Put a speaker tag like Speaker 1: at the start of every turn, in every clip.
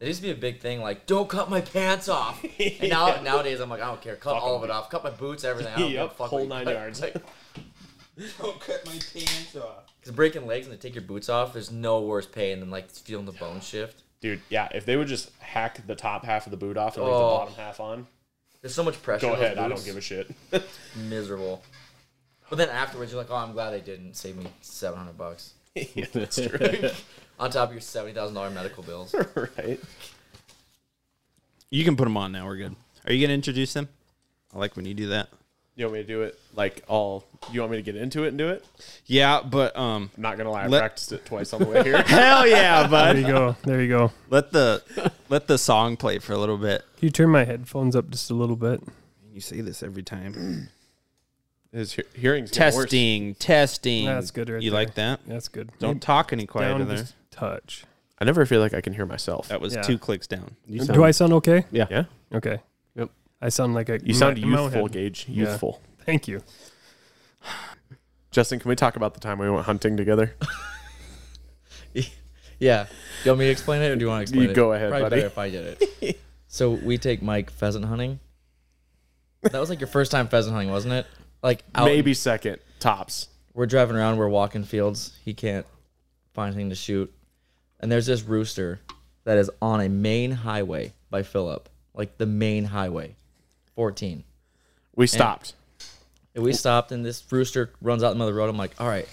Speaker 1: It used to be a big thing, like don't cut my pants off. And now
Speaker 2: Yeah.
Speaker 1: nowadays, I'm like, I don't care. Cut
Speaker 2: Fuck
Speaker 1: all
Speaker 2: 'em.
Speaker 1: of it off. Cut my boots, everything. I don't
Speaker 2: Yep,
Speaker 1: give a fuck
Speaker 2: whole
Speaker 1: what you
Speaker 2: nine
Speaker 1: cut.
Speaker 2: yards.
Speaker 1: Like,
Speaker 3: Don't cut my pants off.
Speaker 1: Cause breaking legs and they take your boots off, there's no worse pain than like feeling the bone shift.
Speaker 2: Dude, yeah, if they would just hack the top half of the boot off and leave
Speaker 1: Oh.
Speaker 2: the bottom half on,
Speaker 1: There's so much pressure.
Speaker 2: go
Speaker 1: on those
Speaker 2: ahead. I don't
Speaker 1: boots.
Speaker 2: give a shit.
Speaker 1: miserable. But then afterwards, you're like, oh, I'm glad they didn't save me 700 bucks
Speaker 2: yeah, that's true.
Speaker 1: on top of your seventy thousand dollar medical bills.
Speaker 2: right?
Speaker 4: You can put them on now. We're good. Are you gonna introduce them? I like when you do that.
Speaker 2: You want me to do it like all? You want me to get into it and do it?
Speaker 4: Yeah, but um,
Speaker 2: I'm not gonna lie, I
Speaker 4: Let-
Speaker 2: practiced it twice on the way here.
Speaker 4: hell yeah,
Speaker 5: There
Speaker 4: bud.
Speaker 5: you go. There you go.
Speaker 4: let the let the song play for a little bit.
Speaker 5: Can you turn my headphones up just a little bit?
Speaker 4: You say this every
Speaker 5: Mm,
Speaker 4: time.
Speaker 2: His he- hearing's getting worse.
Speaker 4: testing, testing.
Speaker 5: That's good right
Speaker 4: you
Speaker 5: there.
Speaker 4: like that?
Speaker 5: That's good.
Speaker 4: Don't talk any
Speaker 5: Down
Speaker 4: quieter there.
Speaker 5: just touch.
Speaker 2: I never feel like I can hear myself.
Speaker 4: That was
Speaker 5: Yeah.
Speaker 4: two clicks down.
Speaker 2: You
Speaker 5: Do I sound okay?
Speaker 2: Yeah, yeah.
Speaker 5: Okay.
Speaker 2: Yep.
Speaker 5: I sound like a.
Speaker 2: You sound
Speaker 5: in my own
Speaker 2: youthful,
Speaker 5: head.
Speaker 2: Gage.
Speaker 5: Yeah.
Speaker 2: Youthful.
Speaker 5: Thank you.
Speaker 2: Justin, can we talk about the time we went hunting together?
Speaker 1: Yeah. Do you want me to explain it, or do you want to explain
Speaker 2: You
Speaker 1: it?
Speaker 2: go ahead,
Speaker 1: Probably
Speaker 2: buddy.
Speaker 1: better if I did it. so we take Mike pheasant hunting. That was like your first time pheasant hunting, wasn't it? Like out-
Speaker 2: Maybe second tops.
Speaker 1: we're driving around, we're walking fields. He can't find anything to shoot, and there's this rooster that is on a main highway by Phillip, like the main highway, fourteen.
Speaker 2: We stopped.
Speaker 1: And we stopped, and this rooster runs out in the middle of the road. I'm like, all right,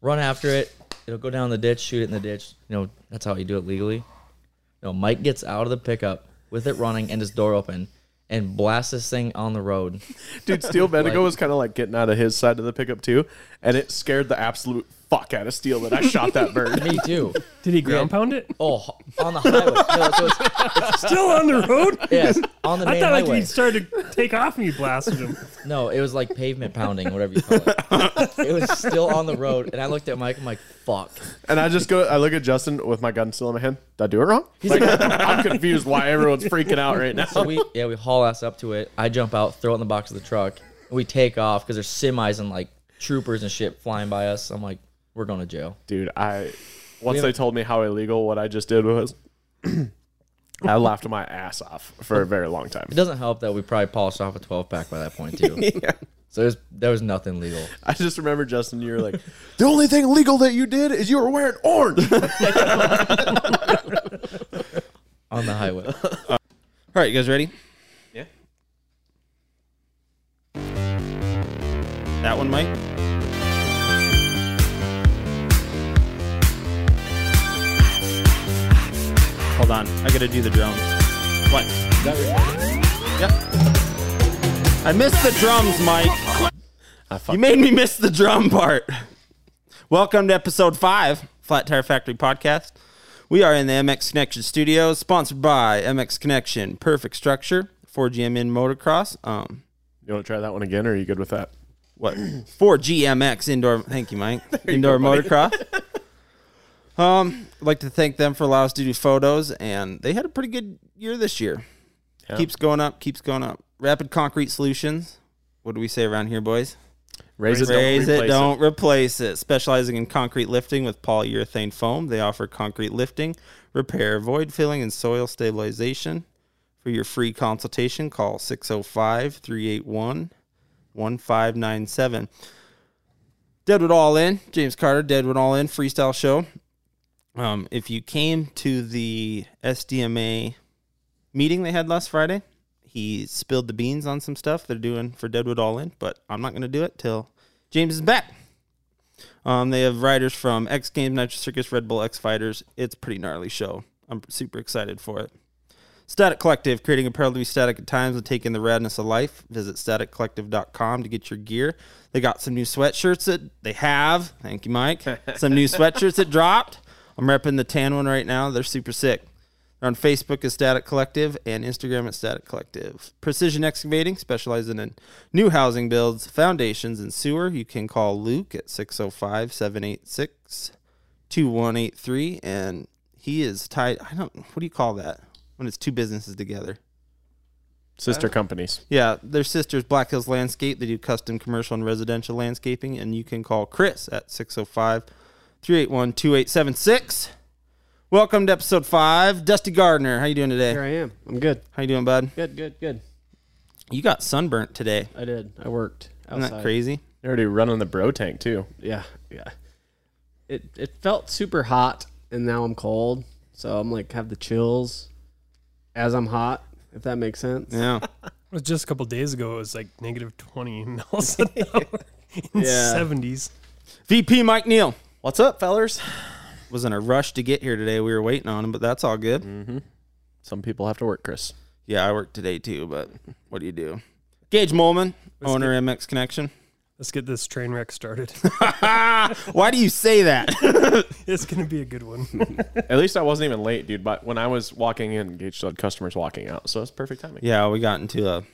Speaker 1: run after it. It'll go down the ditch, shoot it in the ditch. You know, that's how you do it legally. No, Mike gets out of the pickup with it running and his door open and blasts this thing on the road.
Speaker 2: Dude, Steel Bendigo was kind of like getting out of his side of the pickup too, and it scared the absolute fuck out of Steel that I shot that bird.
Speaker 1: Me too.
Speaker 5: Did he ground pound it?
Speaker 1: Oh, on the highway. No, so it's,
Speaker 5: Still on the road?
Speaker 1: yes, on the
Speaker 5: I
Speaker 1: main
Speaker 5: thought like
Speaker 1: highway.
Speaker 5: he started to take off and you blasted him.
Speaker 1: No, it was like pavement pounding, whatever you call it. it was still on the road, and I looked at Mike. I'm like, fuck.
Speaker 2: And I just go, I look at Justin with my gun still in my hand. Did I do it wrong? Like, I'm confused why everyone's freaking out right now.
Speaker 1: So we yeah we haul ass up to it. I jump out, throw it in the box of the truck. We take off because there's semis and like troopers and shit flying by us. I'm like, we're going to jail.
Speaker 2: Dude, I once
Speaker 1: have-
Speaker 2: they told me how illegal what I just did was, I laughed my ass off for a very long time.
Speaker 1: It doesn't help that we probably polished off a 12 pack by that point too. So there's there was nothing legal.
Speaker 2: I just remember Justin, you were like, the only thing illegal that you did is you were wearing orange.
Speaker 1: on the highway.
Speaker 4: All right, you guys ready?
Speaker 2: Yeah.
Speaker 4: That one, Mike. Hold on, I gotta do the drums. What? Yep. I missed the drums, Mike. You made me miss the drum part. Welcome to episode five, Flat Tire Factory Podcast. We are in the MX Connection Studios, sponsored by MX Connection, Perfect Structure, 4GMN Motocross. Um,
Speaker 2: You want to try that one again, or are you good with that?
Speaker 4: what? 4GMX Indoor. Thank you, Mike. Indoor Motocross. um, I'd like to thank them for allowing us to do photos, and they had a pretty good year this year.
Speaker 2: Yeah.
Speaker 4: Keeps going up, keeps going up. Rapid Concrete Solutions. What do we say around here, boys?
Speaker 2: Raise it,
Speaker 4: Raise
Speaker 2: don't
Speaker 4: it, don't replace it. Specializing in concrete lifting with polyurethane foam, they offer concrete lifting, repair, void filling, and soil stabilization. For your free consultation, call 605 381 1597. Deadwood All In, James Carter, Deadwood All In freestyle show. Um, if you came to the SDMA meeting they had last Friday, he spilled the beans on some stuff they're doing for Deadwood All In, but I'm not going to do it till James is back. Um, they have riders from X Games, Nitro Circus, Red Bull, X Fighters. It's a pretty gnarly show. I'm super excited for it. Static Collective, creating apparel to be static at times and taking the radness of life. Visit staticcollective.com to get your gear. They got some new sweatshirts that they have. Thank you, Mike. Some new sweatshirts that dropped. I'm repping the tan one right now. They're super sick. They're on Facebook as Static Collective and Instagram at Static Collective. Precision Excavating, specializing in new housing builds, foundations, and sewer. You can call Luke at 605 786 2183. And he is tied. I don't, what do you call that? When it's two businesses together.
Speaker 2: Sister companies.
Speaker 4: Yeah, their sister's Black Hills Landscape. They do custom commercial and residential landscaping, oh and you can call Chris at 605 381 2876 Welcome to episode five. Dusty Gardner, how you doing today?
Speaker 6: Here I am. I'm good.
Speaker 4: How you doing, bud?
Speaker 6: Good, good, good.
Speaker 4: You got sunburnt today.
Speaker 6: I did. I worked outside.
Speaker 4: Isn't that crazy?
Speaker 2: They're already running the bro tank too.
Speaker 6: Yeah, yeah. It it felt super hot, and now I'm cold, so I'm like have the chills as I'm hot. If that makes sense.
Speaker 4: Yeah.
Speaker 5: It was just a couple days ago. It was like negative twenty, and all of a sudden now we're in
Speaker 6: Yeah.
Speaker 5: seventies.
Speaker 4: VP Mike Neal
Speaker 2: What's up, fellers?
Speaker 4: was in a rush to get here today. We were waiting on him, but that's all good.
Speaker 2: Some people have to work, Chris.
Speaker 4: Yeah, I work today too, but what do you do? Gage Molman, owner MX Connection.
Speaker 5: Let's get this train wreck started.
Speaker 4: Why do you say that?
Speaker 5: it's gonna be a good one.
Speaker 2: At least I wasn't even late, dude. But when I was walking in, Gage still had customers walking out, so it's perfect timing.
Speaker 4: yeah, we got into a,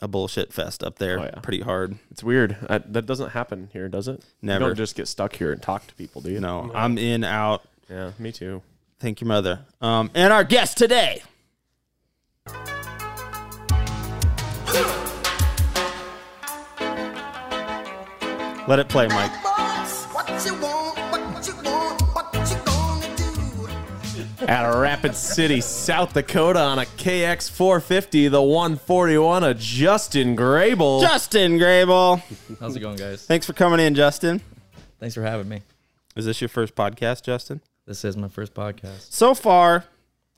Speaker 4: a bullshit fest up there
Speaker 2: Oh, yeah.
Speaker 4: pretty hard.
Speaker 2: It's weird. I, that doesn't happen here, does it? You
Speaker 4: Never.
Speaker 2: don't just get stuck here and talk to people, do you?
Speaker 4: No, I'm in, out.
Speaker 2: Yeah, me too.
Speaker 4: Thank you, mother. Um, and our guest today. Let it play, Mike.
Speaker 7: What you want, what you want, what you gonna do?
Speaker 2: At Rapid City, South Dakota, on a KX 450, the 141 of Justin Grable.
Speaker 4: Justin Grable.
Speaker 1: How's it going, guys?
Speaker 4: Thanks for coming in, Justin.
Speaker 1: Thanks for having me.
Speaker 4: Is this your first podcast, Justin?
Speaker 1: This is my first podcast.
Speaker 4: So far,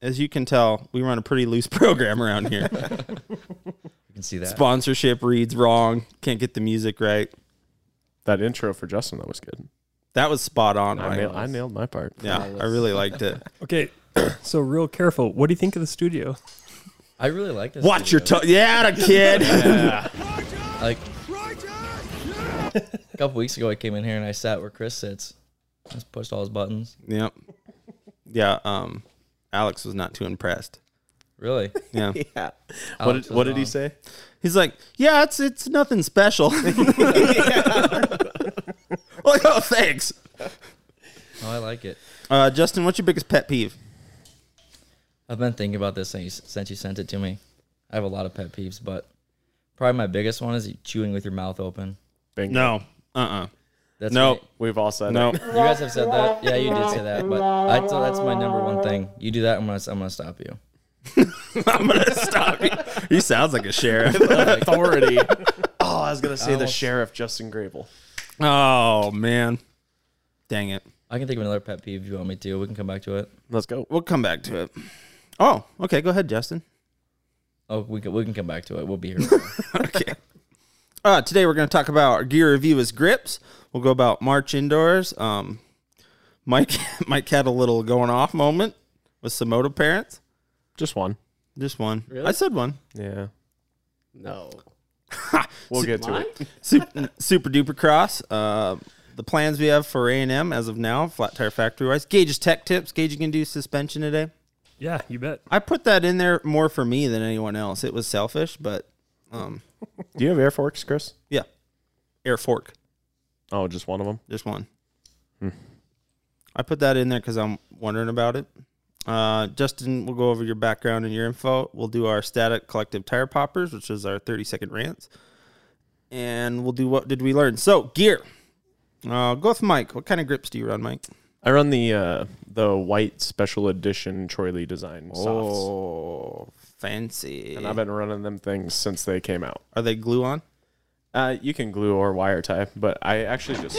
Speaker 4: as you can tell, we run a pretty loose program around here.
Speaker 1: You can see that.
Speaker 4: Sponsorship reads wrong. Can't get the music right.
Speaker 2: that intro for Justin, that was good.
Speaker 4: That was spot on.
Speaker 2: I,
Speaker 4: right?
Speaker 2: nailed, I nailed my part.
Speaker 4: yeah, I really liked it.
Speaker 5: Okay, so real careful. What do you think of the studio?
Speaker 1: I really like this.
Speaker 4: Watch your
Speaker 1: video.
Speaker 4: toe. Yeah, the kid.
Speaker 1: Like a couple weeks ago, I came in here and I sat where Chris sits. I just pushed all his buttons.
Speaker 4: Yep. Yeah. Um, Alex was not too impressed.
Speaker 1: Really?
Speaker 4: Yeah.
Speaker 2: What
Speaker 1: Alex
Speaker 2: did,
Speaker 1: was
Speaker 2: what did he
Speaker 1: wrong.
Speaker 2: say?
Speaker 4: He's like, yeah, it's it's nothing special. like, oh, thanks.
Speaker 1: Oh, I like it.
Speaker 4: Uh, Justin, what's your biggest pet peeve?
Speaker 1: I've been thinking about this since you, since you sent it to me. I have a lot of pet peeves, but probably my biggest one is chewing with your mouth open.
Speaker 2: Bingo.
Speaker 4: No. Uh.
Speaker 1: That's
Speaker 4: No.
Speaker 1: my-
Speaker 2: We've all said
Speaker 4: No.
Speaker 2: it.
Speaker 1: You guys have said that. Yeah, you did say that, but I thought that's my number one thing. You do that, I'm gonna I'm gonna stop you.
Speaker 4: I'm gonna stop you. He sounds like a sheriff.
Speaker 2: Authority. oh, I was going to say the
Speaker 1: Almost.
Speaker 2: sheriff, Justin Grable.
Speaker 4: oh man. Dang it.
Speaker 1: I can think of another pet peeve if you want me to. We can come back to it.
Speaker 2: Let's go.
Speaker 4: We'll come back to it. Oh, okay. Go ahead, Justin.
Speaker 1: Oh, we can we can come back to it. We'll be here.
Speaker 4: okay. Uh, today we're going to talk about our gear review is grips. We'll go about March indoors. Um, Mike Mike had a little going off moment with some moto parents.
Speaker 2: Just one.
Speaker 4: Just one. I said one.
Speaker 2: Yeah.
Speaker 6: No.
Speaker 2: We'll get to it.
Speaker 4: Super, super duper cross. Uh, the plans we have for A and M as of now, flat tire factory wise. Gage's tech tips. Gage, you can do suspension today.
Speaker 5: Yeah, you bet.
Speaker 4: I put that in there more for me than anyone else. It was selfish, but um,
Speaker 2: Do you have air forks, Chris?
Speaker 4: yeah. Air fork.
Speaker 2: Oh, just one of them.
Speaker 4: Just one. I put that in there because I'm wondering about it. Uh, Justin, we'll go over your background and your info. We'll do our static collective tire poppers, which is our 30 second rants. And we'll do what did we learn. So, gear. Uh, go with Mike. What kind of grips do you run, Mike?
Speaker 2: I run the uh, the white special edition Troy Lee design softs,
Speaker 4: Oh, fancy.
Speaker 2: and I've been running them things since they came out.
Speaker 4: Are they glue on?
Speaker 2: Uh, you can glue or wire tie, but I actually just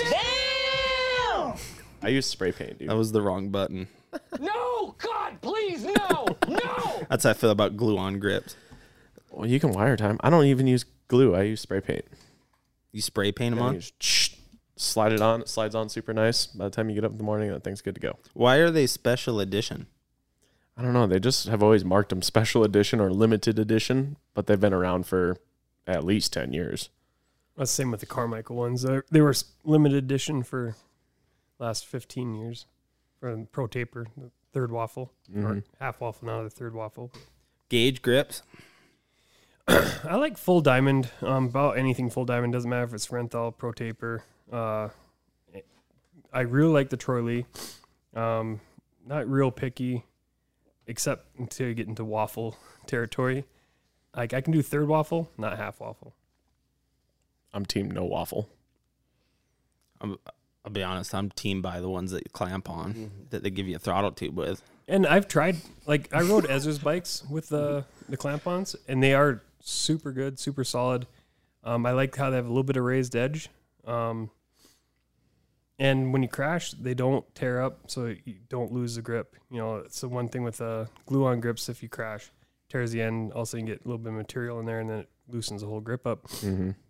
Speaker 2: I use spray paint, dude.
Speaker 4: That was the wrong button.
Speaker 7: No, God, please, no, no.
Speaker 4: That's how I feel about glue on grips.
Speaker 2: Well, you can wire tie. 'em. I don't even use glue. I use spray paint.
Speaker 4: You spray paint them
Speaker 2: And you
Speaker 4: on?
Speaker 2: just slide it on. It slides on super nice. By the time you get up in the morning, that thing's good to go.
Speaker 4: Why are they special edition?
Speaker 2: I don't know. They just have always marked them special edition or limited edition, but they've been around for at least ten years.
Speaker 5: That's the same with the Carmichael ones. They're- They were s- limited edition for last 15 years for Pro Taper, the third waffle, or half waffle, now the third waffle.
Speaker 4: Gauge grips.
Speaker 5: I like full diamond, um, about anything full diamond. Doesn't matter if it's Renthal, Pro Taper. Uh, I really like the Troy Lee. Um, not real picky, except until you get into waffle territory. Like I can do third waffle, not half waffle.
Speaker 2: I'm team no waffle.
Speaker 4: I'm, I'll be honest, I'm team by the ones that you clamp on that they give you a throttle tube with.
Speaker 5: And I've tried, like, I rode Ezra's bikes with the the clamp-ons, and they are super good, super solid. Um, I like how they have a little bit of raised edge. Um, and when you crash, they don't tear up, so you don't lose the grip. You know, it's the one thing with uh, glue-on grips. If you crash, tears the end. Also, you get a little bit of material in there, and then it loosens the whole grip up.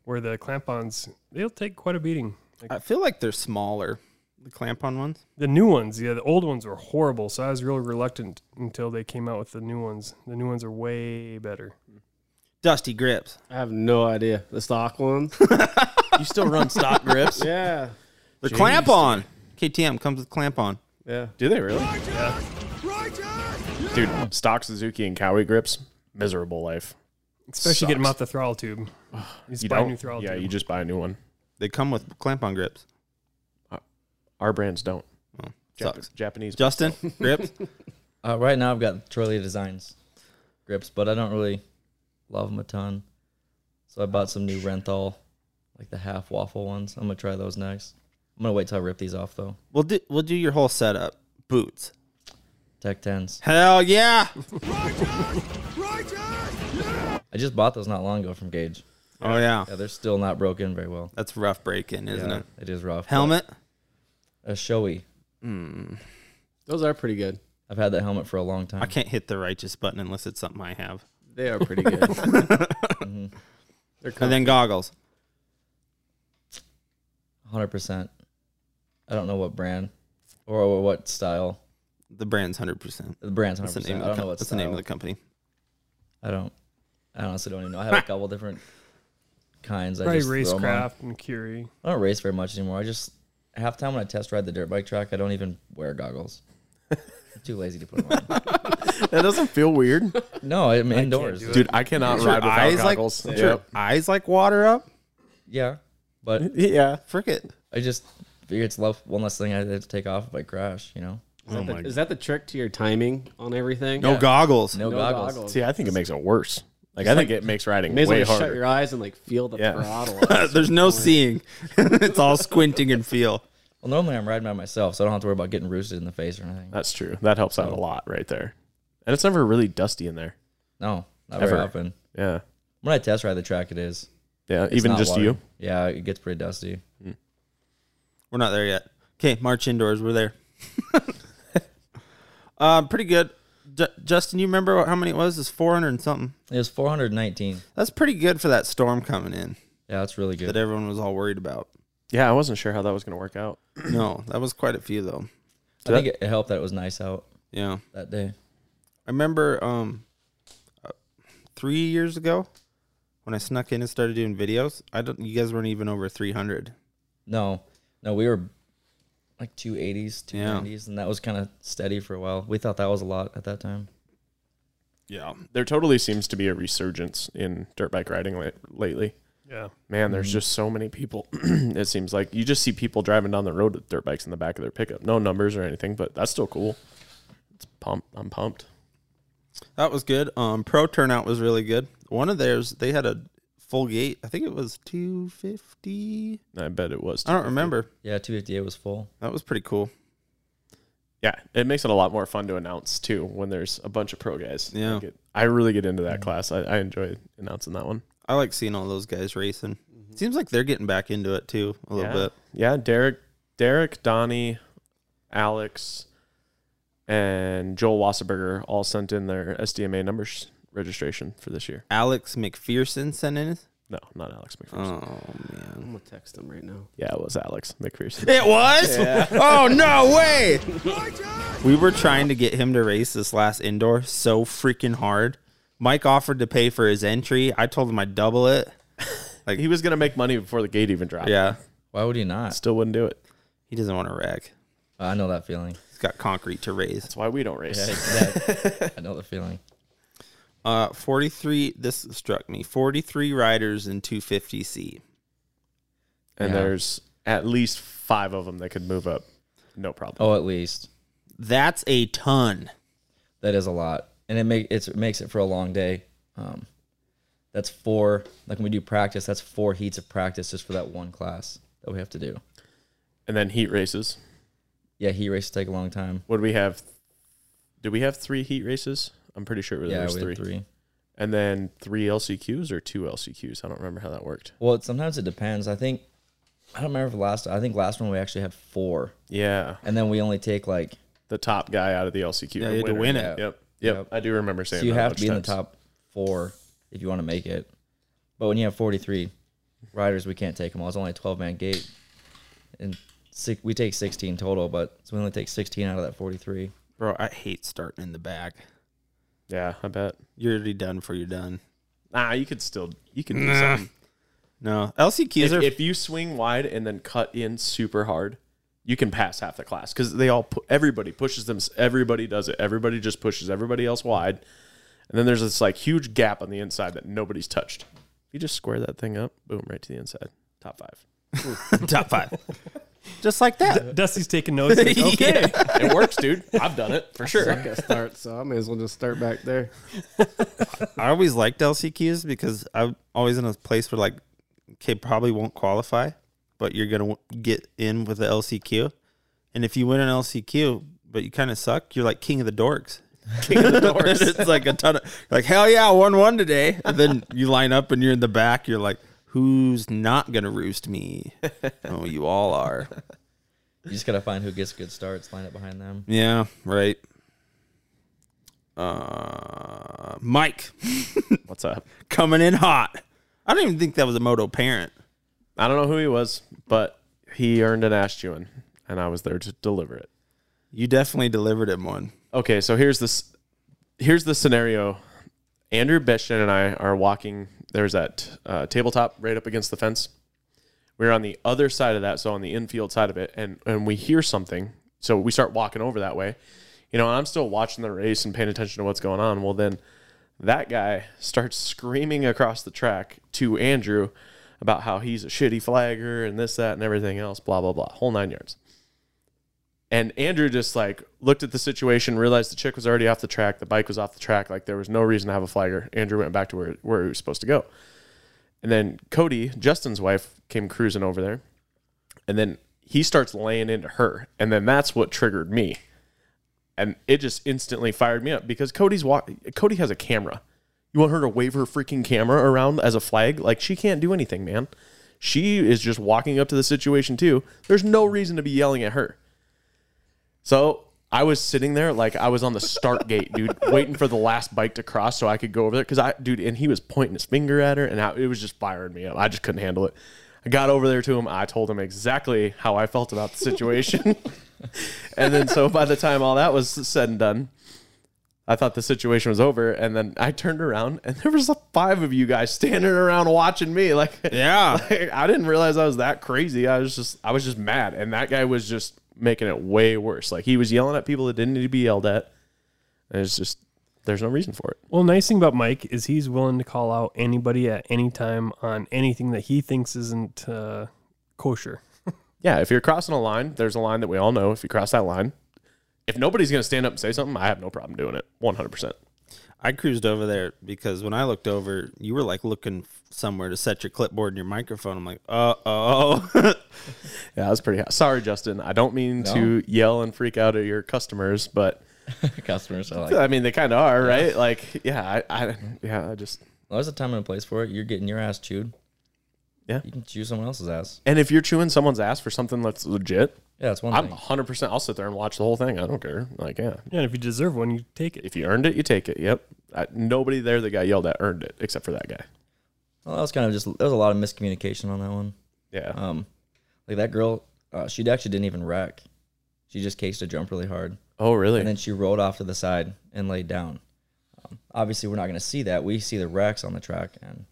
Speaker 5: Where the clamp-ons, they'll take quite a beating. Like,
Speaker 4: I feel like they're smaller, the clamp on ones.
Speaker 5: the new ones, yeah, the old ones were horrible. So I was real reluctant until they came out with the new ones. The new ones are way better.
Speaker 4: Dusty grips.
Speaker 6: I have no idea. The stock ones.
Speaker 2: You still run stock grips?
Speaker 6: yeah.
Speaker 4: The clamp on. KTM comes with clamp on.
Speaker 6: Yeah.
Speaker 2: Do they really? Dude, stock Suzuki and Cowie grips, miserable life.
Speaker 5: Especially getting them
Speaker 2: Sucks.
Speaker 5: off the throttle tube. You just
Speaker 2: You
Speaker 5: buy a
Speaker 2: don't.
Speaker 5: new throttle
Speaker 2: yeah,
Speaker 5: tube.
Speaker 2: you just buy a new one.
Speaker 4: They come with clamp on grips.
Speaker 2: Our brands don't.
Speaker 4: Oh,
Speaker 2: Jap-
Speaker 4: sucks.
Speaker 2: Japanese.
Speaker 4: Justin, grips.
Speaker 1: Uh, right now, I've got Trolley Designs grips, but I don't really love them a ton. So I bought some new Renthal, like the half waffle ones. I'm gonna try those next. I'm gonna wait till I rip these off though.
Speaker 4: We'll do we'll do your whole setup. Boots.
Speaker 1: Tech tens.
Speaker 4: Hell yeah.
Speaker 1: I just bought those not long ago from Gage.
Speaker 4: Oh yeah.
Speaker 1: Yeah, they're still not broken very well.
Speaker 4: That's rough breaking, isn't
Speaker 1: Yeah,
Speaker 4: it?
Speaker 1: It is rough. but
Speaker 4: Helmet. Hmm.
Speaker 1: A showy.
Speaker 6: Those are pretty good.
Speaker 1: I've had that helmet for a long time.
Speaker 4: I can't hit the righteous button unless it's something I have.
Speaker 6: They are pretty good. They're
Speaker 4: And then goggles.
Speaker 1: 100. percent I don't know what brand or what style.
Speaker 4: The brand's hundred percent.
Speaker 1: The brand's 100.
Speaker 4: That's the name
Speaker 1: percent
Speaker 4: of
Speaker 1: I
Speaker 4: the,
Speaker 1: don't
Speaker 4: com-
Speaker 1: know what
Speaker 4: that's the name of
Speaker 1: style.
Speaker 4: the company.
Speaker 1: I don't. I honestly don't even know. I have a couple different kinds. I
Speaker 5: Probably
Speaker 1: just throw 'em on.
Speaker 5: Racecraft and Curie.
Speaker 1: I don't race very much anymore. I just half time when I test ride the dirt bike track, I don't even wear goggles. I'm too lazy to put them on.
Speaker 2: That doesn't feel weird.
Speaker 1: No, I'm indoors.
Speaker 5: do it.
Speaker 2: Dude, I cannot
Speaker 4: Is your
Speaker 2: ride without
Speaker 4: eyes like-
Speaker 2: goggles.
Speaker 4: is your eyes like water up?
Speaker 1: Yeah, but
Speaker 2: Yeah.
Speaker 4: Frick it.
Speaker 1: I just figure it's left one less thing I have to take off if I crash. You know,
Speaker 6: Is, that the, is that the trick to your timing on everything?
Speaker 4: No goggles.
Speaker 1: no,
Speaker 6: No
Speaker 1: goggles.
Speaker 6: goggles.
Speaker 2: See, I think it makes it worse. Like, I think it makes riding
Speaker 6: May as well
Speaker 2: way
Speaker 6: just shut
Speaker 2: harder.
Speaker 6: your eyes and like feel the
Speaker 2: Yeah.
Speaker 6: throttle.
Speaker 4: There's no seeing. it's all squinting and feel.
Speaker 1: Well, normally I'm riding by myself, so I don't have to worry about getting roosted in the face or anything.
Speaker 2: That's true. That helps out a lot right there. And it's never really dusty in there.
Speaker 1: No, not
Speaker 2: Ever.
Speaker 1: very often.
Speaker 2: Yeah.
Speaker 1: When I test ride the track, it is.
Speaker 2: Yeah.
Speaker 1: It's
Speaker 2: Even
Speaker 1: not
Speaker 2: just
Speaker 1: water.
Speaker 2: you.
Speaker 1: Yeah, it gets pretty dusty.
Speaker 4: We're not there yet. Okay, March indoors. We're there. uh, pretty good. Ju- Justin, you remember what, how many it was? It's 400 and something.
Speaker 1: It was 419.
Speaker 4: That's pretty good for that storm coming in
Speaker 1: Yeah, that's really
Speaker 4: that
Speaker 1: good.
Speaker 4: everyone was all worried about.
Speaker 2: Yeah. I wasn't sure how that was going to work out.
Speaker 4: no, that was quite a few though.
Speaker 1: I think it it helped that it was nice out
Speaker 4: Yeah.
Speaker 1: that day.
Speaker 4: I remember um, uh, three years ago when I snuck in and started doing videos. I don't. You guys weren't even over 300.
Speaker 1: No, no, we were like 280s,
Speaker 4: Yeah.
Speaker 1: 290s, and that was kind of steady for a while. We thought that was a lot at that time.
Speaker 2: Yeah. There totally seems to be a resurgence in dirt bike riding la- lately.
Speaker 5: Yeah.
Speaker 2: Man, there's just so many people. it seems like you just see people driving down the road with dirt bikes in the back of their pickup. No numbers or anything, but that's still cool. It's pumped. I'm pumped.
Speaker 4: That was good. Um, pro turnout was really good. One of theirs, they had a full gate. I think it was 250.
Speaker 2: I bet it was.
Speaker 4: I don't remember.
Speaker 1: Yeah, 258 was full.
Speaker 4: That was pretty cool.
Speaker 2: Yeah, it makes it a lot more fun to announce too when there's a bunch of pro guys.
Speaker 4: Yeah.
Speaker 2: I, get- I really get into that class. I, I enjoy announcing that one
Speaker 4: I like seeing all those guys racing. Seems like they're getting back into it too a little
Speaker 2: yeah.
Speaker 4: bit.
Speaker 2: Yeah, Derek, Derek, Donnie, Alex, and Joel Wasserberger all sent in their SDMA numbers registration for this year.
Speaker 4: Alex McPherson sent in. his-
Speaker 2: No, not Alex McPherson.
Speaker 4: Oh man,
Speaker 6: I'm gonna text him right now.
Speaker 2: yeah, it was Alex McPherson.
Speaker 4: it was. oh no way. we were trying to get him to race this last indoor so freaking hard. Mike offered to pay for his entry. I told him I'd double it.
Speaker 2: he was gonna make money before the gate even dropped.
Speaker 4: Yeah,
Speaker 1: Why would he not?
Speaker 2: still wouldn't do it.
Speaker 4: he doesn't want to wreck.
Speaker 1: I know that feeling.
Speaker 4: He's got concrete to raise.
Speaker 2: That's why we don't race.
Speaker 1: That- I know the feeling.
Speaker 4: Uh, 43, this struck me 43 riders in 250C.
Speaker 2: And
Speaker 1: Yeah.
Speaker 2: there's at least five of them that could move up, no problem.
Speaker 1: Oh, at least
Speaker 4: That's a ton.
Speaker 1: that is a lot, and it make it's, it makes it for a long day. Um, that's four. Like when we do practice, that's four heats of practice just for that one class that we have to do.
Speaker 2: and then heat races.
Speaker 1: Yeah, heat races take a long time.
Speaker 2: What do we have? Did we have three heat races? I'm pretty sure there
Speaker 1: yeah,
Speaker 2: was
Speaker 1: we
Speaker 2: three.
Speaker 1: had three.
Speaker 2: And then three LCQs or two LCQs. I don't remember how that worked.
Speaker 1: Well, it, sometimes it depends. I think I don't remember if last. I think last one we actually had four,
Speaker 2: Yeah,
Speaker 1: and then we only take like
Speaker 2: the top guy out of the LCQ.
Speaker 4: Yeah,
Speaker 2: or
Speaker 4: you had to
Speaker 2: winner.
Speaker 4: win
Speaker 1: it.
Speaker 2: Yep. yep.
Speaker 1: Yep.
Speaker 2: I do remember saying.
Speaker 1: so you
Speaker 2: that a
Speaker 1: have
Speaker 2: bunch
Speaker 1: to be in the
Speaker 2: times.
Speaker 1: top four if you want to make it. But when you have 43 riders, we can't take them all. It's only a 12 man gate, and six, we take 16 total. But so we only take 16 out of that 43.
Speaker 4: Bro, I hate starting in the back.
Speaker 2: Yeah, I bet.
Speaker 4: You're already done for you're done.
Speaker 2: Ah, you could still you could do
Speaker 4: Nah.
Speaker 2: something.
Speaker 4: No. LCQs
Speaker 2: If,
Speaker 4: are
Speaker 2: if you swing wide and then cut in super hard, you can pass half the class because they all pu- everybody pushes them. Everybody does it. Everybody just pushes everybody else wide, and then there's this like huge gap on the inside that nobody's touched. If you just square that thing up, boom, right to the inside, top five.
Speaker 4: top five. Just like that.
Speaker 5: Dusty's taking notes. like, okay.
Speaker 2: It works, dude. I've done it for sure.
Speaker 6: Suck at start, so I may as well just start back there.
Speaker 4: I always liked LCQs because I'm always in a place where like, okay, probably won't qualify, but you're gonna w- get in with the LCQ, and if you win an LCQ but you kind of suck, you're like king of the dorks. King of the dorks. it's like a ton of like hell yeah, I won one today. And then you line up and you're in the back. You're like, who's not gonna roost me? oh, you all are.
Speaker 1: You just gotta find who gets good starts, line up behind them.
Speaker 4: Yeah, right. Uh, Mike
Speaker 2: What's up?
Speaker 4: coming in hot. I don't even think that was a moto parent.
Speaker 2: I don't know who he was, but he earned an Astuan, and I was there to deliver it.
Speaker 4: You definitely delivered him one.
Speaker 2: okay so here's this here's the scenario andrew Bechtin and i are walking there's that uh, tabletop right up against the fence we're on the other side of that so on the infield side of it and and we hear something so we start walking over that way you know i'm still watching the race and paying attention to what's going on well then that guy starts screaming across the track to andrew about how he's a shitty flagger and this that and everything else blah blah blah whole nine yards and Andrew just like looked at the situation, realized the chick was already off the track, the bike was off the track, like there was no reason to have a flagger. Andrew went back to where where he was supposed to go. And then Cody, Justin's wife, came cruising over there. And then he starts laying into her. And then that's what triggered me. And it just instantly fired me up because Cody's wa- Cody has a camera. You want her to wave her freaking camera around as a flag? Like she can't do anything, man. She is just walking up to the situation too. There's no reason to be yelling at her. So I was sitting there like I was on the start gate, dude, waiting for the last bike to cross so I could go over there. Cause I, dude, and he was pointing his finger at her and I, it was just firing me up. I just couldn't handle it. I got over there to him. I told him exactly how I felt about the situation. and then so by the time all that was said and done, I thought the situation was over. And then I turned around and there was five of you guys standing around watching me. Like,
Speaker 4: Yeah.
Speaker 2: I didn't realize I was that crazy. I was just I was just mad, and that guy was just making it way worse. Like he was yelling at people that didn't need to be yelled at. And it's just there's no reason for it.
Speaker 5: Well, nice thing about Mike is he's willing to call out anybody at any time on anything that he thinks isn't uh, kosher.
Speaker 2: Yeah, if you're crossing a line, there's a line that we all know. If you cross that line, if nobody's gonna stand up and say something, I have no problem doing it. One hundred percent.
Speaker 4: I cruised over there because when I looked over, you were like looking somewhere to set your clipboard and your microphone. I'm like, uh oh.
Speaker 2: Yeah, that's pretty hot. Sorry, Justin. I don't mean to yell and freak out at your customers, but
Speaker 1: Customers are like,
Speaker 2: I mean they kinda are, right? Like, yeah, I, I yeah, I just
Speaker 1: well, there's a time and a place for it. You're getting your ass chewed.
Speaker 2: Yeah.
Speaker 1: you can chew someone else's ass.
Speaker 2: and if you're chewing someone's ass for something that's legit,
Speaker 1: Yeah, that's one
Speaker 2: I'm
Speaker 1: thing.
Speaker 2: 100%. I'll sit there and watch the whole thing. I don't care. Like, yeah.
Speaker 5: Yeah, and if you deserve one, you take it.
Speaker 2: If you earned it, you take it. Yep. I, nobody there that got yelled at earned it except for that guy.
Speaker 1: Well, that was kind of just there was a lot of miscommunication on that one.
Speaker 2: Yeah.
Speaker 1: Um, like that girl, uh, she actually didn't even wreck. She just cased a jump really hard,
Speaker 2: oh, really?
Speaker 1: and then she rolled off to the side and laid down. Um, obviously, we're not going to see that. We see the wrecks on the track, and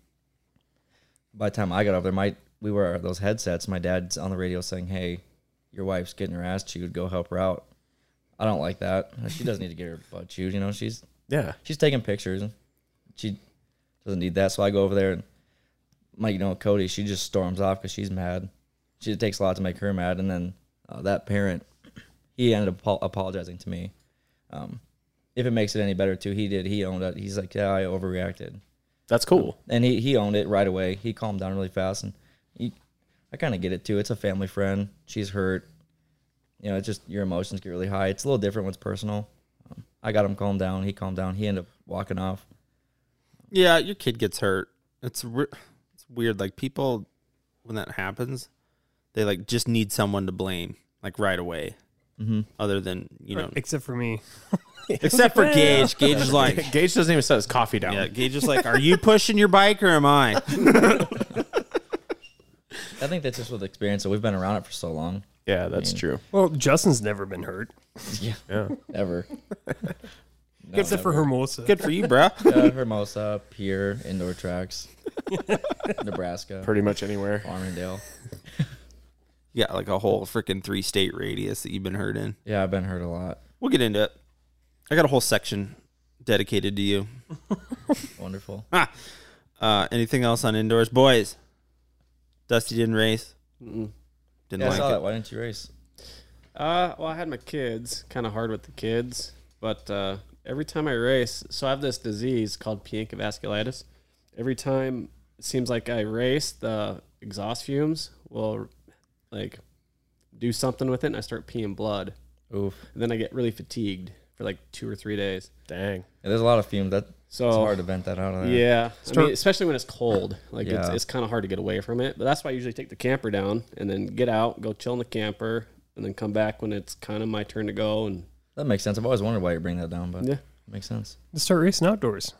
Speaker 1: by the time I got over there, my we were those headsets. My dad's on the radio saying, "Hey, your wife's getting her ass chewed. Go help her out." I don't like that. She doesn't need to get her butt chewed. You know, she's
Speaker 2: yeah.
Speaker 1: she's taking pictures. She doesn't need that, so I go over there and like you know Cody, she just storms off because she's mad. She it takes a lot to make her mad, and then uh, that parent, he ended up apo- apologizing to me. Um, if it makes it any better, too, he did. He owned it. He's like, yeah, I overreacted,
Speaker 2: That's cool.
Speaker 1: Oh. and he he owned it right away. He calmed down really fast, and he, I kind of get it too. It's a family friend. She's hurt. You know, it's just your emotions get really high. It's a little different when it's personal. Um, I got him calmed down. He calmed down. He ended up walking off.
Speaker 4: Yeah, your kid gets hurt. It's re- it's weird. Like people, when that happens, they like just need someone to blame, like right away. Other than you know,
Speaker 5: Except for me.
Speaker 4: except for Gage. Gage is like,
Speaker 2: Gage doesn't even set his coffee down.
Speaker 4: yeah, Gage is like, are you pushing your bike or am I?
Speaker 1: I think that's just with experience. So we've been around it for so long.
Speaker 2: Yeah, that's true.
Speaker 5: Well, Justin's never been hurt.
Speaker 1: Ever. No,
Speaker 5: Except for
Speaker 1: never.
Speaker 5: Hermosa.
Speaker 4: Good for you, bruh.
Speaker 1: Uh, Hermosa, Pier, indoor tracks, Nebraska,
Speaker 2: Pretty much anywhere.
Speaker 1: Farmingdale.
Speaker 4: You got like a whole freaking three state radius that you've been hurt in.
Speaker 1: Yeah, I've been hurt a lot.
Speaker 4: We'll get into it. I got a whole section dedicated to you.
Speaker 1: Wonderful.
Speaker 4: Uh, anything else on indoors, boys? Dusty didn't race. Didn't
Speaker 1: Yeah, I
Speaker 4: like
Speaker 1: saw
Speaker 4: it.
Speaker 1: that. Why didn't you race?
Speaker 6: Uh, well, I had my kids. Kind of hard with the kids, but uh, every time I race, so I have this disease called pianca vasculitis. Every time it seems like I race, the exhaust fumes will like do something with it, and I start peeing blood.
Speaker 1: Oof.
Speaker 6: And then I get really fatigued for like two or three days.
Speaker 2: Dang.
Speaker 1: Yeah, there's a lot of fumes. That
Speaker 6: So
Speaker 4: Oh.
Speaker 1: it's hard to vent that out of there.
Speaker 6: Yeah, I mean, especially when it's cold. Like it's,
Speaker 1: Yeah.
Speaker 6: it's kind of hard to get away from it. But that's why I usually take the camper down and then get out, go chill in the camper, and then come back when it's kind of my turn to go. And
Speaker 1: That makes sense. I've always wondered why you bring that down, but
Speaker 6: Yeah.
Speaker 1: it makes sense.
Speaker 5: Just start racing outdoors.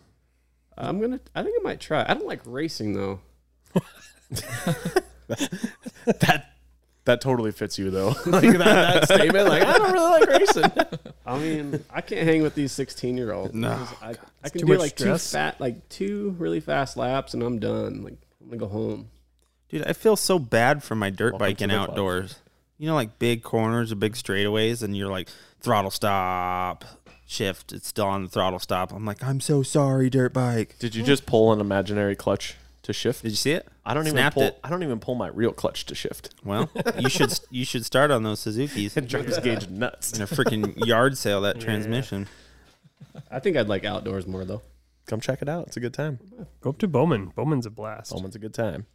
Speaker 6: I'm gonna. I think I might try. I don't like racing though.
Speaker 2: That that totally fits you though. like that, that statement. Like I don't really like racing.
Speaker 6: I mean, I can't hang with these 16 year olds.
Speaker 4: No,
Speaker 6: I, I can
Speaker 5: too
Speaker 6: do
Speaker 5: much
Speaker 6: like
Speaker 5: stress.
Speaker 6: two fat, like two really fast laps, and I'm done. Like I'm gonna go home.
Speaker 4: Dude, I feel so bad for my dirt biking
Speaker 2: the club.
Speaker 4: outdoors. You know, like big corners or big straightaways, and you're like throttle stop, shift. It's still on the throttle stop. I'm like, I'm so sorry, dirt bike.
Speaker 2: Did you just pull an imaginary clutch to shift?
Speaker 4: Did you see it?
Speaker 2: I don't even
Speaker 4: Snapped
Speaker 2: pull.
Speaker 4: it.
Speaker 2: I don't even pull my real clutch to shift.
Speaker 4: Well, you should you should start on those Suzuki's in
Speaker 2: Drives Gage nuts.
Speaker 4: a freaking yard sale. That transmission.
Speaker 6: I think I'd like outdoors more though.
Speaker 2: Come check it out. It's a good time.
Speaker 5: Go up to Bowman. Bowman's a blast.
Speaker 2: Bowman's a good time.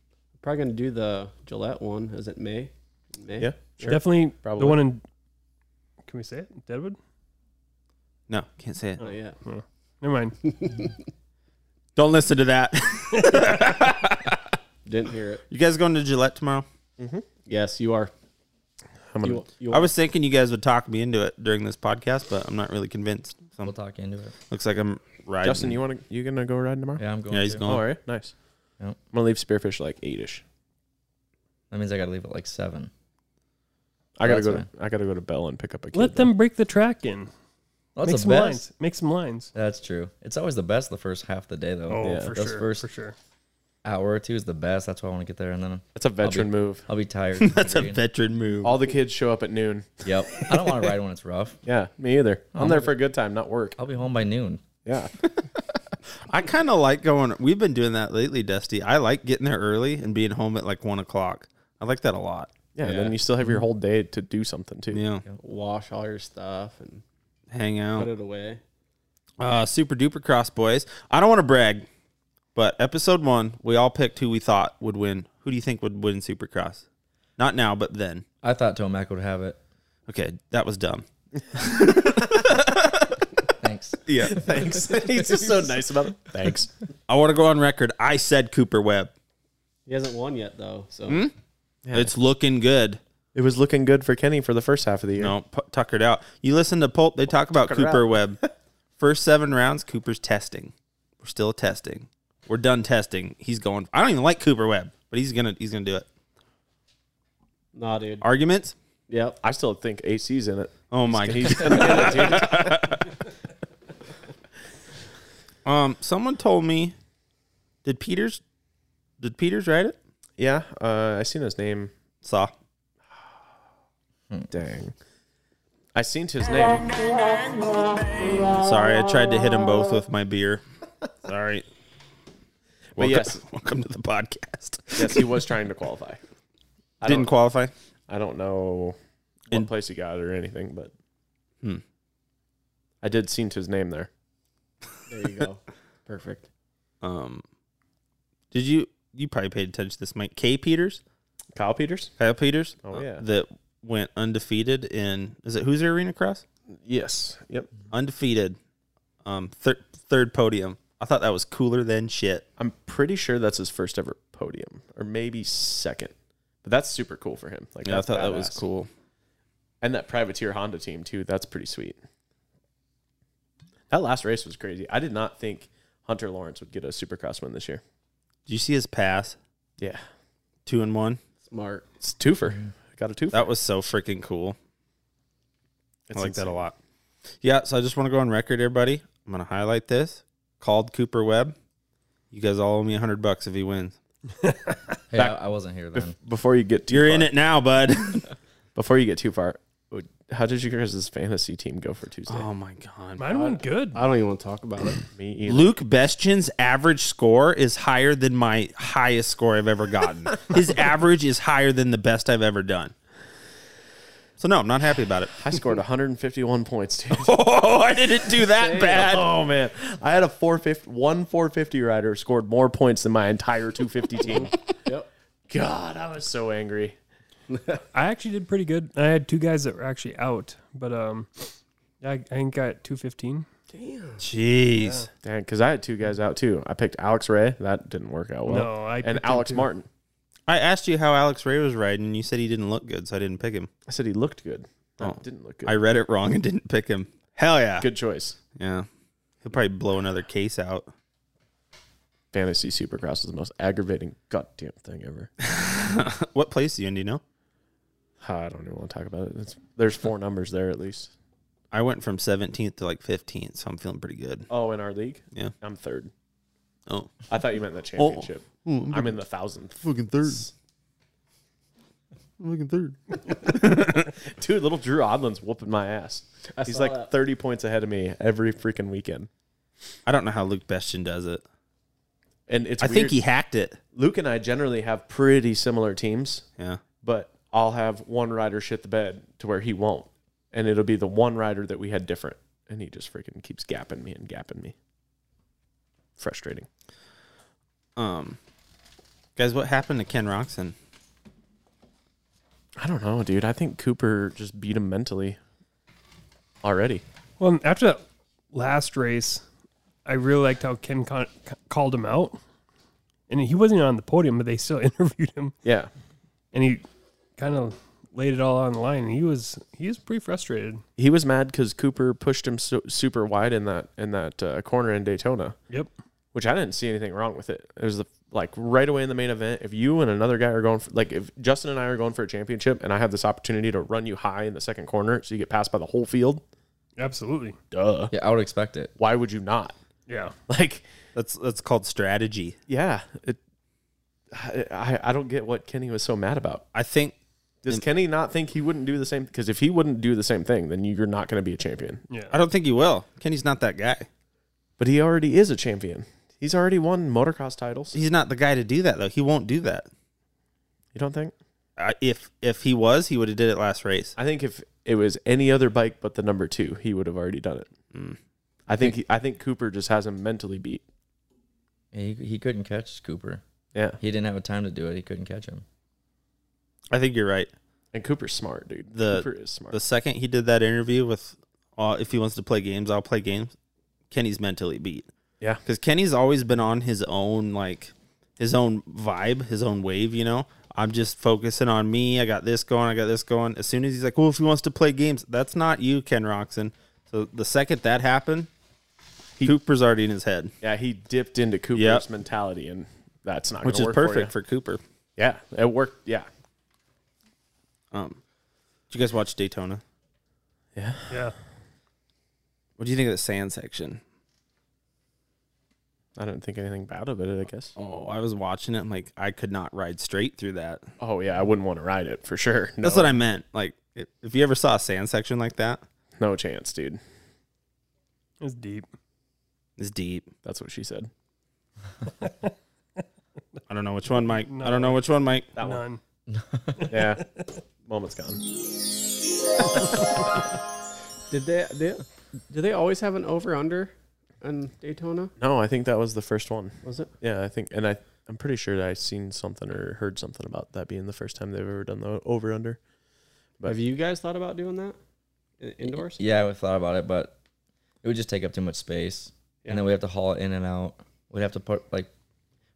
Speaker 6: Probably gonna do the Gillette one. Is it May? May.
Speaker 2: Yeah, sure.
Speaker 5: Definitely
Speaker 2: Probably.
Speaker 5: the one in. Can we say it? Deadwood?
Speaker 4: No, can't say it.
Speaker 6: Oh yeah.
Speaker 5: Never mind.
Speaker 4: Don't listen to that.
Speaker 6: Didn't hear it.
Speaker 4: you guys going to Gillette tomorrow?
Speaker 6: Yes, you are.
Speaker 2: I'm gonna,
Speaker 6: You, you
Speaker 4: I was thinking you guys would talk me into it during this podcast, but I'm not really convinced.
Speaker 1: We'll
Speaker 4: So
Speaker 1: talk into it.
Speaker 4: looks like I'm riding.
Speaker 2: Justin, you want to? You gonna go riding tomorrow?
Speaker 1: Yeah, I'm going.
Speaker 4: yeah, he's
Speaker 1: to.
Speaker 4: going.
Speaker 2: All right, nice.
Speaker 1: Yeah.
Speaker 2: I'm gonna leave Spearfish like eight ish.
Speaker 1: That means I gotta leave at like seven.
Speaker 2: I gotta
Speaker 1: That's
Speaker 2: go. To, I gotta go to Bell and pick up a kid.
Speaker 5: Let
Speaker 2: though.
Speaker 5: them break the track in.
Speaker 1: Well,
Speaker 5: Make
Speaker 1: that's
Speaker 5: some
Speaker 1: the best.
Speaker 5: lines. Make some lines.
Speaker 1: That's true. It's always the best the first half of the day though.
Speaker 5: Oh,
Speaker 2: Yeah.
Speaker 5: for
Speaker 1: Those
Speaker 5: sure.
Speaker 1: first-
Speaker 5: For sure.
Speaker 1: Hour or two is the best. That's why I want to get there, and then
Speaker 2: That's a veteran move.
Speaker 1: I'll be tired.
Speaker 4: That's a veteran move.
Speaker 2: All the kids show up at noon.
Speaker 1: Yep. I don't want to ride when it's rough.
Speaker 2: Yeah, me either. I'm there for a good time, not work.
Speaker 1: I'll be home by noon.
Speaker 2: Yeah,
Speaker 4: I kind of like going. We've been doing that lately, Dusty. I like getting there early and being home at like one o'clock. I like that a lot.
Speaker 2: yeah. And then you still have your whole day to do something too.
Speaker 4: Yeah,
Speaker 6: wash all your stuff and
Speaker 4: hang
Speaker 6: put
Speaker 4: out.
Speaker 6: it away.
Speaker 4: Uh, super duper cross boys. I don't want to brag, but episode one, we all picked who we thought would win. Who do you think would win Supercross? Not now, but then.
Speaker 1: I thought Tomac would have it.
Speaker 4: Okay, that was dumb.
Speaker 1: Thanks.
Speaker 4: Yeah,
Speaker 2: Thanks. He's just so nice about it. Thanks.
Speaker 4: I want to go on record. I said Cooper Webb.
Speaker 6: He hasn't won yet though, so
Speaker 4: It's looking good.
Speaker 2: It was looking good for Kenny for the first half of the year.
Speaker 4: No, p- tuckered out. You listen to Pulp, they talk about Cooper Webb. First seven rounds, Cooper's testing. We're still testing. We're done testing. He's going. I don't even like Cooper Webb, but he's gonna he's gonna do it.
Speaker 6: nah, dude.
Speaker 4: Arguments?
Speaker 6: Yep.
Speaker 2: I still think AC's in it.
Speaker 4: Oh my god.
Speaker 2: He's gonna get it, dude.
Speaker 4: Um, someone told me, did Peters, did Peters write it?
Speaker 2: Yeah, uh, I seen his name.
Speaker 4: Saw.
Speaker 2: Dang. I seen his name.
Speaker 4: Sorry, I tried to hit them both with my beer. Sorry. Welcome,
Speaker 2: yes.
Speaker 4: welcome to the podcast.
Speaker 2: Yes, he was trying to qualify. I
Speaker 4: Didn't
Speaker 2: don't,
Speaker 4: qualify.
Speaker 2: I don't know what
Speaker 4: In-
Speaker 2: place he got or anything, but
Speaker 4: Hmm.
Speaker 2: I did seen his name there.
Speaker 6: There you go. Perfect.
Speaker 4: Um, did you? You probably paid attention to this, Mike K. Peters.
Speaker 2: Kyle Peters.
Speaker 4: Kyle Peters uh,
Speaker 2: Oh yeah.
Speaker 4: that went undefeated in is it Hoosier Arena Cross?
Speaker 2: yes. Yep.
Speaker 4: Undefeated, um, thir- third podium. I thought that was cooler than shit.
Speaker 2: I'm pretty sure that's his first ever podium, or maybe second. But that's super cool for him. Like
Speaker 4: Yeah, I
Speaker 2: that's
Speaker 4: thought that was
Speaker 2: badass.
Speaker 4: cool.
Speaker 2: And that privateer Honda team too. That's pretty sweet. That last race was crazy. I did not think Hunter Lawrence would get a Supercross win this year.
Speaker 4: Did you see his pass?
Speaker 2: Yeah,
Speaker 4: Two and one.
Speaker 6: Smart.
Speaker 2: it's a twofer. Got a twofer.
Speaker 4: That was so freaking cool.
Speaker 2: It's
Speaker 4: I like that a
Speaker 2: insane.
Speaker 4: lot. Yeah, so I just want to go on record, everybody. I'm going to highlight this. Called Cooper Webb. You guys all owe me a hundred bucks if he wins.
Speaker 1: Hey, I, I wasn't here then.
Speaker 2: Before you get too
Speaker 4: You're
Speaker 2: far,
Speaker 4: in it now, bud.
Speaker 2: Before you get too far, would- how did you guys' fantasy team go for Tuesday?
Speaker 4: oh my god.
Speaker 5: Mine went good.
Speaker 6: I don't even want to talk about it.
Speaker 2: Me either.
Speaker 4: Luke Bestian's average score is higher than my highest score I've ever gotten. His average is higher than the best I've ever done. So no, I'm not happy about it.
Speaker 2: I scored 151 points, dude.
Speaker 4: Oh, I didn't do that bad.
Speaker 2: Oh man, I had a 450 one 450 rider scored more points than my entire 250 team.
Speaker 6: Yep.
Speaker 2: God, I was so angry.
Speaker 5: I actually did pretty good. I had two guys that were actually out, but um, I, I think got two fifteen.
Speaker 4: Jeez.
Speaker 2: Dang, because I had two guys out too. I picked Alex Ray. That didn't work out well.
Speaker 5: No, I
Speaker 2: and
Speaker 5: picked him,
Speaker 2: Alex
Speaker 5: too.
Speaker 2: Martin.
Speaker 4: I asked you how Alex Ray was riding, and you said he didn't look good, so I didn't pick him.
Speaker 2: I said he looked good. That
Speaker 4: Oh.
Speaker 2: didn't look good.
Speaker 4: I read it wrong and didn't pick him. Hell yeah.
Speaker 2: good choice.
Speaker 4: Yeah. He'll probably blow another case out.
Speaker 2: Fantasy Supercross is the most aggravating goddamn thing ever.
Speaker 4: What place are you in? Do you know?
Speaker 2: Ah, I don't even want to talk about it. It's, there's four numbers there at least.
Speaker 4: I went from 17th to like 15th, so I'm feeling pretty good.
Speaker 2: Oh, in our league,
Speaker 4: Yeah.
Speaker 2: I'm third.
Speaker 4: Oh,
Speaker 2: I thought you meant the championship. I'm in the thousandth.
Speaker 4: fucking third. Fucking third.
Speaker 2: Dude, little Drew Odlin's whooping my ass. He's
Speaker 6: saw
Speaker 2: like
Speaker 6: that.
Speaker 2: 30 points ahead of me every freaking weekend.
Speaker 4: I don't know how Luke Bestian does it.
Speaker 2: And it's
Speaker 4: I think
Speaker 2: weird.
Speaker 4: he hacked it.
Speaker 2: Luke and I generally have pretty similar teams,
Speaker 4: Yeah.
Speaker 2: but I'll have one rider shit the bed to where he won't. And it'll be the one rider that we had different. And he just freaking keeps gapping me and gapping me. Frustrating.
Speaker 4: Um, guys, what happened to Ken Roxon?
Speaker 2: I don't know, dude. I think Cooper just beat him mentally already.
Speaker 5: Well, and after that last race, I really liked how Ken con- c- called him out, and he wasn't on the podium, but they still interviewed him,
Speaker 2: Yeah.
Speaker 5: and he kind of laid it all on the line. He was he was pretty frustrated.
Speaker 2: He was mad because Cooper pushed him so, super wide in that in that uh, corner in Daytona.
Speaker 5: Yep.
Speaker 2: which I didn't see anything wrong with it. It was the, like right away in the main event. If you and another guy are going, for, like if Justin and I are going for a championship, and I have this opportunity to run you high in the second corner, so you get passed by the whole field,
Speaker 5: Absolutely.
Speaker 2: duh.
Speaker 1: Yeah, I would expect it.
Speaker 2: Why would you not?
Speaker 5: Yeah.
Speaker 2: Like,
Speaker 4: That's that's called strategy.
Speaker 2: yeah, it, I, I- I don't get what Kenny was so mad about.
Speaker 4: I think
Speaker 2: Does Kenny not think he wouldn't do the same? Because if he wouldn't do the same thing, then you're not going to be a champion.
Speaker 4: I don't think he will. Kenny's not that guy.
Speaker 2: But he already is a champion. He's already won motocross titles. You
Speaker 4: He's not the guy to do that though. He won't do that.
Speaker 2: don't think?
Speaker 4: I if if he was, he would have did it last race.
Speaker 2: I think if it was any other bike but the number two, he would have already done it. I think he, I think Cooper just has him mentally beat.
Speaker 1: Yeah, he, he couldn't catch Cooper.
Speaker 2: Yeah,
Speaker 1: He didn't have a time to do it. He couldn't catch him.
Speaker 4: I think you're right.
Speaker 2: and Cooper's smart, dude.
Speaker 4: The-
Speaker 2: Cooper is smart.
Speaker 4: The second he did that interview with, uh, if he wants to play games, I'll play games. Kenny's mentally beat.
Speaker 2: Yeah.
Speaker 4: because Kenny's always been on his own like his own vibe, his own wave. You know, I'm just focusing on me. I got this going. I got this going. As soon as he's like, well, if he wants to play games, that's not you, Ken Roxon. So the second that happened, Cooper's already in his head,
Speaker 2: yeah, he dipped into Cooper's
Speaker 4: Yep.
Speaker 2: mentality, and that's not
Speaker 4: which
Speaker 2: gonna
Speaker 4: is
Speaker 2: work
Speaker 4: perfect
Speaker 2: For
Speaker 4: for, Cooper.
Speaker 2: you. yeah, it worked. Yeah,
Speaker 4: Um, did you guys watch Daytona?
Speaker 5: Yeah.
Speaker 4: What do you think of the sand section?
Speaker 2: I didn't think anything bad of it. I guess.
Speaker 4: Oh, I was watching it. And, like I could not ride straight through that.
Speaker 2: Oh yeah, I wouldn't want to ride it for sure. No,
Speaker 4: That's what I meant. Like if if you ever saw a sand section like that,
Speaker 2: no chance, dude.
Speaker 5: It was deep.
Speaker 4: it's deep.
Speaker 2: That's what she said.
Speaker 4: I don't know which one, Mike. I don't know which one, Mike.
Speaker 2: That one.
Speaker 5: None.
Speaker 2: Yeah, moment's gone.
Speaker 6: Did they, they do they always have an over under on Daytona?
Speaker 2: No, I think that was the first one.
Speaker 6: Was it?
Speaker 2: Yeah, I think, and I I'm pretty sure that I seen something or heard something about that being the first time they've ever done the over under. But-
Speaker 6: Have you guys thought about doing that I- indoors?
Speaker 1: Yeah, I would thought about it, but it would just take up too much space,
Speaker 6: Yeah.
Speaker 1: and then we have to haul it in and out. We'd have to put like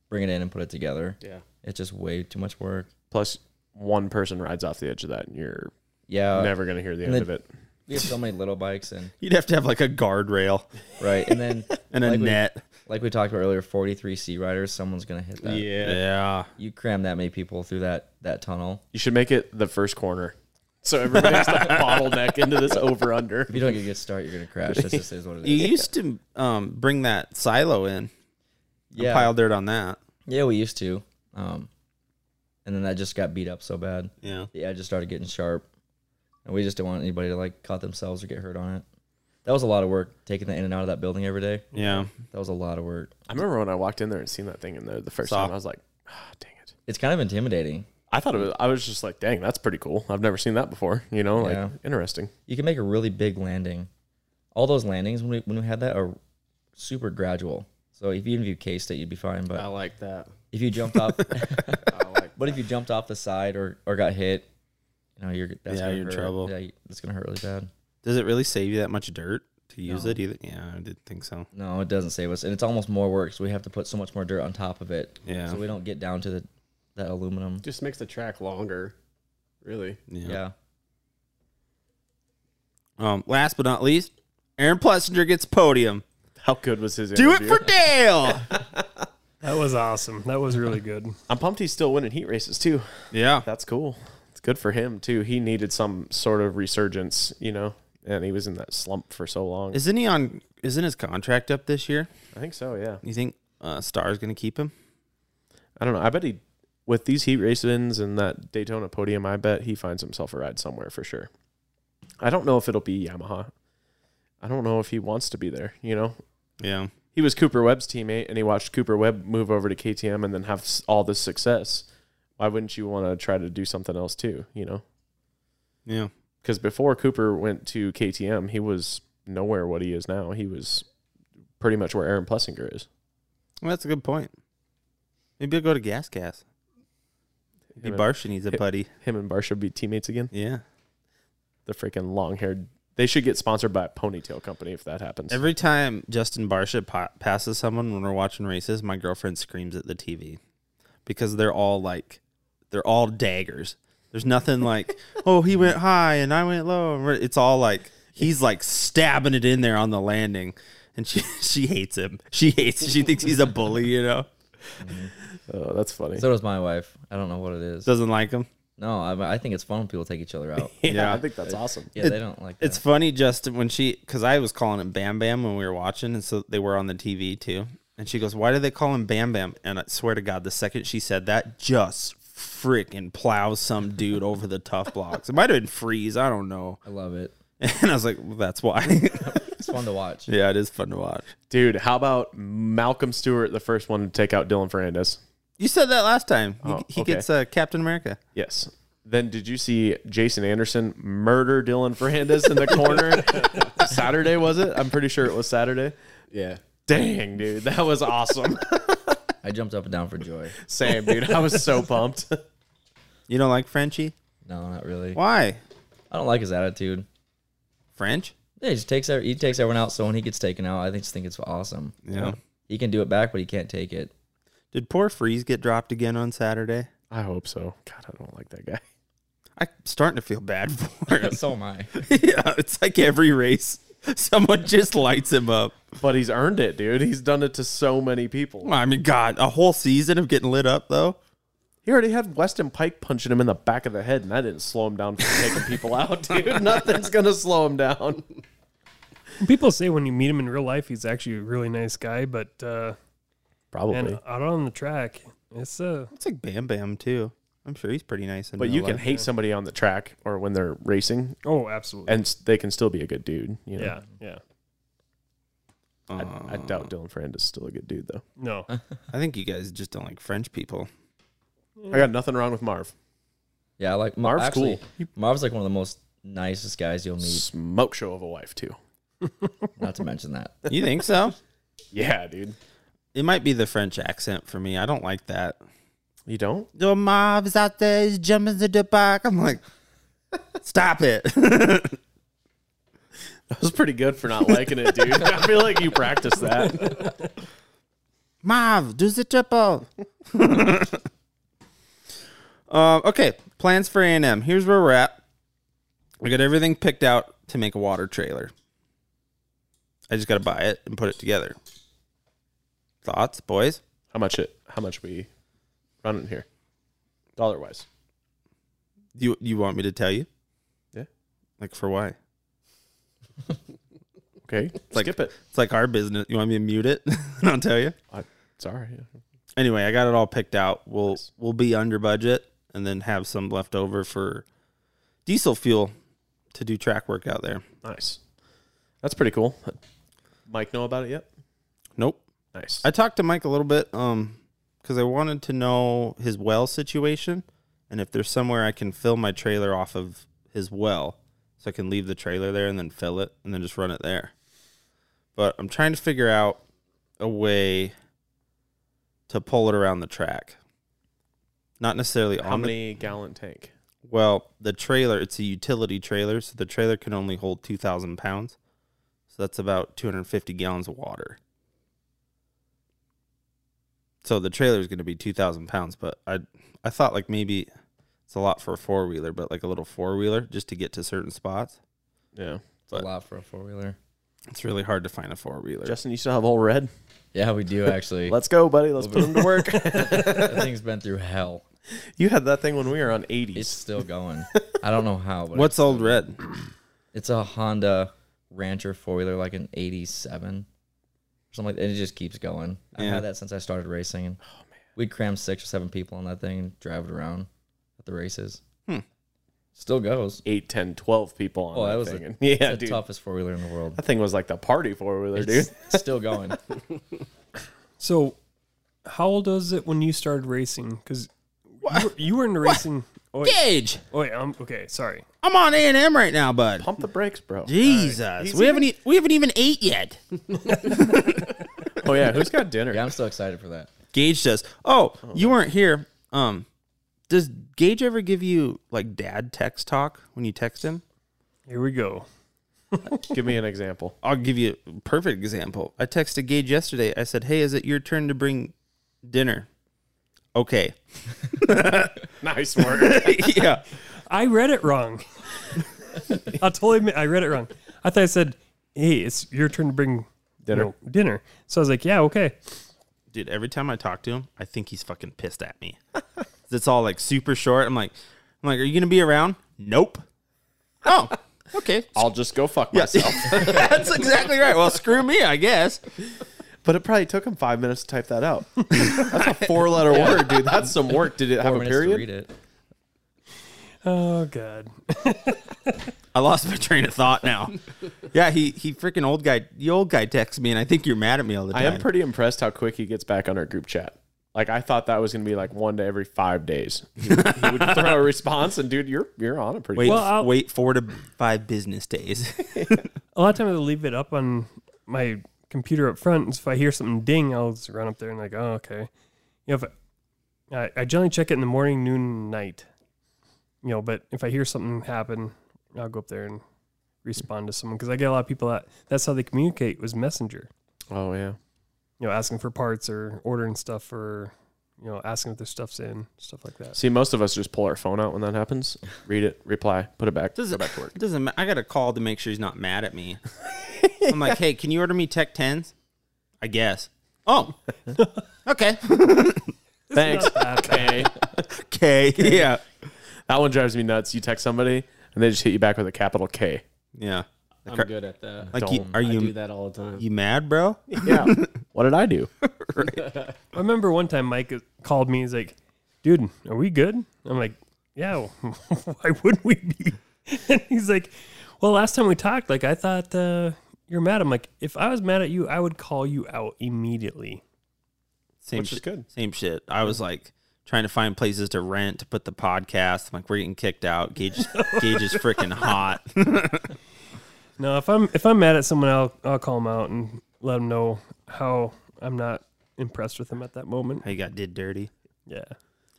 Speaker 1: bring it in and put it together.
Speaker 6: Yeah.
Speaker 1: It's just way too much work.
Speaker 2: Plus, one person rides off the edge of that, and you're
Speaker 1: Yeah,
Speaker 2: never gonna hear the
Speaker 1: Uh, and
Speaker 2: end
Speaker 1: then-
Speaker 2: of it.
Speaker 1: we have so many little bikes and
Speaker 4: You'd have to have like a guardrail
Speaker 1: right, and then
Speaker 4: and a
Speaker 1: Like we-
Speaker 4: net.
Speaker 1: like we talked about earlier, 43 sea riders. Someone's gonna hit that.
Speaker 4: Yeah.
Speaker 1: You cram that many people through that that tunnel.
Speaker 2: You should make it the first corner, so everybody's the bottleneck into this over under.
Speaker 1: If you don't get a good start, you're gonna crash. That's just is what it
Speaker 4: You
Speaker 1: is.
Speaker 4: used to um, bring that silo in,
Speaker 1: Yeah,
Speaker 4: pile dirt on that.
Speaker 1: yeah, we used to, um, and then that just got beat up so bad.
Speaker 4: Yeah.
Speaker 1: the edges started getting sharp, and we just didn't want anybody to like cut themselves or get hurt on it. That was a lot of work taking that in and out of that building every day.
Speaker 4: Yeah.
Speaker 1: That was a lot of work.
Speaker 2: I remember when I walked in there and seen that thing in there the first
Speaker 4: Saw.
Speaker 2: time. I was like, ah, dang it.
Speaker 1: It's kind of intimidating.
Speaker 2: I thought it was. I was just like, dang, that's pretty cool. I've never seen that before. You know, like
Speaker 1: Yeah.
Speaker 2: interesting.
Speaker 1: You can make a really big landing. All those landings when we when we had that are super gradual. So if even if you cased it, you'd be fine. But
Speaker 6: I like that.
Speaker 1: if you jumped off,
Speaker 6: I like
Speaker 1: but if you jumped off the side or or got hit, you know you're that's
Speaker 4: Yeah,
Speaker 1: gonna
Speaker 4: you're in
Speaker 1: hurt.
Speaker 4: trouble.
Speaker 1: Yeah, you- that's gonna hurt really bad.
Speaker 4: Does it really save you that much dirt to use
Speaker 1: No.
Speaker 4: it either? Yeah, I didn't think so.
Speaker 1: No, it doesn't save us, and it's almost more work. So we have to put so much more dirt on top of it,
Speaker 4: Yeah.
Speaker 1: so we don't get down to the that aluminum.
Speaker 6: just makes the track longer. Really.
Speaker 4: yeah.
Speaker 1: yeah.
Speaker 4: Um, last but not least, Aaron Plessinger gets podium.
Speaker 2: How good was his?
Speaker 4: Do it
Speaker 2: interview?
Speaker 4: for Dale.
Speaker 5: That was awesome. That was really good.
Speaker 2: I'm pumped. He's still winning heat races too.
Speaker 4: yeah.
Speaker 2: That's cool. It's good for him too. He needed some sort of resurgence. You know, and he was in that slump for so long.
Speaker 4: Isn't he on? Isn't his contract up this year?
Speaker 2: I think so. Yeah.
Speaker 4: You think uh, Star's going to keep him?
Speaker 2: I don't know. I bet he, with these heat races and that Daytona podium, I bet he finds himself a ride somewhere for sure. I don't know if it'll be Yamaha. I don't know if he wants to be there. You know,
Speaker 4: Yeah.
Speaker 2: he was Cooper Webb's teammate, and he watched Cooper Webb move over to KTM and then have s- all this success. Why wouldn't you want to try to do something else too? You know,
Speaker 4: Yeah.
Speaker 2: because before Cooper went to KTM, he was nowhere what he is now. He was pretty much where Aaron Plessinger is.
Speaker 4: Well, that's a good point. Maybe I'll go to Gas Gas. Maybe
Speaker 2: Him and,
Speaker 4: Barsha needs a buddy.
Speaker 2: him and Bar should be teammates again.
Speaker 4: Yeah.
Speaker 2: The freaking long haired. They should get sponsored by a ponytail company if that happens.
Speaker 4: Every time Justin Barsha pa- passes someone when we're watching races, my girlfriend screams at the TV because they're all like, they're all daggers. There's nothing like, oh, he went high and I went low. and we're- It's all like he's like stabbing it in there on the landing, and she she hates him. She hates. She thinks he's a bully. You know,
Speaker 2: oh, that's funny.
Speaker 1: So does my wife. I don't know what it is.
Speaker 4: doesn't like him.
Speaker 1: No, I, I think it's fun when people take each other out.
Speaker 2: yeah,
Speaker 4: yeah.
Speaker 2: I think that's awesome.
Speaker 1: Yeah,
Speaker 4: It-
Speaker 1: they don't like that.
Speaker 4: It's funny, Justin, when she, because I was calling him Bam Bam when we were watching, and so they were on the TV too. And she goes, "Why do they call him Bam Bam?" And I swear to God, the second she said that, just freaking plows some dude over the tough blocks. It might have been freeze, I don't know.
Speaker 1: I love it.
Speaker 4: And I was like, well, "That's why."
Speaker 1: It's fun to watch.
Speaker 4: yeah, it is fun to watch.
Speaker 2: Dude, how about Malcolm Stewart, the first one to take out Dylan Fernandez?
Speaker 4: You said that last time. He,
Speaker 2: Oh,
Speaker 4: he
Speaker 2: okay.
Speaker 4: gets uh, Captain America.
Speaker 2: Yes. Then did you see Jason Anderson murder Dylan Fernandez in the corner? Saturday was it? I'm pretty sure it was Saturday.
Speaker 6: Yeah.
Speaker 2: Dang, dude, that was awesome.
Speaker 1: I jumped up and down for joy.
Speaker 2: Same, dude. I was so pumped.
Speaker 4: You don't like Frenchie?
Speaker 1: No, not really.
Speaker 4: Why?
Speaker 1: I don't like his attitude.
Speaker 4: French?
Speaker 1: Yeah, he just takes every, he takes everyone out. So when he gets taken out, I just think it's awesome.
Speaker 4: Yeah.
Speaker 1: He can do it back, but he can't take it.
Speaker 4: Did poor Freeze get dropped again on Saturday?
Speaker 2: I hope so. God, I don't like that guy.
Speaker 4: I'm starting to feel bad for him.
Speaker 1: so am I.
Speaker 4: yeah, it's like every race, someone just lights him up.
Speaker 2: But he's earned it, dude. He's done it to so many people.
Speaker 4: Well, I mean, God, a whole season of getting lit up though.
Speaker 2: He already had Weston Pike punching him in the back of the head, and that didn't slow him down from taking people out, dude. Nothing's gonna slow him down.
Speaker 5: People say when you meet him in real life, he's actually a really nice guy, but uh,
Speaker 2: Probably.
Speaker 5: and uh, out on the track, it's uh,
Speaker 4: It's like Bam Bam too. I'm sure he's pretty nice. In
Speaker 2: but
Speaker 4: real
Speaker 2: you can
Speaker 4: life.
Speaker 2: hate somebody on the track or when they're racing,
Speaker 5: oh, absolutely,
Speaker 2: and s- they can still be a good dude. You know?
Speaker 5: yeah, yeah,
Speaker 2: I, I doubt Dylan Ferrand is still a good dude though.
Speaker 5: no,
Speaker 4: I think you guys just don't like French people.
Speaker 2: I got nothing wrong with Marv.
Speaker 1: Yeah, I like Mar-
Speaker 2: Marv's
Speaker 1: Marv's actually,
Speaker 2: cool.
Speaker 1: Marv's like one of the most nicest guys you'll meet.
Speaker 2: Smoke show of a wife too.
Speaker 1: Not to mention that.
Speaker 4: You think so?
Speaker 2: Yeah, dude.
Speaker 4: It might be the French accent for me. I don't like that.
Speaker 2: You don't?
Speaker 4: The mob is out there is jumping to the back. I'm like, stop it. I
Speaker 2: That was pretty good for not liking it, dude. I feel like you practiced that.
Speaker 4: Mav, do the triple. uh, okay, plans for A&M. Here's where we're at. We got everything picked out to make a water trailer. I just got to buy it and put it together. Thoughts, boys?
Speaker 2: How much it? How much we running here? Dollar wise.
Speaker 4: You you want me to tell you?
Speaker 2: Yeah.
Speaker 4: Like for why?
Speaker 2: Okay.
Speaker 4: like-
Speaker 2: Skip it.
Speaker 4: It's like our business. You want me to mute it? and I'll tell you.
Speaker 2: Sorry.
Speaker 4: Anyway, I got it all picked out. We'll
Speaker 2: Nice.
Speaker 4: we'll be under budget and then have some left over for diesel fuel to do track work out there.
Speaker 2: Nice. That's pretty cool. Mike know about it yet?
Speaker 4: Nope.
Speaker 2: Nice.
Speaker 4: I talked to Mike a little bit um because I wanted to know his well situation and if there's somewhere I can fill my trailer off of his well so I can leave the trailer there and then fill it and then just run it there. But I'm trying to figure out a way to pull it around the track. Not necessarily
Speaker 2: How
Speaker 4: on the
Speaker 2: many gallon tank?
Speaker 4: Well, the trailer, it's a utility trailer, so the trailer can only hold 2,000 pounds. So that's about 250 gallons of water. So the trailer is going to be 2,000 pounds, but I, I thought like maybe it's a lot for a four wheeler, but like a little four wheeler just to get to certain spots.
Speaker 2: Yeah.
Speaker 1: It's a lot for a four wheeler.
Speaker 4: It's really hard to find a four wheeler.
Speaker 2: Justin, you still have old red?
Speaker 1: Yeah, we do actually.
Speaker 2: Let's go, buddy. Let's put him to work.
Speaker 1: that thing's been through hell.
Speaker 2: you had that thing when we were on 80s.
Speaker 1: It's still going. I don't know how, but
Speaker 4: What's old red?
Speaker 1: it's a Honda Rancher four wheeler, like an '87 or something, like that, and it just keeps going. I've
Speaker 4: Yeah.
Speaker 1: had that since I started
Speaker 2: Oh,
Speaker 1: racing. And We'd cram six or seven people on that thing and drive it around at the races.
Speaker 4: Hmm.
Speaker 1: Still goes.
Speaker 2: 8, 10, 12 people on
Speaker 1: Oh,
Speaker 2: that,
Speaker 1: that was
Speaker 2: thing.
Speaker 1: a-
Speaker 2: And- yeah,
Speaker 1: It's the
Speaker 2: dude.
Speaker 1: toughest four wheeler in the world.
Speaker 2: That thing was like the party four wheeler, dude.
Speaker 1: It's still going.
Speaker 5: So, how old was it when you started racing? Because you, were- you were into racing. Oh wait,
Speaker 4: Gage,
Speaker 5: oh, wait, I'm okay. Sorry.
Speaker 4: I'm on A&M right now, bud.
Speaker 2: Pump the brakes, bro.
Speaker 4: Jesus, we haven't e- we haven't even ate yet.
Speaker 2: Oh, yeah. Who's got dinner?
Speaker 1: Yeah, I'm still excited for that.
Speaker 4: Gage does. Oh, you weren't here. Um, does Gage ever give you like dad text talk when you text him?
Speaker 5: Here we go.
Speaker 2: Give me an example.
Speaker 4: I'll give you a perfect example. I texted Gage yesterday. I said, "Hey, is it your turn to bring dinner?" Okay.
Speaker 2: Nice work.
Speaker 4: yeah.
Speaker 5: I read it wrong. I'll totally admit I read it wrong. I thought I said, "Hey, it's your turn to bring
Speaker 2: Dinner.
Speaker 5: dinner." dinner. So I was like, "Yeah, okay."
Speaker 4: Dude, every time I talk to him, I think he's fucking pissed at me. it's all like super short. I'm like, I'm like, "Are you gonna be around?" Nope. Oh. Okay.
Speaker 2: I'll just go fuck
Speaker 4: Yeah.
Speaker 2: myself.
Speaker 4: That's exactly right. Well, screw me, I guess.
Speaker 2: But it probably took him five minutes to type that out. That's a four letter word, dude. That's some work. Did it have
Speaker 1: Four
Speaker 2: a
Speaker 1: minutes to read
Speaker 2: period?
Speaker 1: it.
Speaker 5: Oh god.
Speaker 4: I lost my train of thought now. yeah, he he freaking old guy. The old guy texts me, and I think you're mad at me all the
Speaker 2: I
Speaker 4: time.
Speaker 2: am pretty impressed how quick he gets back on our group chat. Like I thought that was gonna be like one to every five days. He would, he would throw a response, and dude, you're you're on it pretty.
Speaker 4: wait.
Speaker 5: Well, I'll-
Speaker 4: wait four to five business days.
Speaker 5: A lot of times I leave it up on my computer up front, and if I hear something ding, I'll just run up there and like, "Oh, okay." You know, if I, I, I generally check it in the morning, noon, and night. You know, but if I hear something happen, I'll go up there and respond to someone because I get a lot of people that that's how they communicate was messenger.
Speaker 2: Oh yeah,
Speaker 5: you know, asking for parts or ordering stuff or, you know, asking if their stuff's in, stuff like that.
Speaker 2: See, most of us just pull our phone out when that happens, read it, reply, put it back,
Speaker 4: doesn't
Speaker 2: go back to work.
Speaker 4: doesn't. ma- I got a call to make sure he's not mad at me. I'm like, hey, can you order me Tech Tens? I guess. Oh, okay,
Speaker 2: Thanks.
Speaker 5: Bad, bad.
Speaker 2: Okay.
Speaker 4: okay, yeah,
Speaker 2: That one drives me nuts. You text somebody and they just hit you back with a capital K.
Speaker 4: yeah.
Speaker 6: I'm
Speaker 4: Cra-
Speaker 6: good at that.
Speaker 4: Like, you,
Speaker 2: Don't.
Speaker 4: are
Speaker 6: I do
Speaker 4: you
Speaker 6: that all the time.
Speaker 4: you mad, bro?
Speaker 2: Yeah. what did I do?
Speaker 5: I remember one time Mike called me. He's like, dude, are we good? I'm like, yeah, why wouldn't we be? And he's like, well, last time we talked, like, I thought uh, you're mad. I'm like, if I was mad at you, I would call you out immediately.
Speaker 4: Same
Speaker 2: Which is
Speaker 4: shit.
Speaker 2: good.
Speaker 4: Same shit. I was like trying to find places to rent to put the podcast. I'm like, we're getting kicked out. Gage, is- Gage is freaking hot.
Speaker 5: No, if I'm if I'm mad at someone, I'll I'll call them out and let them know how I'm not impressed with him at that moment.
Speaker 4: How you got did dirty.
Speaker 5: Yeah.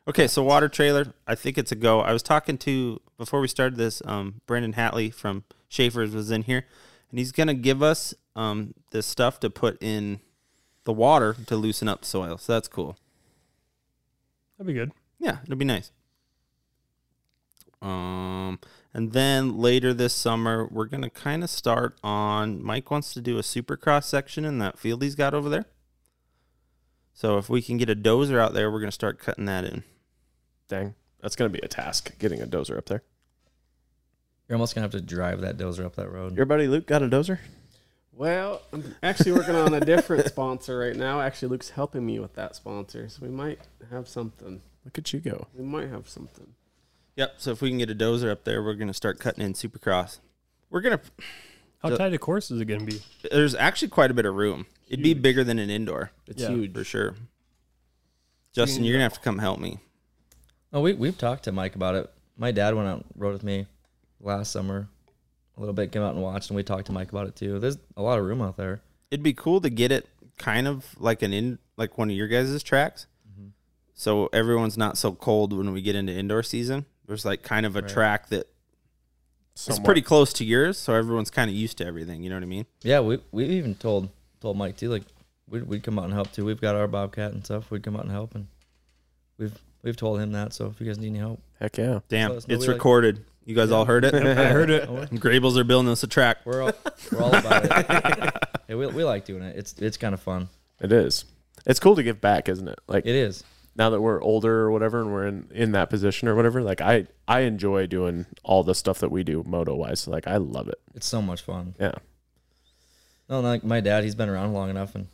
Speaker 4: Okay, so water trailer. I think it's a go. I was talking to before we started this. Um, Brandon Hatley from Schaefer's was in here, and he's gonna give us um this stuff to put in the water to loosen up soil. So that's cool.
Speaker 5: That'd be good.
Speaker 4: Yeah, it'll be nice. Um, and then later this summer, we're gonna kind of start on. Mike wants to do a supercross section in that field he's got over there. So if we can get a dozer out there, we're gonna start cutting that in.
Speaker 2: Dang, that's gonna be a task getting a dozer up there.
Speaker 1: You're almost gonna have to drive that dozer up that road.
Speaker 2: Your buddy Luke got a dozer.
Speaker 6: Well, I'm actually working on a different sponsor right now. Actually, Luke's helping me with that sponsor, so we might have something.
Speaker 2: Look at you go.
Speaker 6: We might have something.
Speaker 4: Yep. So if we can get a dozer up there, we're gonna start cutting in supercross. We're gonna.
Speaker 5: How
Speaker 4: So-
Speaker 5: tight a course is it going to be?
Speaker 4: There's actually quite a bit of room. It'd be bigger than an indoor.
Speaker 6: It's
Speaker 5: Yeah.
Speaker 6: huge.
Speaker 4: for sure. Justin, you're gonna have to come help me.
Speaker 1: No, Oh, we we've talked to Mike about it. My dad went out and rode with me last summer. A little bit came out and watched, and we talked to Mike about it too. There's a lot of room out there.
Speaker 4: It'd be cool to get it kind of like an in like one of your guys' tracks,
Speaker 5: Mm-hmm.
Speaker 4: so everyone's not so cold when we get into indoor season. There's like kind of a track that it's pretty close to yours, so everyone's kind of used to everything. You know what I mean?
Speaker 1: Yeah, we we even told told Mike too. Like we'd, we'd come out and help too. We've got our Bobcat and stuff. We'd come out and help, and we've we've told him that. So if you guys need any help,
Speaker 2: Heck yeah.
Speaker 4: Damn,
Speaker 1: So it's
Speaker 4: it's
Speaker 1: nobody like-
Speaker 4: recorded. you guys all heard it.
Speaker 5: I heard it.
Speaker 4: Grables are building us a track.
Speaker 1: we're all we're all about it. Yeah, we we like doing it. It's it's kind of fun.
Speaker 2: It is. It's cool to give back, isn't it? Like
Speaker 1: It is.
Speaker 2: now that we're older or whatever, and we're in in that position or whatever. Like I I enjoy doing all the stuff that we do moto wise. Like I love it.
Speaker 1: It's so much fun.
Speaker 2: Yeah.
Speaker 1: No, like my dad, he's been around long enough, and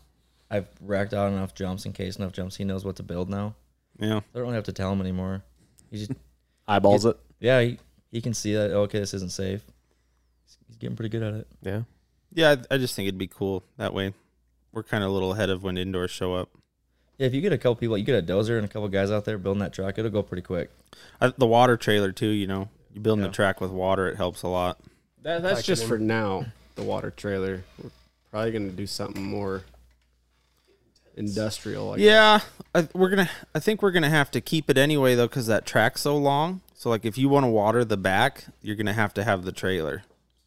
Speaker 1: I've racked out enough jumps and cased enough jumps. He knows what to build now.
Speaker 4: Yeah.
Speaker 1: I don't really have to tell him anymore. He just
Speaker 2: Eyeballs it.
Speaker 1: yeah, he, he can see that. Okay, this isn't safe. He's- He's getting pretty good at it.
Speaker 2: Yeah.
Speaker 4: Yeah, I, I just think it'd be cool that way. We're kind of a little ahead of when indoors show up.
Speaker 1: Yeah, if you get a couple people, you get a dozer and a couple guys out there building that truck, it'll go pretty quick.
Speaker 4: I, the water trailer too, you know, you building
Speaker 1: Yeah.
Speaker 4: a track with water, it helps a lot.
Speaker 6: That, that's just for now. The water trailer. We're probably going to do something more industrial. I guess.
Speaker 4: Oh, Yeah, I, we're gonna. I think we're gonna have to keep it anyway though, because that track's so long. So like, if you want to water the back, you're gonna have to have the trailer.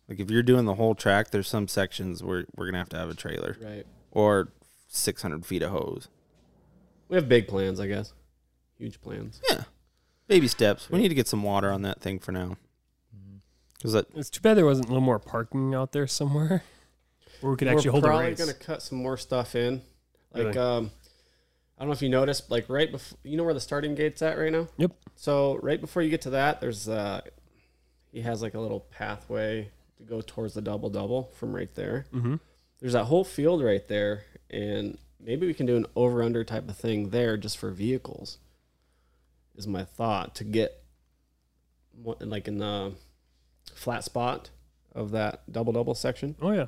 Speaker 4: Like if you're doing the whole track, there's some sections where we're gonna have to have a trailer
Speaker 6: Right.
Speaker 4: or 600 feet of hose.
Speaker 6: We have big plans, I guess. Huge plans.
Speaker 4: Yeah, baby steps. We need to get some water on that thing for now. Cause that
Speaker 5: It's too bad there wasn't a little more parking out there somewhere where we could actually
Speaker 6: We're
Speaker 5: hold a
Speaker 6: probably
Speaker 5: race.
Speaker 6: gonna cut some more stuff in. Like,
Speaker 5: Really?
Speaker 6: um, I don't know if you noticed, like right before, you know where the starting gate's at right now.
Speaker 5: Yep.
Speaker 6: So right before you get to that, there's uh, he has like a little pathway to go towards the double double from right there.
Speaker 5: Mm-hmm.
Speaker 6: There's that whole field right there, and maybe we can do an over under type of thing there just for vehicles. Is my thought to get mo- like in the flat spot of that double double section.
Speaker 5: Oh yeah.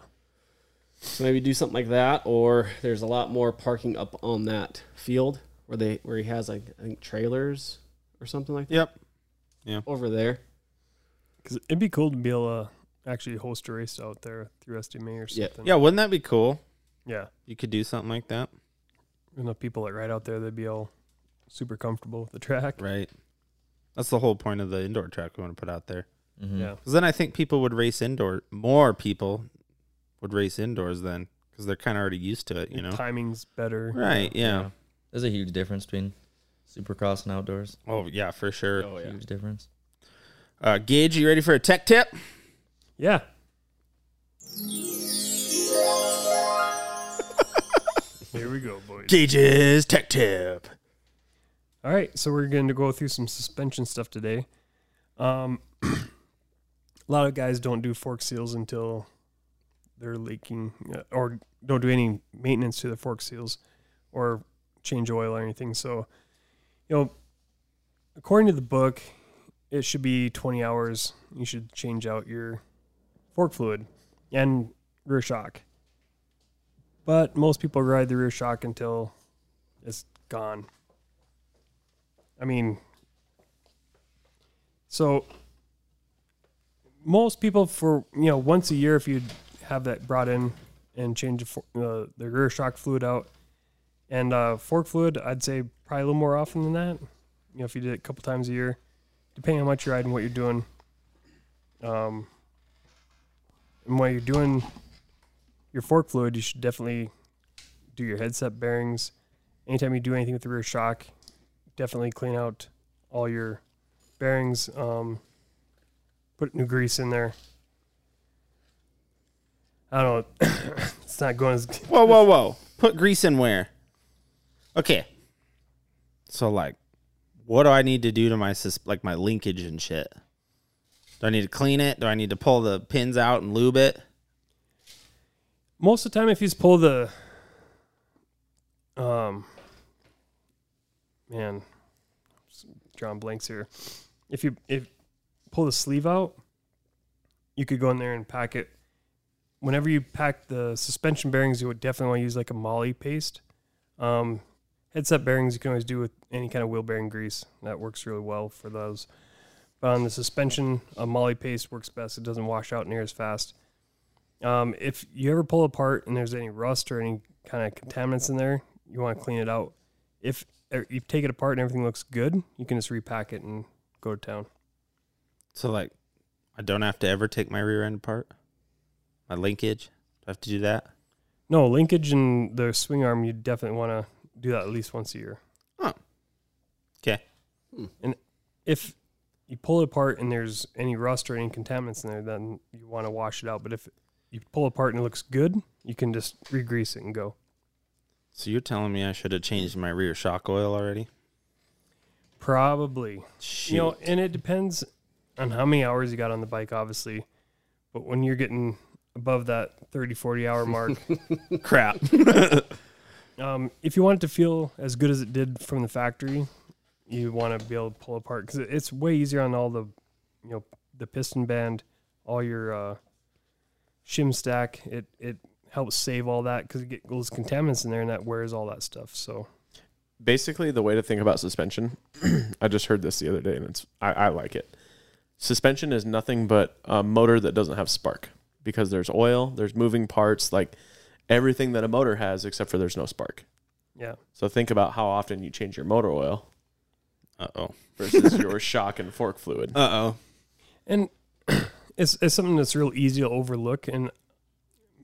Speaker 6: So maybe do something like that, or there's a lot more parking up on that field where they where he has like I think trailers or something like that
Speaker 4: yep.
Speaker 6: over there.
Speaker 5: Because it'd be cool to be able to actually host a race out there through SDMA or
Speaker 6: Yeah.
Speaker 5: something.
Speaker 4: Yeah, wouldn't that be cool?
Speaker 5: Yeah.
Speaker 4: You could do something like that,
Speaker 5: And the people that ride out there, they'd be all super comfortable with the track.
Speaker 4: right? That's the whole point of the indoor track we want to put out there.
Speaker 1: Mhm.
Speaker 5: Yeah.
Speaker 4: Because then I think people would race indoor. More people would race indoors then, because they're kind of already used to it, you
Speaker 5: The
Speaker 4: know.
Speaker 5: Timing's better.
Speaker 4: Right? Yeah.
Speaker 1: There's a huge difference between supercross and outdoors.
Speaker 4: Oh yeah, for sure.
Speaker 6: Oh yeah.
Speaker 1: Huge difference.
Speaker 4: Uh, Gage, you ready for a tech tip?
Speaker 5: Yeah. Here we go, boys.
Speaker 4: Gage's tech tip.
Speaker 5: All right, so we're going to go through some suspension stuff today. Um, a lot of guys don't do fork seals until they're leaking, uh, or don't do any maintenance to the fork seals, or change oil or anything. So, you know, according to the book, it should be 20 hours. You should change out your fork fluid and rear shock. But most people ride the rear shock until it's gone. I mean, so most people for you know once a year, if you have that brought in and change the, fo- uh, the rear shock fluid out, And uh, fork fluid, I'd say probably a little more often than that. You know, if you did it a couple times a year, depending on how much you're riding, what you're doing. Um, and while you're doing your fork fluid, you should definitely do your headset bearings. Anytime you do anything with the rear shock, definitely clean out all your bearings. Um, put new grease in there. I don't. it's not going as
Speaker 4: Whoa, whoa, whoa. Put grease in where? Okay. So like what do I need to do to my sus- like my linkage and shit? Do I need to clean it? Do I need to pull the pins out and lube it?
Speaker 5: most of the time if you just pull the um man just drawing blanks here if you if pull the sleeve out you could go in there and pack it whenever you pack the suspension bearings you would definitely want to use like a molly paste um headset bearings you can always do with any kind of wheel bearing grease that works really well for those but on the suspension a molly paste works best it doesn't wash out near as fast um, if you ever pull apart and there's any rust or any kind of contaminants in there, you want to clean it out. If er, you take it apart and everything looks good, you can just repack it and go to town.
Speaker 4: So like I don't have to ever take my rear end apart? My linkage? Do I have to do that?
Speaker 5: No, linkage and the swing arm, you definitely want to do that at least once a year.
Speaker 4: Huh. 'Kay.
Speaker 6: Hmm.
Speaker 5: And if you pull it apart and there's any rust or any contaminants in there, then you want to wash it out. But if you pull apart and it looks good, you can just re-grease it and go.
Speaker 4: So you're telling me I should have changed my rear shock oil already?
Speaker 5: Probably.
Speaker 4: Shit.
Speaker 5: You know, and it depends on how many hours you got on the bike, obviously. But when you're getting above that 30, 40 hour mark,
Speaker 4: crap.
Speaker 5: um, if you want it to feel as good as it did from the factory, you want to be able to pull apart because it's way easier on all the, you know, the piston band, all your uh, shim stack. It it helps save all that because it get those contaminants in there and that wears all that stuff. So
Speaker 2: basically the way to think about suspension i just heard this the other day and it's i, I like it suspension is nothing but a motor that doesn't have spark because there's oil there's moving parts like everything that a motor has except for there's no spark
Speaker 5: yeah,
Speaker 2: so think about how often you change your motor oil
Speaker 4: Uh oh.
Speaker 2: versus your shock and fork fluid
Speaker 4: Uh oh.
Speaker 5: and it's it's something that's real easy to overlook and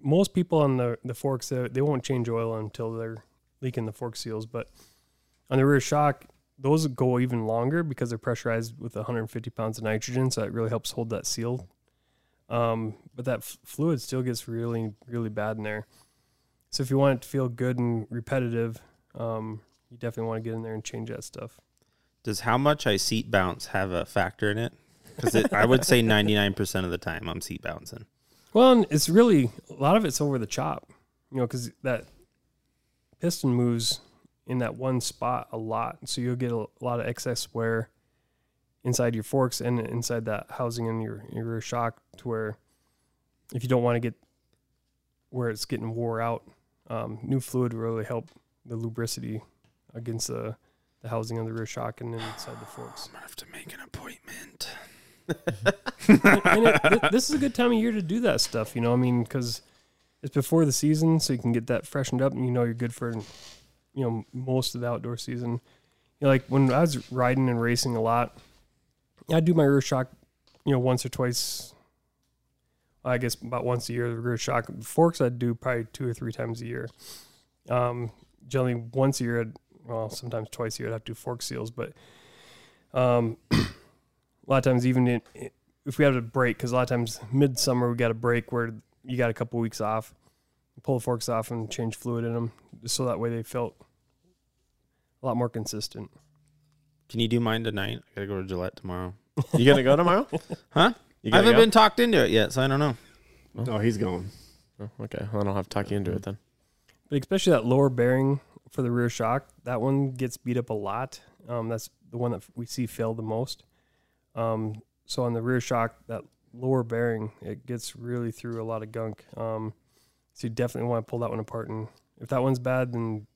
Speaker 5: most people on the the forks they, they won't change oil until they're leaking the fork seals but on the rear shock those go even longer because they're pressurized with 150 pounds of nitrogen so it really helps hold that seal um, but that f- fluid still gets really really bad in there so if you want it to feel good and repetitive um, you definitely want to get in there and change that stuff
Speaker 4: Does how much I seat bounce have a factor in it? Because I would say 99% of the time I'm seat bouncing.
Speaker 5: Well, and it's really a lot of it's over the chop, you know, because that piston moves in that one spot a lot, so you'll get a lot of excess wear inside your forks and inside that housing in your your rear shock, to where if you don't want to get where it's getting wore out, um, new fluid will really help the lubricity against the the housing on the rear shock and then inside the forks.
Speaker 4: I have to make an appointment.
Speaker 5: and it, th- this is a good time of year to do that stuff. You know, I mean, because it's before the season, so you can get that freshened up, and you know you're good for, you know, most of the outdoor season. You know, like when I was riding and racing a lot, I do my rear shock, you know, once or twice. I guess about once a year the rear shock forks I'd do probably two or three times a year. Um, generally once a year, I'd, well, sometimes twice a year I'd have to do fork seals, but um, a lot of times even in, if we had a break, because a lot of times midsummer we got a break where you got a couple weeks off, pull the forks off and change fluid in them, so that way they felt a lot more consistent.
Speaker 4: Can you do mine tonight? I got to go to Gillette tomorrow.
Speaker 2: you gonna go tomorrow
Speaker 4: Huh?
Speaker 2: you
Speaker 4: I
Speaker 2: gonna
Speaker 4: haven't
Speaker 2: go?
Speaker 4: been talked into it yet, so I don't know.
Speaker 6: Oh, he's going.
Speaker 2: Oh, okay well, i don't have to talk you into it then
Speaker 5: But especially that lower bearing for the rear shock, that one gets beat up a lot. Um, that's the one that we see fail the most. Um, so on the rear shock, that lower bearing, it gets really through a lot of gunk. Um, so you definitely want to pull that one apart. And if that one's bad, then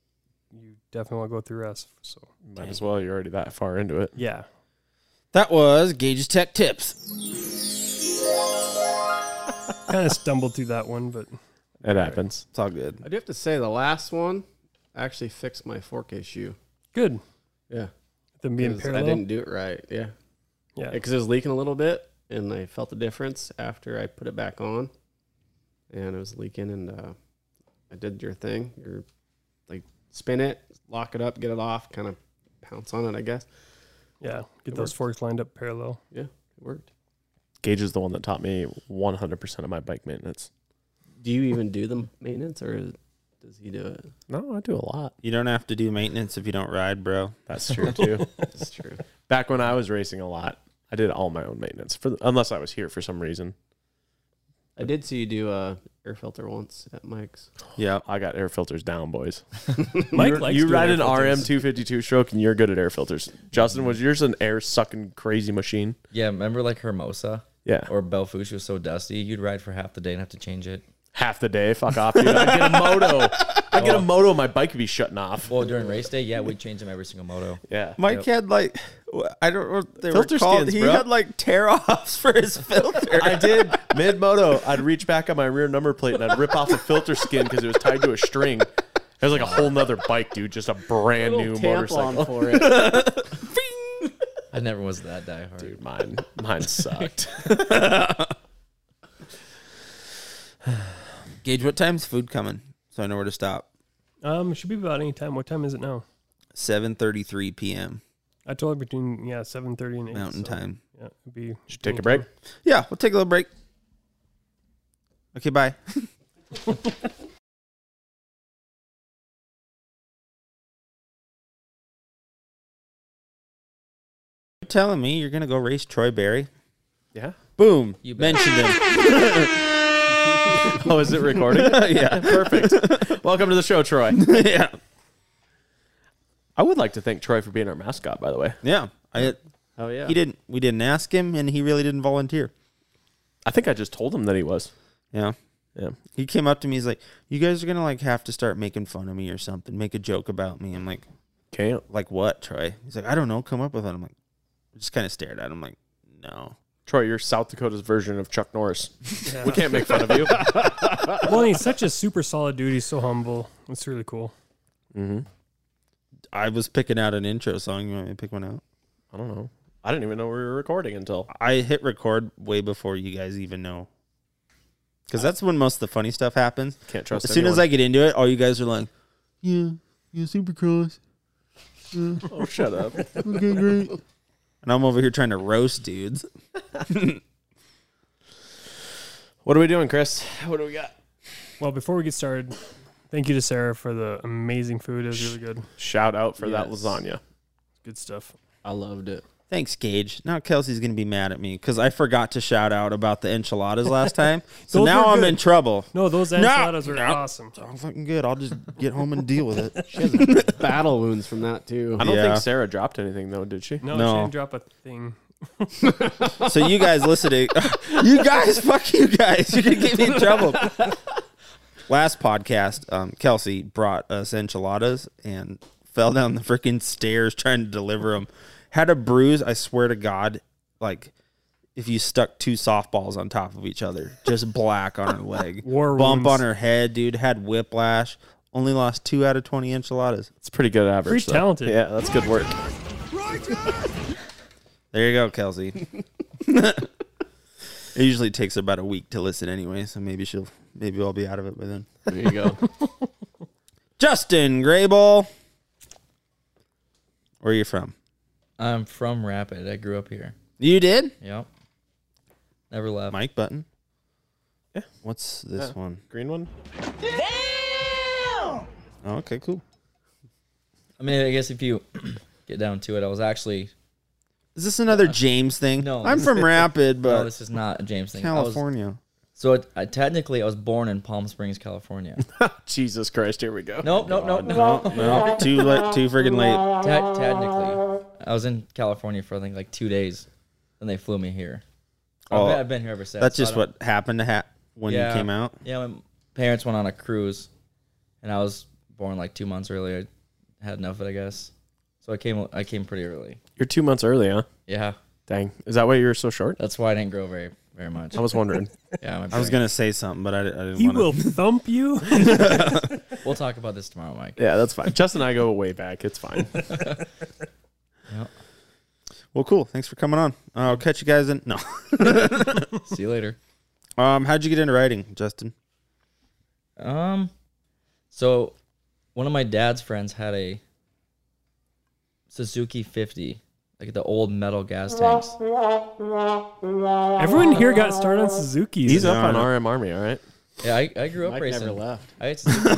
Speaker 5: you definitely want to go through the rest. So
Speaker 2: might as well you're already that far into it
Speaker 5: yeah,
Speaker 4: That was Gage's Tech Tips.
Speaker 5: kind of stumbled through that one, but
Speaker 2: it happens
Speaker 4: It's all good.
Speaker 6: I do have to say the last one actually fixed my 4K shoe.
Speaker 5: Good.
Speaker 6: Yeah.
Speaker 5: Them being
Speaker 6: 'Cause
Speaker 5: parallel.
Speaker 6: I didn't do it right. Yeah.
Speaker 5: yeah.
Speaker 6: Because it was leaking a little bit, and I felt the difference after I put it back on, and it was leaking. And uh, I did your thing, your like spin it, lock it up, get it off, kind of pounce on it. I guess
Speaker 5: yeah. Get
Speaker 6: it
Speaker 5: those
Speaker 6: worked.
Speaker 5: forks lined up parallel.
Speaker 6: it worked.
Speaker 2: Gage is the one that taught me 100% of my bike maintenance.
Speaker 6: Do you even do the maintenance, or is- does he do it?
Speaker 2: No, I do a lot.
Speaker 4: You don't have to do maintenance if you don't ride, bro.
Speaker 2: That's true too.
Speaker 6: That's true.
Speaker 2: Back when I was racing a lot, I did all my own maintenance for the, unless I was here for some reason.
Speaker 6: I did see you do a air filter once at Mike's.
Speaker 4: Yeah.
Speaker 2: I got air filters down, boys.
Speaker 5: Mike
Speaker 2: You're-
Speaker 5: likes
Speaker 2: you
Speaker 5: doing
Speaker 2: ride
Speaker 5: air
Speaker 2: an RM
Speaker 5: filters.
Speaker 2: two fifty two stroke, and you're good at air filters. Justin, was yours an air sucking crazy machine?
Speaker 1: Yeah, remember like Hermosa
Speaker 2: Yeah,
Speaker 1: or Belfouche was so dusty, you'd ride for half the day and have to change it.
Speaker 2: half the day. Fuck off, dude. I get a moto. I get a moto. My bike would be shutting off.
Speaker 1: Well, during race day, yeah, we'd change them every single moto.
Speaker 2: Yeah,
Speaker 4: Mike had like wh- I don't know what they
Speaker 2: Filter
Speaker 4: were called.
Speaker 2: skins,
Speaker 4: he
Speaker 2: bro.
Speaker 4: had like tear offs for his filter.
Speaker 2: I did mid moto. I'd reach back on my rear number plate and I'd rip off a filter skin because it was tied to a string. It was like a whole nother bike, dude. Just a brand new motorcycle.
Speaker 6: for it.
Speaker 1: I never was that diehard.
Speaker 2: Dude, mine, mine sucked.
Speaker 4: Gage, what time's food coming? So I know where to stop.
Speaker 5: Um, should be about any time. What time is it now?
Speaker 4: Seven thirty three PM
Speaker 5: I told her between yeah seven thirty and eight.
Speaker 4: Mountain
Speaker 5: so,
Speaker 4: time.
Speaker 5: Yeah, it'd be.
Speaker 2: Should take a break.
Speaker 4: Yeah, we'll take a little break. Okay, bye. You're telling me you're gonna go race Troy Berry?
Speaker 2: Yeah.
Speaker 4: Boom.
Speaker 1: You bet.
Speaker 4: mentioned him.
Speaker 2: Oh, is it recording?
Speaker 4: yeah.
Speaker 2: Perfect. Welcome to the show, Troy.
Speaker 4: yeah.
Speaker 2: I would like to thank Troy for being our mascot, by the way.
Speaker 4: Yeah. I
Speaker 6: Oh yeah.
Speaker 4: he didn't we didn't ask him and he really didn't volunteer.
Speaker 2: I think I just told him that he was.
Speaker 4: Yeah.
Speaker 2: Yeah.
Speaker 4: He came up to me, he's like, You guys are gonna like have to start making fun of me or something, make a joke about me. I'm like,
Speaker 2: Can't.
Speaker 4: Like what, Troy? He's like, I don't know, come up with it. I'm like I just kinda stared at him like, No.
Speaker 2: Troy, you're South Dakota's version of Chuck Norris. We can't make fun of you.
Speaker 5: Well, he's such a super solid dude. He's so humble. It's really cool.
Speaker 2: mm-hmm.
Speaker 4: I was picking out an intro song. You want me to pick one out?
Speaker 2: I don't know. I didn't even know we were recording until
Speaker 4: I hit record way before you guys even know. Because that's when most of the funny stuff happens.
Speaker 2: can't trust.
Speaker 4: as soon as I get into it, all you guys are like, Yeah, yeah, supercross.
Speaker 2: oh shut up.
Speaker 4: Okay, great. and I'm over here trying to roast dudes.
Speaker 2: What are we doing, Chris? What do we got?
Speaker 5: Well, before we get started, thank you to Sarah for the amazing food. It was really good.
Speaker 2: Shout out for that
Speaker 6: Yes.
Speaker 2: lasagna.
Speaker 5: Good stuff.
Speaker 6: I loved it.
Speaker 4: Thanks, Gage. Now Kelsey's gonna be mad at me because I forgot to shout out about the enchiladas last time. so
Speaker 5: Those
Speaker 4: now
Speaker 5: were
Speaker 4: I'm
Speaker 5: good.
Speaker 4: in trouble.
Speaker 5: No, those enchiladas are
Speaker 4: no.
Speaker 5: awesome.
Speaker 4: I'm fucking good. I'll just get home and deal with it.
Speaker 6: She has battle wounds from that too.
Speaker 2: I don't
Speaker 4: Yeah.
Speaker 2: think Sarah dropped anything though, did she?
Speaker 5: No,
Speaker 4: No.
Speaker 5: she didn't drop a thing.
Speaker 4: so you guys listen to you guys. Fuck you guys. You're gonna get me in trouble. Last podcast, um, Kelsey brought us enchiladas and fell down the freaking stairs trying to deliver them. Had a bruise. I swear to God, like if you stuck two softballs on top of each other, just black on her leg.
Speaker 5: War
Speaker 4: bump
Speaker 5: wounds.
Speaker 4: on her head, dude. Had whiplash. Only lost two out of twenty enchiladas.
Speaker 2: It's pretty good average.
Speaker 5: Pretty
Speaker 2: though.
Speaker 5: talented.
Speaker 2: Yeah, that's good work.
Speaker 4: There you go, Kelsey. it usually takes her about a week to listen anyway, so maybe she'll maybe I'll be out of it by then.
Speaker 6: There you go.
Speaker 4: Justin Grable. Where are you from?
Speaker 1: I'm from Rapid. I grew up here.
Speaker 4: You did?
Speaker 1: Yep. Never left.
Speaker 4: Mike Button.
Speaker 2: Yeah.
Speaker 4: What's this
Speaker 2: Yeah.
Speaker 4: one?
Speaker 2: Green one.
Speaker 4: Oh, okay, cool.
Speaker 1: I mean, I guess if you get down to it, I was actually
Speaker 4: Is this another James thing?
Speaker 1: Uh, no,
Speaker 4: I'm
Speaker 1: this-
Speaker 4: from Rapid,
Speaker 1: no,
Speaker 4: but
Speaker 1: this is not a James thing. I was-
Speaker 4: California.
Speaker 1: so it, I, technically, I was born in Palm Springs, California.
Speaker 2: Jesus Christ, here we go.
Speaker 1: nope, nope, nope, nope.
Speaker 4: No, too late, too friggin' late.
Speaker 1: Te- technically, I was in California for I think like two days, and they flew me here.
Speaker 4: Oh,
Speaker 1: Oh, I've been here ever since.
Speaker 4: That's
Speaker 1: so I
Speaker 4: just
Speaker 1: don't-
Speaker 4: what happened to ha- when you came out.
Speaker 1: Yeah, my parents went on a cruise, and I was born like two months early. I had enough of it, I guess. So I came. I came pretty early.
Speaker 2: You're two months early, huh?
Speaker 1: Yeah,
Speaker 2: Dang, is that why you're so short?
Speaker 1: that's why I didn't grow very very much.
Speaker 2: I was wondering.
Speaker 1: yeah, my
Speaker 4: I was
Speaker 1: parents-
Speaker 4: gonna say something, but I, I didn't.
Speaker 5: He
Speaker 4: wanna.
Speaker 5: will thump you.
Speaker 1: We'll talk about this tomorrow, Mike.
Speaker 2: Yeah, that's fine. Justin and I go way back. It's fine.
Speaker 4: Well, cool. Thanks for coming on. Uh, I'll catch you guys in. No.
Speaker 1: See you later.
Speaker 4: Um, how'd you get into writing, Justin?
Speaker 1: Um, so one of my dad's friends had a Suzuki 50, like the old metal gas tanks.
Speaker 5: Everyone here got started on Suzuki's.
Speaker 2: He's up
Speaker 4: Yeah.
Speaker 2: on RM Army, all right?
Speaker 1: Yeah, I, I grew up
Speaker 6: Mike
Speaker 1: racing.
Speaker 6: never left.
Speaker 1: I had Suzuki.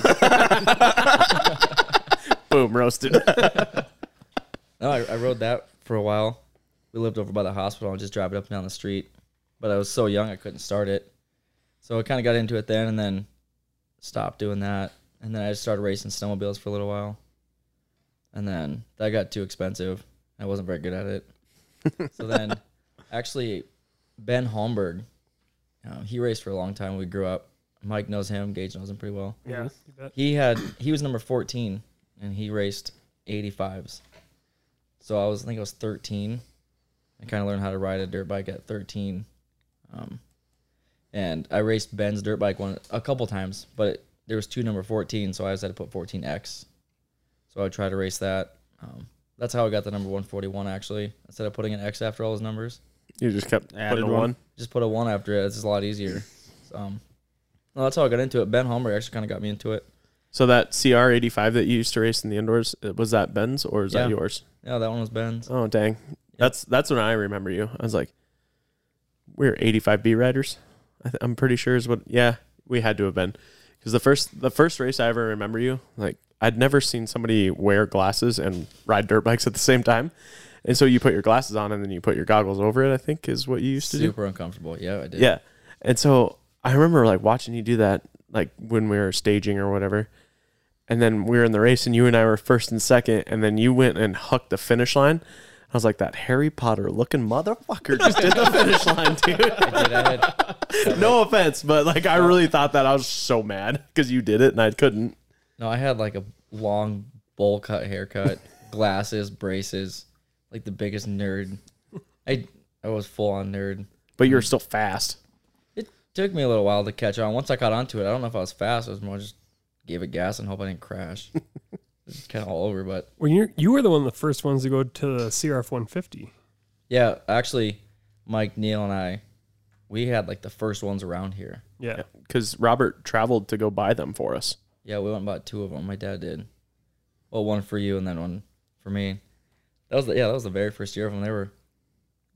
Speaker 2: Boom, roasted.
Speaker 1: no, I, I rode that for a while. We lived over by the hospital and just drive it up and down the street. But I was so young, I couldn't start it. So I kind of got into it then and then stopped doing that. And then I just started racing snowmobiles for a little while. And then that got too expensive. I wasn't very good at it. so then, actually, Ben Holmberg, uh, he raced for a long time. when We grew up. Mike knows him. Gage knows him pretty well.
Speaker 5: yeah. you bet.
Speaker 1: he had he was number 14 and he raced 85s so i was i think i was 13 i kind of learned how to ride a dirt bike at 13 um, and i raced ben's dirt bike one a couple times but it, there was two number 14 so i always had to put 14x so i would try to race that um, that's how i got the number 141 actually instead of putting an x after all those numbers
Speaker 2: You just kept
Speaker 4: Added
Speaker 2: putting
Speaker 4: one.
Speaker 2: one.
Speaker 1: just put a one after it it's just a lot easier so, um, no, that's how i got into it ben Holmberg actually kind of got me into it
Speaker 2: So that CR85 that you used to race in the indoors, uh, was that Ben's or is
Speaker 1: Yeah.
Speaker 2: that yours?
Speaker 1: yeah that one was ben's
Speaker 2: Oh, dang. That's that's when I remember you. I was like, we're 85B riders. I th- I'm pretty sure is what. Yeah, we had to have been because the first the first race I ever remember you like I'd never seen somebody wear glasses and ride dirt bikes at the same time. And so you put your glasses on and then you put your goggles over it. I think is what you used to do.
Speaker 1: super uncomfortable. Yeah, I did.
Speaker 2: Yeah. And so I remember like watching you do that, like when we were staging or whatever. And then we were in the race and you and I were first and second. And then you went and hucked the finish line. I was like, that Harry Potter looking motherfucker just did the finish line, dude.
Speaker 1: I did. I had,
Speaker 2: no offense, but like I really thought that I was so mad because you did it and I couldn't.
Speaker 1: no, I had like a long bowl cut haircut, glasses, braces, like the biggest nerd. I I was full on nerd.
Speaker 2: But you were still fast.
Speaker 1: It took me a little while to catch on. Once I caught onto it, I don't know if I was fast. I was more just gave it gas and hope I didn't crash. it's kind of all over, but
Speaker 5: Well, you you were the one of the first ones to go to the CRF 150.
Speaker 1: yeah, actually, Mike Neal and I, we had like the first ones around here.
Speaker 5: Yeah.
Speaker 2: Because Robert traveled to go buy them for us.
Speaker 1: Yeah, we went and bought two of them. My dad did. Well, one for you and then one for me. That was the, yeah, that was the very first year of them. They were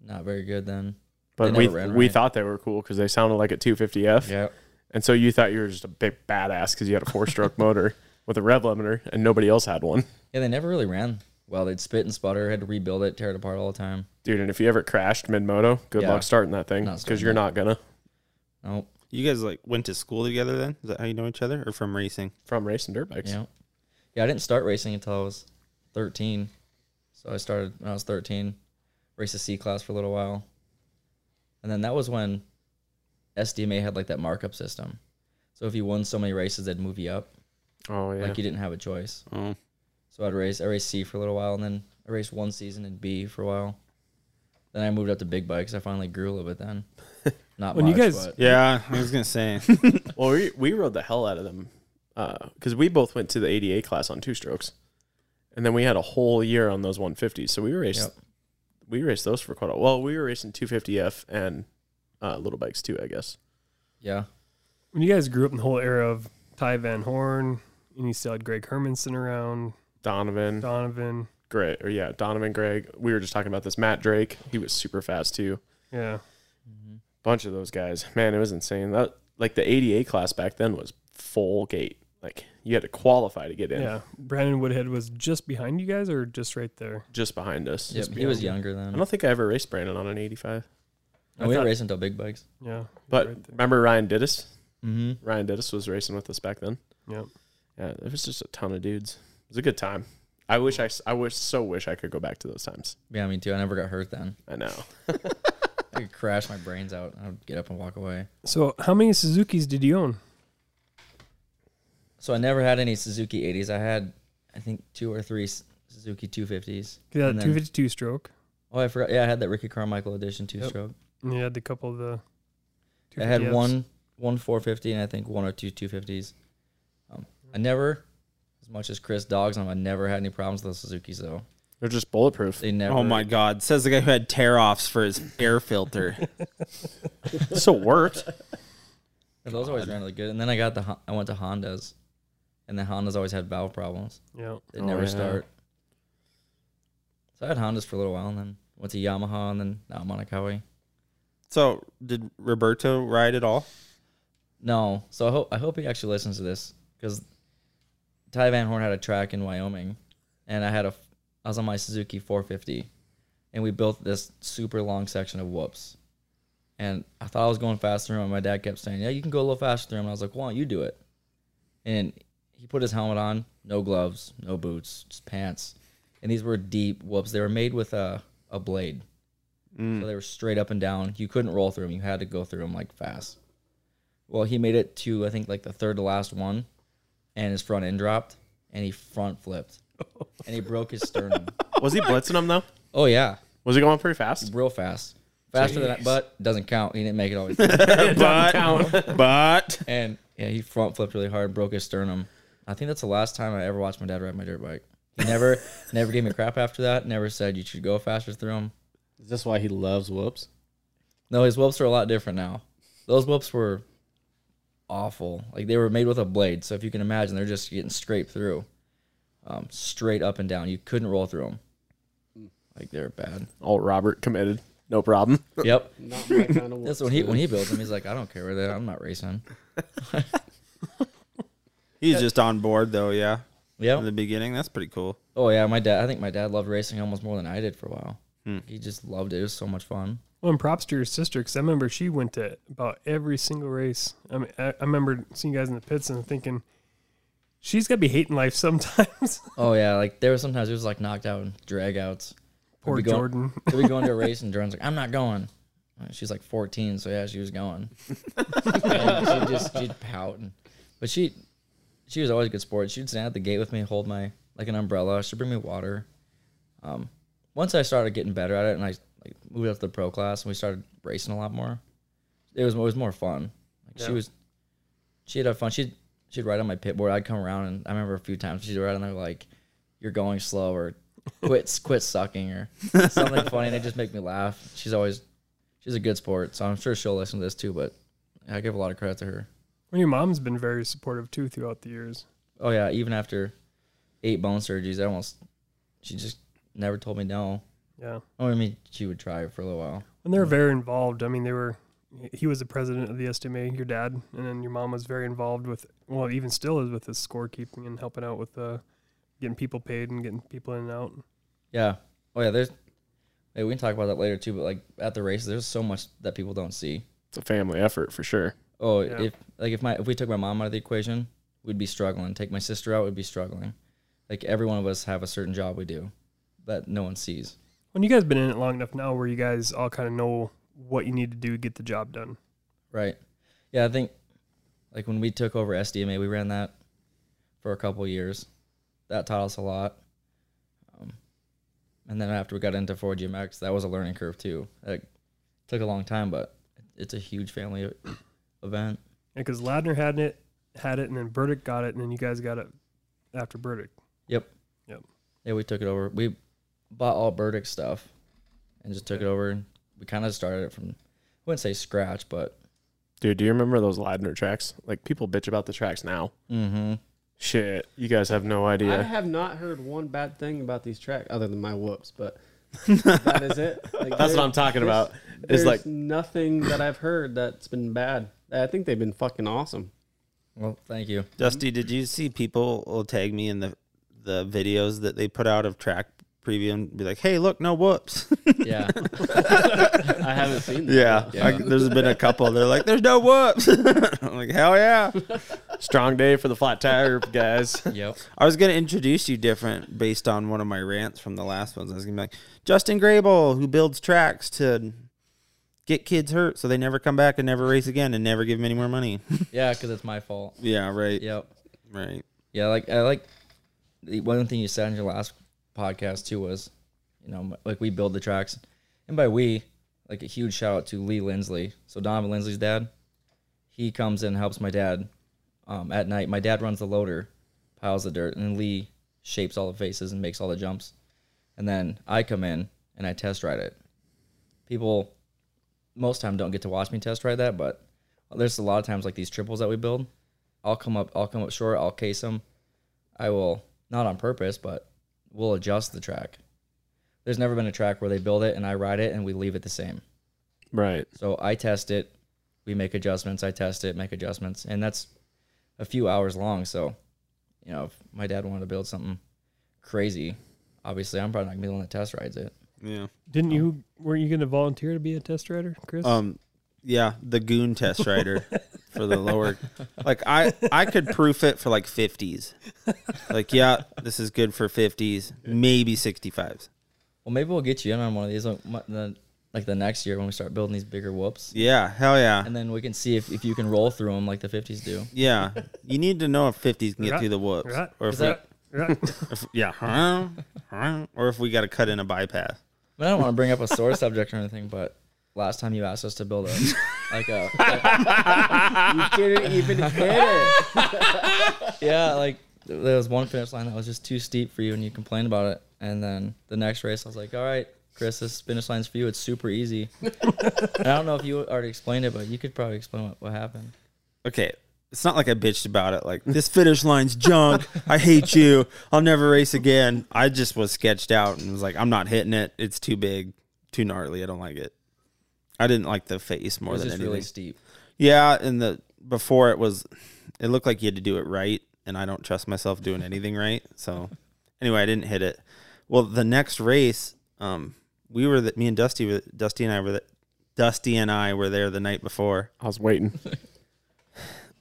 Speaker 1: not very good then.
Speaker 2: But
Speaker 1: They
Speaker 2: we,
Speaker 1: never ran
Speaker 2: we
Speaker 1: right.
Speaker 2: thought they were cool because they sounded like a 250F.
Speaker 1: Yeah.
Speaker 2: And so you thought you were just a big badass because you had a four stroke motor with a rev limiter and nobody else had one.
Speaker 1: Yeah, they never really ran well. They'd spit and sputter, had to rebuild it, tear it apart all the time.
Speaker 2: Dude, and if you ever crashed mid moto, good
Speaker 1: Yeah.
Speaker 2: luck starting that thing
Speaker 1: Not
Speaker 2: because
Speaker 1: starting
Speaker 2: you're
Speaker 1: that.
Speaker 2: not gonna
Speaker 1: Nope.
Speaker 4: You guys like went to school together then? Is that how you know each other, or from racing?
Speaker 2: from racing dirt bikes.
Speaker 1: Yeah. Yeah, I didn't start racing until I was 13. So I started when I was 13, raced a C class for a little while. And then that was when SDMA had like that markup system. So if you won so many races, they'd move you up.
Speaker 2: Oh yeah. Mm.
Speaker 1: Like you didn't have a choice.
Speaker 4: Oh,
Speaker 1: So I'd race I raced C for a little while and then I raced one season in B for a while. Then I moved up to big bikes. I finally grew a little bit then. Not
Speaker 5: When you
Speaker 1: much,
Speaker 5: guys-
Speaker 1: but
Speaker 4: yeah. I was gonna say.
Speaker 2: well, we we rode the hell out of them because we both went to the ADA class on two strokes, and then we had a whole year on those 150s. So we raced
Speaker 1: Yep.
Speaker 2: we raced those for quite a well. We were racing 250F and uh, little bikes too, I guess.
Speaker 1: yeah.
Speaker 5: When you guys grew up in the whole era of Ty Van Horn, and you still had Greg Hermanson around,
Speaker 2: Donovan,
Speaker 5: Donovan.
Speaker 2: Greg, or yeah, Donovan Greg. We were just talking about this. Matt Drake, he was super fast too.
Speaker 5: Yeah.
Speaker 2: Bunch of those guys, man, it was insane. That like the ADA class back then was full gate. Like you had to qualify to get in.
Speaker 5: Yeah. Brandon Woodhead was just behind you guys or just right there?
Speaker 2: Just behind us.
Speaker 1: Yep,
Speaker 2: Just
Speaker 1: he was
Speaker 2: beyond.
Speaker 1: younger then.
Speaker 2: I don't think I ever raced Brandon on an
Speaker 1: And we
Speaker 2: 85.
Speaker 5: I
Speaker 1: didn't
Speaker 5: thought-
Speaker 1: race until big bikes.
Speaker 5: Yeah.
Speaker 2: But
Speaker 5: right there.
Speaker 2: remember Ryan Dittus?
Speaker 1: Mm-hmm.
Speaker 2: Ryan Dittus was racing with us back then.
Speaker 5: Yep.
Speaker 2: Yeah, it was just a ton of dudes. It was a good time. I wish I, s- I wish so wish I could go back to those times.
Speaker 1: Yeah, me too. I never got hurt then.
Speaker 2: I know.
Speaker 1: I could crash my brains out. I would get up and walk away.
Speaker 5: So, how many Suzuki's did you own?
Speaker 1: So I never had any Suzuki 80s. I had, I think, two or three S- Suzuki 250s.
Speaker 5: You had
Speaker 1: And
Speaker 5: a
Speaker 1: then-
Speaker 5: 252 stroke.
Speaker 1: Oh, I forgot. Yeah, I had that Ricky Carmichael edition two stroke.
Speaker 5: And you had a couple of the.
Speaker 1: I had
Speaker 5: 250s.
Speaker 1: one one 450 and I think one or two 250s. Um, I never, as much as Chris dogs on, 'em, I never had any problems with the Suzuki's though.
Speaker 2: They're just bulletproof.
Speaker 1: They never.
Speaker 4: Oh my God! Says the guy who had tear offs for his air filter.
Speaker 2: so worked.
Speaker 1: Those always ran really good. And then I got the Hon- I went to Hondas, and the Hondas always had valve problems.
Speaker 5: Yeah.
Speaker 1: They
Speaker 2: Oh,
Speaker 1: never
Speaker 2: yeah.
Speaker 1: start. So I had Hondas for a little while, and then went to Yamaha, and then now Monokawai.
Speaker 4: so did Roberto ride at all?
Speaker 1: No, so I hope I hope he actually listens to this because Ty Van Horn had a track in Wyoming, and I had a I was on my Suzuki 450, and we built this super long section of whoops, and I thought I was going faster than him. And my dad kept saying, "Yeah, you can go a little faster than him." And I was like, "Why don't you do it?" And he put his helmet on, no gloves, no boots, just pants, and these were deep whoops. They were made with a a blade, so they were straight up and down. You couldn't roll through them; you had to go through them like fast. Well, he made it to I think like the third to last one, and his front end dropped, and he front flipped, and he broke his sternum.
Speaker 2: Was he blitzing them though?
Speaker 1: Oh yeah,
Speaker 2: Was he going pretty fast?
Speaker 1: real fast, faster than I, but doesn't count. He didn't make it all.
Speaker 4: but but
Speaker 1: and yeah, he front flipped really hard, broke his sternum. I think that's the last time I ever watched my dad ride my dirt bike. He never, never gave me crap after that. Never said you should go faster through him.
Speaker 6: Is this why he loves whoops?
Speaker 1: No, his whoops are a lot different now. Those whoops were awful. Like they were made with a blade, so if you can imagine, they're just getting scraped through, um, straight up and down. You couldn't roll through them. Like they're bad.
Speaker 2: Oh, Robert committed. No problem.
Speaker 1: Yep.
Speaker 6: Not my kind of
Speaker 1: That's when he when he builds them. He's like, I don't care with it. I'm not racing.
Speaker 4: he's just on board though. Yeah, in
Speaker 1: Yeah.
Speaker 4: the beginning, that's pretty cool.
Speaker 1: Oh yeah. My dad. I think my dad loved racing almost more than I did for a while. He just loved it. It was so much fun.
Speaker 5: Well, and props to your sister because I remember she went to about every single race. I mean, I, I remember seeing you guys in the pits and thinking, she's got to be hating life sometimes.
Speaker 1: Oh yeah. Like there was sometimes it was like knocked out and drag outs.
Speaker 5: Poor
Speaker 1: We'd be going-
Speaker 5: Jordan.
Speaker 1: We'd be going to a race and Jordan's like, I'm not going. And She's like 14, so yeah, she was going. and she just she'd pout, and, but she she was always a good sport. She'd stand at the gate with me, hold my like an umbrella. She'd bring me water. Um, once I started getting better at it, and I like moved up to the pro class, and we started racing a lot more. It was it was more fun. Like she was she'd have fun. She'd she'd ride on my pit board. I'd come around, and I remember a few times she'd ride on there like, "You're going slow," or "Quit quit sucking," or something funny, and it just make me laugh. She's always she's a good sport, so I'm sure she'll listen to this too. But I give a lot of credit to her.
Speaker 5: And your mom's been very supportive too throughout the years.
Speaker 1: Oh yeah, even after eight bone surgeries, I almost she just never told me no.
Speaker 5: Yeah.
Speaker 1: Oh, I mean, she would try for a little while.
Speaker 5: And they're very involved. I mean, they were. He was the president of the SDMA, your dad, and then your mom was very involved with. Well, even still is with his scorekeeping and helping out with uh, getting people paid and getting people in and out.
Speaker 1: Yeah. Oh yeah. There's. Hey, we can talk about that later too. But like at the race, there's so much that people don't see.
Speaker 2: It's a family effort for sure.
Speaker 1: Oh,
Speaker 5: Yeah.
Speaker 1: if like if my if we took my mom out of the equation, we'd be struggling. Take my sister out, we'd be struggling. Like every one of us have a certain job we do that no one sees.
Speaker 5: When you guys been in it long enough now, where you guys all kind of know what you need to do to get the job done.
Speaker 1: Right. Yeah, I think like when we took over SDMA, we ran that for a couple years. That taught us a lot. Um, and then after we got into 4GMX, that was a learning curve too. Like took a long time, but it's a huge family event.
Speaker 5: Because Ladner had it, had it, and then Burdick got it, and then you guys got it after Burdick.
Speaker 1: Yep.
Speaker 5: Yep.
Speaker 1: Yeah, we took it over. We bought all Burdick stuff and just took it over. And we kind of started it from, I wouldn't say scratch, but
Speaker 2: Dude, do you remember those Ladner tracks? Like people bitch about the tracks now.
Speaker 1: mm-hmm.
Speaker 2: Shit, you guys have no
Speaker 6: I
Speaker 2: idea.
Speaker 6: have not heard one bad thing about these tracks other than my whoops, but that is it. Like,
Speaker 2: That's what
Speaker 6: there-
Speaker 2: I'm talking
Speaker 6: there's-
Speaker 2: about. It's
Speaker 6: There's
Speaker 2: like
Speaker 6: nothing that I've heard that's been bad. I think they've been fucking awesome.
Speaker 1: Well, thank you.
Speaker 4: Dusty, did you see people will tag me in the the videos that they put out of track preview and be like, "Hey, look, no whoops."
Speaker 1: Yeah.
Speaker 6: I haven't seen that.
Speaker 4: Yeah, I, there's been a couple. They're like, "There's no whoops." I'm like, "Hell yeah!"
Speaker 2: strong day for the flat tire guys.
Speaker 1: yep.
Speaker 4: I was gonna introduce you different based on one of my rants from the last ones. I was gonna be like, Justin Grable, who builds tracks to get kids hurt so they never come back and never race again and never give them any more money.
Speaker 1: Yeah, because it's my fault.
Speaker 4: yeah, right.
Speaker 1: Yep.
Speaker 4: Right.
Speaker 1: Yeah, like I like the one thing you said in your last podcast too was, you know, like we build the tracks, and by we, like a huge shout out to Lee Lindsley. So Donovan Lindsley's dad, he comes and helps my dad um, at night. My dad runs the loader, piles of dirt, and then Lee shapes all the faces and makes all the jumps, and then I come in and I test ride it. People most time don't get to watch me test ride that, but there's a lot of times like these triples that we build. I'll come up, I'll come up short, I'll case them. I will not on purpose, but we'll adjust the track. There's never been a track where they build it and I ride it and we leave it the same.
Speaker 2: Right.
Speaker 1: So I test it, we make adjustments, I test it, make adjustments, and that's a few hours long. So, you know, if my dad wanted to build something crazy, obviously I'm probably not gonna be the one that test rides it.
Speaker 4: Yeah.
Speaker 5: Didn't you? Were you going to volunteer to be a test rider, Chris?
Speaker 4: Um, yeah, the goon test rider for the lower. Like I, I could proof it for like fifties. Like yeah, this is good for fifties, maybe sixty fives.
Speaker 1: Well, maybe we'll get you in on one of these like, mu- the, like the next year when we start building these bigger whoops,
Speaker 4: Yeah, hell yeah,
Speaker 1: and then we can see if, if you can roll through them like the 50s do.
Speaker 4: yeah. You need to know if fifties can get
Speaker 5: Right,
Speaker 4: through the whoops,
Speaker 5: right.
Speaker 4: or if,
Speaker 1: Is that-
Speaker 5: Right.
Speaker 4: we, if yeah, or if we got to cut in a bypass.
Speaker 1: I, mean, I don't want to bring up a sore subject or anything, but last time you asked us to build a like a,
Speaker 6: didn't even hit it.
Speaker 1: yeah, like there was one finish line that was just too steep for you, and you complained about it. And then the next race, I was like, all right. Chris, this finish line's for you. It's super easy. And I don't know if you already explained it, but you could probably explain what, what happened.
Speaker 4: Okay. It's not like I bitched about it. Like this finish line's junk. I hate you. I'll never race again. I just was sketched out and was like, I'm not hitting it. It's too big, too gnarly. I don't like it. I didn't like the face
Speaker 1: It
Speaker 4: more
Speaker 1: was
Speaker 4: than
Speaker 1: just
Speaker 4: anything.
Speaker 1: really steep.
Speaker 4: Yeah, and the before it was, it looked like you had to do it right, and I don't trust myself doing anything right. So, anyway, I didn't hit it. Well, the next race, um, we were the, me and Dusty, were, Dusty and I were the, Dusty and I were there the night before,
Speaker 2: I was waiting.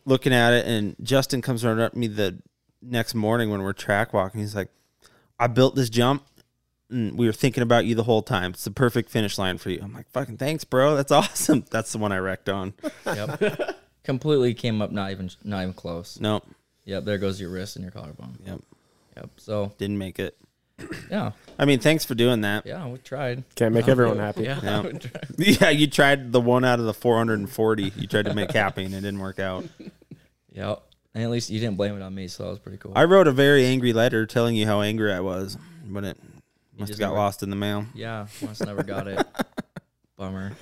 Speaker 4: looking at it, and Justin comes running up to me the next morning when we're track walking. He's like, "I built this jump, and we were thinking about you the whole time. It's the perfect finish line for you." I'm like, "Fucking thanks, bro. That's awesome. That's the one I wrecked on."
Speaker 1: Yep. Completely came up not even not even close.
Speaker 4: Nope,
Speaker 1: Yep, there goes your wrist and your collarbone.
Speaker 4: Yep.
Speaker 1: Yep. So
Speaker 4: didn't make it.
Speaker 1: yeah,
Speaker 4: I mean, thanks for doing that.
Speaker 1: yeah, we tried.
Speaker 2: Can't make everyone happy.
Speaker 1: Yeah.
Speaker 4: Yeah. Yeah, you tried the one out of the 440. You tried to make happy and it didn't work out.
Speaker 1: Yep. And at least you didn't blame it on me, so that was pretty cool.
Speaker 4: I wrote a very angry letter telling you how angry I was, but it must have
Speaker 1: just
Speaker 4: got
Speaker 1: never-
Speaker 4: lost in the mail.
Speaker 1: yeah, once never got it. Bummer.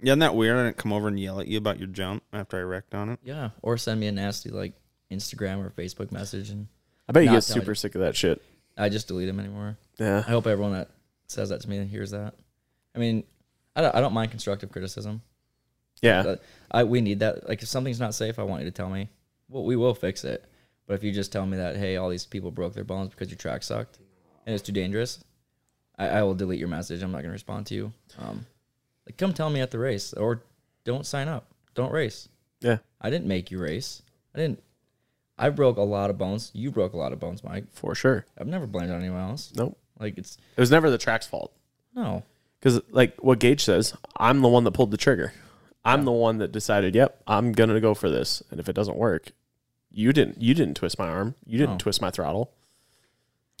Speaker 4: Yeah, isn't that weird? I didn't come over and yell at you about your jump after I wrecked on it.
Speaker 1: Yeah, or send me a nasty like Instagram or Facebook message, and
Speaker 2: I bet you
Speaker 1: Not
Speaker 2: get
Speaker 1: telling
Speaker 2: super
Speaker 1: you.
Speaker 2: sick of that shit.
Speaker 1: I just delete them anymore. I
Speaker 2: Yeah.
Speaker 1: hope everyone that says that to me hears that. I mean, I don't, I don't mind constructive criticism.
Speaker 2: Yeah.
Speaker 1: But I we need that. Like if something's not safe, I want you to tell me. Well, we will fix it. But if you just tell me that, hey, all these people broke their bones because your track sucked and it's too dangerous, I, I will delete your message. I'm not gonna respond to you. Um, like come tell me at the race or don't sign up. Don't race.
Speaker 2: Yeah.
Speaker 1: I didn't make you race. I didn't. I broke a lot of bones. You broke a lot of bones, Mike.
Speaker 2: For sure.
Speaker 1: I've never blamed it on anyone else.
Speaker 2: Nope.
Speaker 1: Like it's
Speaker 2: It was never the track's fault.
Speaker 1: no.
Speaker 2: Because, like what Gage says, I'm the one that pulled the trigger. I'm the one that decided, yep, I'm going to go for this. And if it doesn't work, you didn't you didn't twist my arm. You didn't
Speaker 1: No.
Speaker 2: twist my throttle.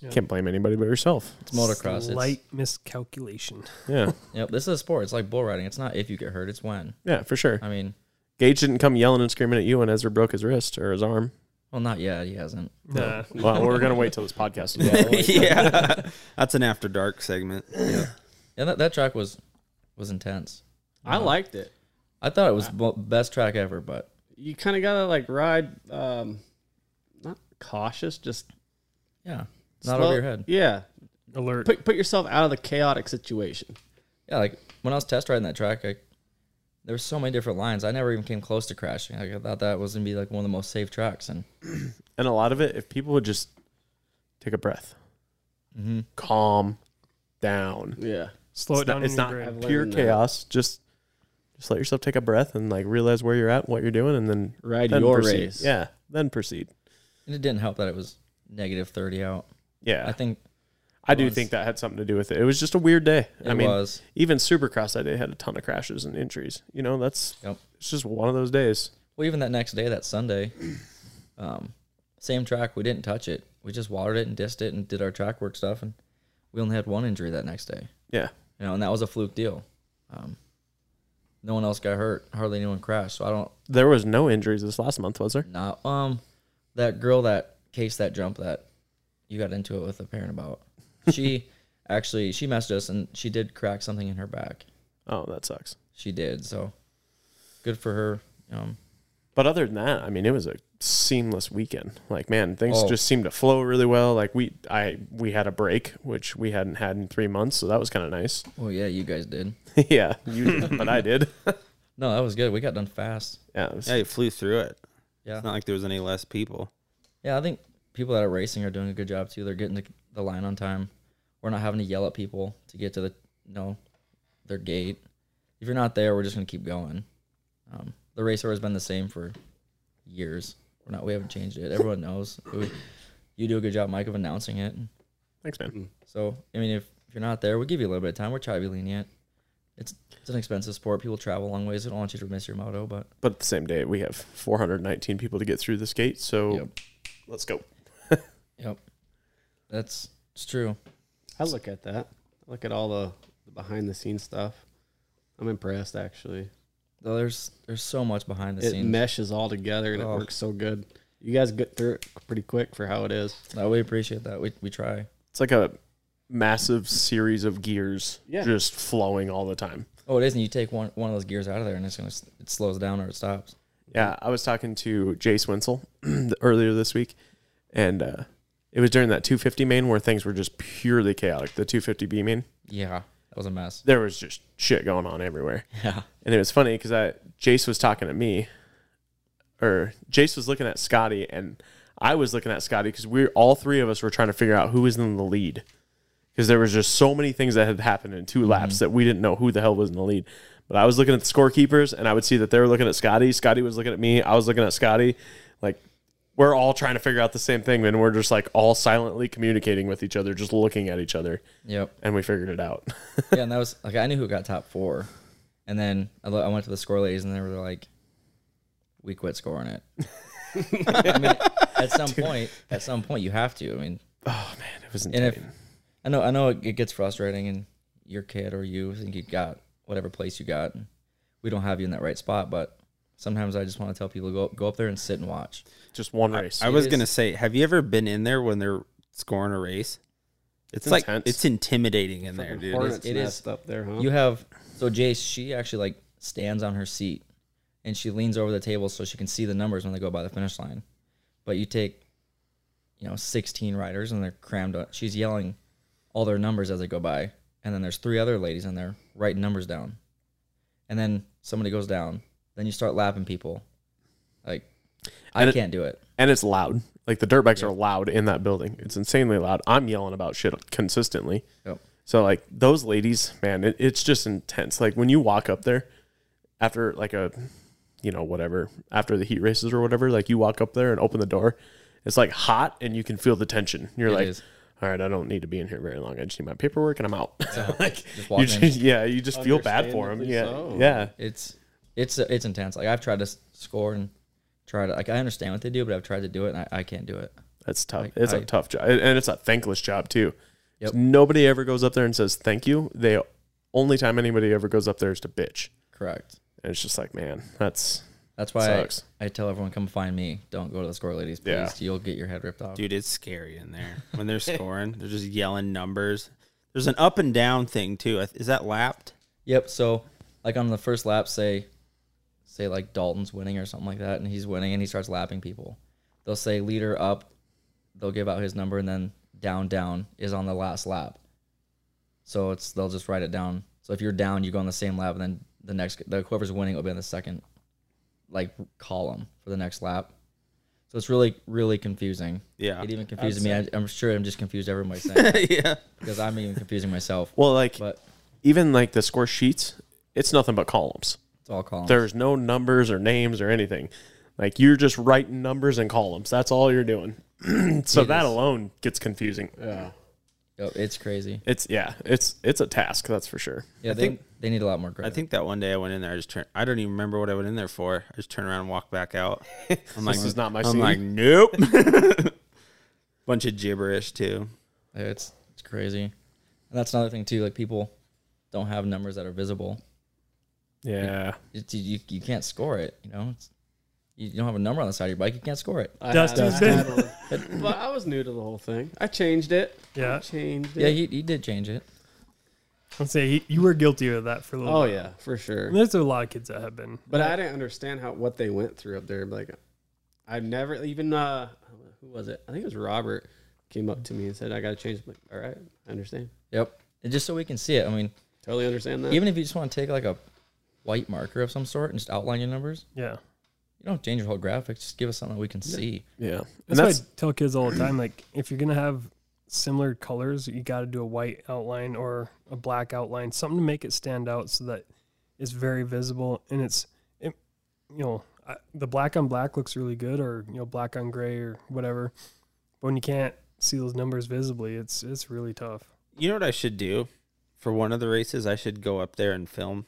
Speaker 5: Yeah.
Speaker 2: Can't blame anybody but yourself.
Speaker 1: It's motocross. It's,
Speaker 5: Light miscalculation.
Speaker 2: Yeah.
Speaker 1: yep. This is a sport. It's like bull riding. It's not if you get hurt. It's when.
Speaker 2: yeah, for sure.
Speaker 1: I mean,
Speaker 2: Gage didn't come yelling and screaming at you when Ezra broke his wrist or his arm.
Speaker 1: well, not yet. He hasn't.
Speaker 5: Nah.
Speaker 2: Well, we're going to wait till this podcast is over.
Speaker 4: yeah. That's an after dark segment.
Speaker 1: Yeah, that, that track was was intense.
Speaker 6: I liked it.
Speaker 1: I thought it was bo- best track ever, but
Speaker 6: You kind of gotta like ride, um, not cautious, just
Speaker 1: yeah, not
Speaker 6: slow-
Speaker 1: over your head.
Speaker 6: Yeah,
Speaker 5: Alert.
Speaker 6: put put yourself out of the chaotic situation.
Speaker 1: Yeah, like when I was test riding that track, I, there were so many different lines. I never even came close to crashing. Like, I thought that was gonna be like one of the most safe tracks, and
Speaker 2: And a lot of it, if people would just take a breath, calm down.
Speaker 6: Yeah,
Speaker 5: Slow
Speaker 2: it's not,
Speaker 5: it down.
Speaker 2: it's
Speaker 5: in your
Speaker 2: not
Speaker 5: brain.
Speaker 6: I've
Speaker 2: pure
Speaker 6: learned that.
Speaker 2: chaos. Just just let yourself take a breath and like realize where you're at, what you're doing, and then
Speaker 6: ride
Speaker 2: then
Speaker 6: your
Speaker 2: proceed.
Speaker 6: race.
Speaker 2: Yeah, then proceed.
Speaker 1: and it didn't help that it was negative thirty out.
Speaker 2: Yeah,
Speaker 1: I think
Speaker 2: I do
Speaker 1: was-
Speaker 2: think that had something to do with it. It was just a weird day.
Speaker 1: it
Speaker 2: I mean,
Speaker 1: was.
Speaker 2: even Supercross that day had a ton of crashes and injuries. You know, that's
Speaker 1: Yep.
Speaker 2: it's just one of those days.
Speaker 1: Well, even that next day, that Sunday, um, same track. We didn't touch it. We just watered it and dissed it and did our track work stuff, and we only had one injury that next day.
Speaker 2: Yeah,
Speaker 1: you know, and that was a fluke deal. Um, no one else got hurt. Hardly anyone crashed. So I don't
Speaker 2: there was no injuries this last month, was there?
Speaker 1: not um that girl that case that jump that you got into it with a parent about. She actually she messaged us and she did crack something in her back.
Speaker 2: Oh, that sucks.
Speaker 1: She did so good for her. Um,
Speaker 2: But other than that, I mean, it was a seamless weekend. Like, man, things
Speaker 1: Oh.
Speaker 2: just seemed to flow really well. Like we, I, we had a break, which we hadn't had in three months, so that was kind of nice.
Speaker 1: well, yeah, you guys did.
Speaker 2: yeah, you did, but I did.
Speaker 1: No, that was good. We got done fast.
Speaker 2: yeah, it was-
Speaker 4: Yeah, you flew through it.
Speaker 1: Yeah.
Speaker 4: It's not like there was any less people.
Speaker 1: Yeah, I think people that are racing are doing a good job too. They're getting the, the line on time. We're not having to yell at people to get to the you know their gate. If you're not there, we're just gonna keep going. Um, the racer has been the same for years. We're not. We haven't changed it. Everyone knows. We- you do a good job, Mike, of announcing it.
Speaker 2: thanks, man.
Speaker 1: So I mean, if, if you're not there, we give you a little bit of time. We're trying to be lenient. It's it's an expensive sport. People travel long ways. I don't want you to miss your moto, but
Speaker 2: But the same day, we have 419 people to get through this gate, so
Speaker 1: Yep.
Speaker 2: let's go.
Speaker 1: yep, that's it's true.
Speaker 6: I look at that. I look at all the, the behind the scenes stuff. I'm impressed actually.
Speaker 1: Though there's there's so much behind the
Speaker 6: it
Speaker 1: scenes.
Speaker 6: meshes all together and
Speaker 1: Oh.
Speaker 6: it works so good. You guys get through it pretty quick for how it is.
Speaker 1: No, Oh, we appreciate that. We we try.
Speaker 2: It's like a massive series of gears
Speaker 6: Yeah.
Speaker 2: just flowing all the time.
Speaker 1: Oh, it isn't. You take one one of those gears out of there, and it's gonna s- it slows down or it stops.
Speaker 2: Yeah, I was talking to Jace Winsel earlier this week, and uh, it was during that 250 main where things were just purely chaotic. The 250B main,
Speaker 1: Yeah, that was a mess.
Speaker 2: there was just shit going on everywhere.
Speaker 1: Yeah,
Speaker 2: And it was funny because I Jace was talking to me, or Jace was looking at Scotty, and I was looking at Scotty because we all three of us were trying to figure out who was in the lead because there was just so many things that had happened in 2 laps that we didn't know who the hell was in the lead. But I was looking at the scorekeepers, and I would see that they were looking at Scotty. Scotty was looking at me. I was looking at Scotty. Like we're all trying to figure out the same thing, and we're just like all silently communicating with each other, just looking at each other,
Speaker 1: yep.
Speaker 2: and we figured it out.
Speaker 1: Yeah, and that was like I knew who got top four, and then I, lo- I went to the score ladies, and they were like, "We quit scoring it." I mean, at some point, at some point, you have to. I mean,
Speaker 2: it was
Speaker 1: and if
Speaker 2: insane.
Speaker 1: I know, I know it, it gets frustrating, and your kid or you think you got whatever place you got, and we don't have you in that right spot, but. Sometimes I just want to tell people go go up there and sit and watch.
Speaker 2: Just one race.
Speaker 4: I was
Speaker 1: is-
Speaker 4: going to say, have you ever been in there when they're scoring a race? It's,
Speaker 2: intense.
Speaker 4: like it's intimidating in there, dude.
Speaker 6: Hornets
Speaker 1: it is-
Speaker 6: nest up there, huh?
Speaker 1: You have so Jace, she actually like stands on her seat and she leans over the table so she can see the numbers when they go by the finish line. But you take, you know, sixteen riders and they're crammed up. She's yelling all their numbers as they go by. And then there's three other ladies in there writing numbers down. And then somebody goes down. Then you start lapping people. Like I
Speaker 2: And it-
Speaker 1: can't do it.
Speaker 2: and it's loud. Like the dirt bikes are loud in that building. It's insanely loud. I'm yelling about shit consistently.
Speaker 1: Yep.
Speaker 2: So like those ladies, man, it, it's just intense. Like when you walk up there after like a, you know, whatever after the heat races or whatever, like you walk up there and open the door, it's like hot and you can feel the tension. You're
Speaker 1: It
Speaker 2: like.
Speaker 1: is.
Speaker 2: All right, I don't need to be in here very long. I just need my paperwork and I'm out. like,
Speaker 1: walk
Speaker 2: you
Speaker 1: in.
Speaker 2: just- yeah, you just feel bad for them. Yeah,
Speaker 6: Understandably so.
Speaker 2: yeah.
Speaker 1: It's it's it's intense. Like I've tried to s- score and try to like I understand what they do, but I've tried to do it and I, I can't do it.
Speaker 2: That's tough.
Speaker 1: Like,
Speaker 2: it's a
Speaker 1: I-
Speaker 2: tough job, and it's a thankless job too.
Speaker 1: Yep.
Speaker 2: Nobody ever goes up there and says thank you. They only time anybody ever goes up there is to bitch,
Speaker 1: Correct.
Speaker 2: and it's just like, man, that's
Speaker 1: That's why I,
Speaker 2: Sucks.
Speaker 1: I tell everyone, come find me. Don't go to the score ladies, please.
Speaker 2: Yeah.
Speaker 1: You'll get your head ripped off.
Speaker 4: Dude, it's scary in there when they're scoring. They're just yelling numbers. There's an up and down thing too. I- Is that lapped?
Speaker 1: Yep. So, like on the first lap, say, say like Dalton's winning or something like that, and he's winning, and he starts lapping people. They'll say leader up. They'll give out his number, and then down down is on the last lap. So it's they'll just write it down. So if you're down, you go on the same lap, and then the next the whoever's winning will be on the second, like column for the next lap. So it's really really confusing.
Speaker 4: Yeah.
Speaker 1: It even confuses me. I, I'm sure I'm just confused everyone by saying it,
Speaker 4: yeah.
Speaker 1: because I'm even confusing myself.
Speaker 2: well, like
Speaker 1: But
Speaker 2: even like the score sheets, it's nothing but columns.
Speaker 1: it's all columns.
Speaker 2: There's no numbers or names or anything. Like you're just writing numbers and columns. That's all you're doing. so that alone gets confusing.
Speaker 1: Yep, it's crazy.
Speaker 2: It's yeah, it's it's a task. That's for sure.
Speaker 1: Yeah, they,
Speaker 4: think-
Speaker 1: they need a lot more credit.
Speaker 4: I think that one day I went in there. I just turned. I don't even remember what I went in there for. I just turned around and walked back out. I'm like,
Speaker 2: This is not my
Speaker 4: I'm
Speaker 2: scene.
Speaker 4: like, nope. Bunch of gibberish too.
Speaker 1: Yeah, it's it's crazy, and that's another thing too. Like people don't have numbers that are visible.
Speaker 2: yeah.
Speaker 1: It's, you you can't score it. You know, it's you don't have a number on the side of your bike, you can't score it.
Speaker 6: I
Speaker 5: Dusty's
Speaker 6: had- I had one. Well, I was new to the whole thing. I changed it.
Speaker 5: Yeah.
Speaker 6: I changed it.
Speaker 1: Uh, Yeah, he, he did change it.
Speaker 5: I'd say he, you were guilty of that for a little.
Speaker 6: oh
Speaker 5: while.
Speaker 6: yeah, for sure.
Speaker 5: And there's a lot of kids that have been.
Speaker 6: But I didn't understand how what they went through up there. Like, I've never even uh, who was it? I think it was Robert came up to me and said, "I got to change." I'm like, all right, I understand.
Speaker 1: Yep. And just so we can see it. I mean,
Speaker 6: Totally understand that.
Speaker 1: even if you just want to take like a white marker of some sort and just outline your numbers,
Speaker 5: Yeah.
Speaker 1: you don't have to change your whole graphics. Just give us something that we can see.
Speaker 2: Yeah, and
Speaker 5: That's, why
Speaker 2: that's
Speaker 5: I tell kids all the time. Like, if you're gonna have similar colors, you got to do a white outline or a black outline, something to make it stand out so that it's very visible and it's, it, you know, I, the black on black looks really good, or you know, black on gray or whatever. But when you can't see those numbers visibly, it's it's really tough.
Speaker 4: You know what I should do for one of the races? I should go up there and film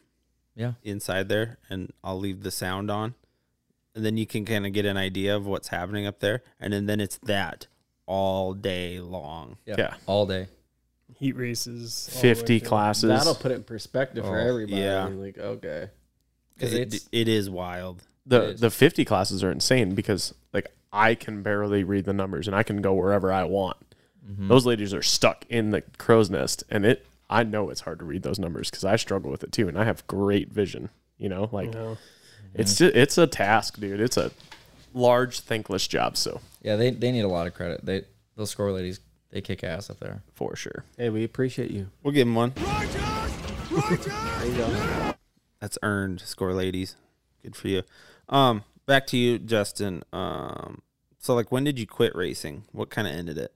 Speaker 1: Yeah.
Speaker 4: inside there, and I'll leave the sound on, and then you can kind of get an idea of what's happening up there, and then, then it's that all day long.
Speaker 2: Yeah.
Speaker 1: All day.
Speaker 5: Heat races, all the way
Speaker 2: fifty
Speaker 5: through.
Speaker 2: classes.
Speaker 6: That'll put it in perspective for
Speaker 1: Oh,
Speaker 6: everybody.
Speaker 4: yeah.
Speaker 6: Like, okay,
Speaker 1: Because
Speaker 4: It-
Speaker 1: it's
Speaker 4: it is wild.
Speaker 2: the
Speaker 1: Yes.
Speaker 2: the 50 classes are insane because like I can barely read the numbers and I can go wherever I want. Those ladies are stuck in the crow's nest and it I know it's hard to read those numbers cuz I struggle with it too and I have great vision, you know? Like
Speaker 5: You know?
Speaker 2: it's ju- it's a task, dude. It's a large thankless job so
Speaker 1: yeah, they, they need a lot of credit. They those score ladies, they kick ass up there.
Speaker 2: for sure.
Speaker 6: hey, we appreciate you.
Speaker 4: We'll give him one.
Speaker 6: There you go.
Speaker 4: That's earned score, ladies. Good for you. Um, back to you, Justin. Um, so like, when did you quit racing? What kind of ended it?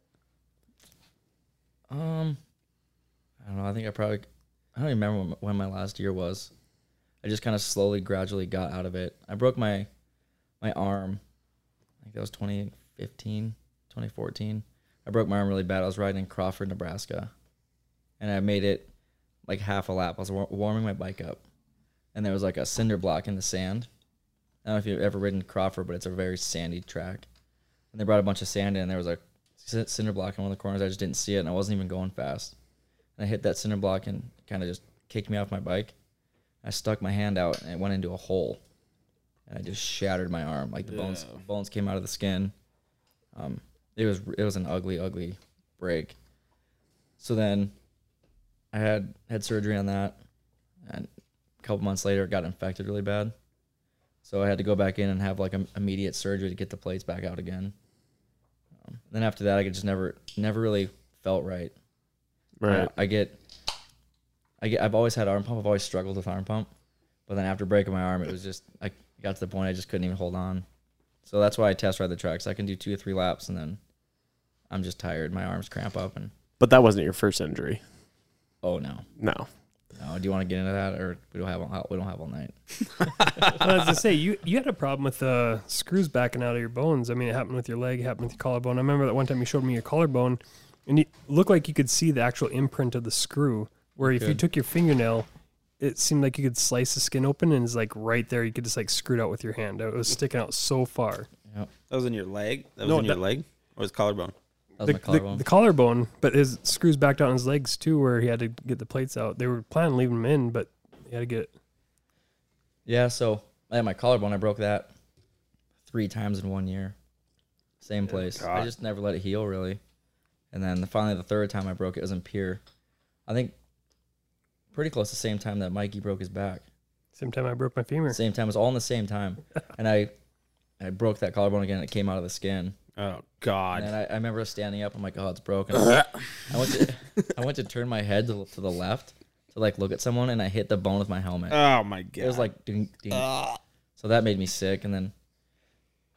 Speaker 1: Um, I don't know. I think I probably I don't even remember when my- when my last year was. I just kind of slowly, gradually got out of it. I broke my my arm. I think that was 2015, 2014. I broke my arm really bad. I was riding in Crawford, Nebraska, and I made it like half a lap. I was wa- warming my bike up, and there was like a cinder block in the sand. I don't know if you've ever ridden Crawford, but it's a very sandy track. And they brought a bunch of sand in. And there was a c- cinder block in one of the corners. I just didn't see it, and I wasn't even going fast. And I hit that cinder block and kind of just kicked me off my bike. I stuck my hand out, and it went into a hole, and I just shattered my arm. Like the bones, bones came out of the skin. Um, it was it was an ugly, ugly break. So then, I had had surgery on that, and a couple months later, it got infected really bad. So I had to go back in and have like im- immediate surgery to get the plates back out again. Um, then after that, I could just never, never really felt right.
Speaker 2: Right.
Speaker 1: I, I get, I get. I've always had arm pump. I've always struggled with arm pump, but then after breaking my arm, it was just I got to the point I just couldn't even hold on. So that's why I test ride the tracks. I can do two or three laps, and then I'm just tired. My arms cramp up, and
Speaker 2: But that wasn't your first injury.
Speaker 1: oh no,
Speaker 2: No.
Speaker 1: no. Do you want to get into that, or we don't have all, we don't have all night?
Speaker 5: well, as I say, you you had a problem with the screws backing out of your bones. I mean, it happened with your leg, it happened with your collarbone. I remember that one time you showed me your collarbone, and it looked like you could see the actual imprint of the screw. Where if you
Speaker 1: Good.
Speaker 5: took your fingernail, it seemed like you could slice the skin open, and it's like right there. You could just like screw it out with your hand. It was sticking out so far.
Speaker 4: That was in your leg. That was
Speaker 5: No,
Speaker 4: in your
Speaker 5: that-
Speaker 4: leg or his collarbone.
Speaker 1: That was
Speaker 5: The,
Speaker 1: my
Speaker 5: the-
Speaker 1: collarbone.
Speaker 5: the collarbone, but his screws backed out on his legs too, where he had to get the plates out. They were planning on leaving him in, but he had to get.
Speaker 1: Yeah, so I had my collarbone. I broke that three times in one year. Same place. I just never let it heal really. And then the, finally, the third time I broke it was in Pier. I think pretty close the same time that Mikey broke his back.
Speaker 5: Same time I broke my femur.
Speaker 1: Same time. It was all in the same time. And I, I broke that collarbone again. and It came out of the skin.
Speaker 4: Oh God!
Speaker 1: And then I, I remember standing up. I'm like, oh, it's broken. I went to, I went to turn my head to, to the left to like look at someone, and I hit the bone with my helmet.
Speaker 4: oh my God!
Speaker 1: It was like ding, ding. so that made me sick, and then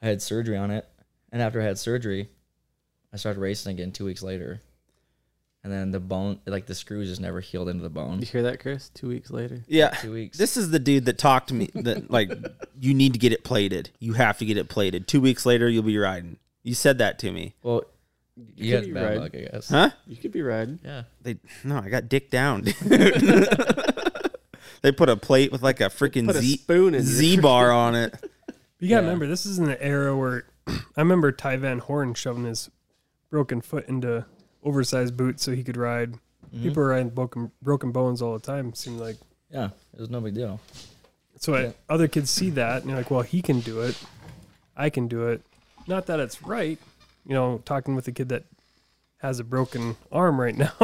Speaker 1: I had surgery on it. And after I had surgery, I started racing again two weeks later. And then the bone, like the screws, just never healed into the bone.
Speaker 6: You hear that, Chris? Two weeks later.
Speaker 4: yeah.
Speaker 1: Two weeks.
Speaker 4: This is the dude that talked to me. That like, you need to get it plated. You have to get it plated. Two weeks later, you'll be riding. You said that to me,
Speaker 1: well, you had
Speaker 6: be
Speaker 1: bad
Speaker 6: right.
Speaker 1: luck, I guess.
Speaker 4: huh?
Speaker 6: You could be riding.
Speaker 1: Yeah.
Speaker 4: They no, I got dick down. dude. they put a plate with like a freaking
Speaker 6: Put a
Speaker 4: Z
Speaker 6: spoon in your-
Speaker 4: Z bar on it.
Speaker 5: You gotta remember, this is an era where I remember Ty Van Horn shoving his broken foot into oversized boots so he could ride. People were riding broken, broken bones all the time. It seemed like
Speaker 1: Yeah. It was no big deal.
Speaker 5: so I, other kids see that and they're like, "Well, he can do it." I can do it. Not that it's right, you know, talking with a kid that has a broken arm right now.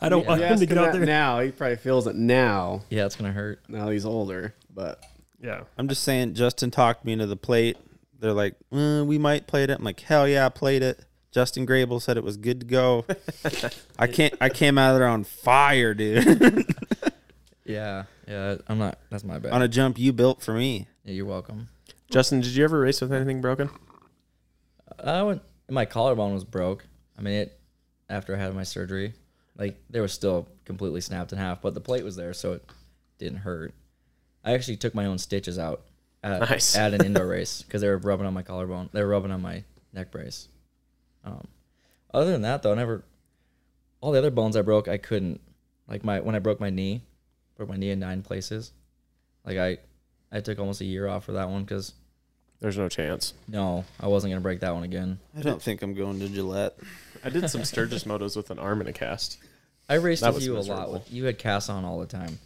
Speaker 5: I don't want
Speaker 6: You
Speaker 5: him
Speaker 6: ask
Speaker 5: to get
Speaker 6: him
Speaker 5: out
Speaker 6: that
Speaker 5: there.
Speaker 6: Now he probably feels it now.
Speaker 1: Yeah, it's gonna hurt.
Speaker 6: Now he's older, but
Speaker 5: Yeah.
Speaker 4: I'm just saying, Justin talked me into the plate. They're like, "Uh, we might played it. I'm like, hell yeah, I played it. Justin Grable said it was good to go. I can't. I came out of there on fire, dude.
Speaker 1: Yeah, yeah. I'm not. That's my bad.
Speaker 4: on a jump you built for me.
Speaker 1: yeah, you're welcome.
Speaker 2: Justin, did you ever race with anything broken?
Speaker 1: I went. My collarbone was broke. I mean, it after I had my surgery, like there was still completely snapped in half, but the plate was there, so it didn't hurt. I actually took my own stitches out at,
Speaker 2: Nice.
Speaker 1: at an indoor race because they were rubbing on my collarbone. They were rubbing on my neck brace. Um, other than that, though, I never. All the other bones I broke, I couldn't. Like my when I broke my knee, broke my knee in nine places. Like I, I took almost a year off for that one because
Speaker 2: There's no chance.
Speaker 1: no, I wasn't gonna break that one again.
Speaker 4: I don't think I'm going to Gillette.
Speaker 2: I did some Sturgis motos with an arm and a cast.
Speaker 1: I raced
Speaker 2: That
Speaker 1: with
Speaker 2: was
Speaker 1: you a lot.
Speaker 2: miserable.
Speaker 1: With, you had casts on all the time.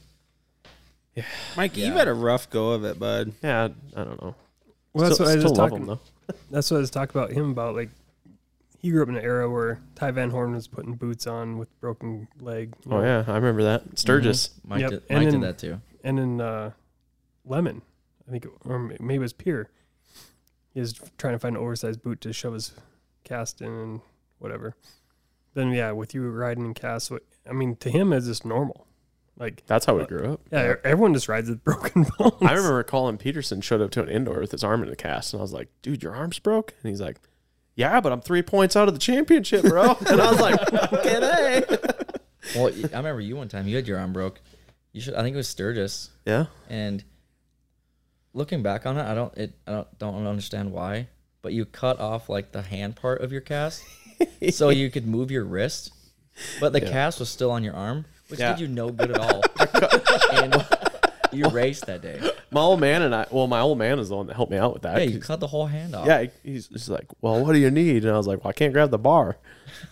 Speaker 4: Mike, you've
Speaker 1: Yeah.
Speaker 4: had a rough go of it, bud.
Speaker 2: Yeah, I don't know.
Speaker 5: Well, that's
Speaker 2: still,
Speaker 5: what I
Speaker 2: still
Speaker 5: was just
Speaker 2: love
Speaker 5: talking.
Speaker 2: him though.
Speaker 5: That's what I was talking about him about. Like, he grew up in an era where Ty Van Horn was putting boots on with broken leg. you
Speaker 2: Oh
Speaker 5: know,
Speaker 2: yeah, I remember that Sturgis.
Speaker 1: Mike,
Speaker 5: Yep,
Speaker 1: did,
Speaker 5: and
Speaker 1: Mike
Speaker 5: then-
Speaker 1: did that too.
Speaker 5: And then uh, Lemon, I think, it, or m- maybe it was Pierre. He was trying to find an oversized boot to shove his cast in and whatever. Then yeah, with you riding in cast, what- I mean, to him it's just normal. Like
Speaker 2: That's how we grew up.
Speaker 5: yeah, e- everyone just rides with broken bones.
Speaker 2: I remember Colin Peterson showed up to an indoor with his arm in a cast, and I was like, "Dude, your arm's broke," and he's like, "Yeah, but I'm three points out of the championship, bro." and I was like, "Okay, hey."
Speaker 1: Well, y- I remember you one time. You had your arm broke. You should. I think it was Sturgis.
Speaker 2: Yeah,
Speaker 1: And looking back on it, I don't. It. I don't, don't understand why. But you cut off like the hand part of your cast, so you could move your wrist, but the cast was still on your arm, which
Speaker 2: Yeah.
Speaker 1: did you no good at all. and you raced that day.
Speaker 2: my old man and I. Well, my old man is the one that helped me out with that.
Speaker 1: Yeah, you
Speaker 2: 'cause-
Speaker 1: cut the whole hand off.
Speaker 2: yeah, he's, he's like, "Well, what do you need?" And I was like, "Well, I can't grab the bar."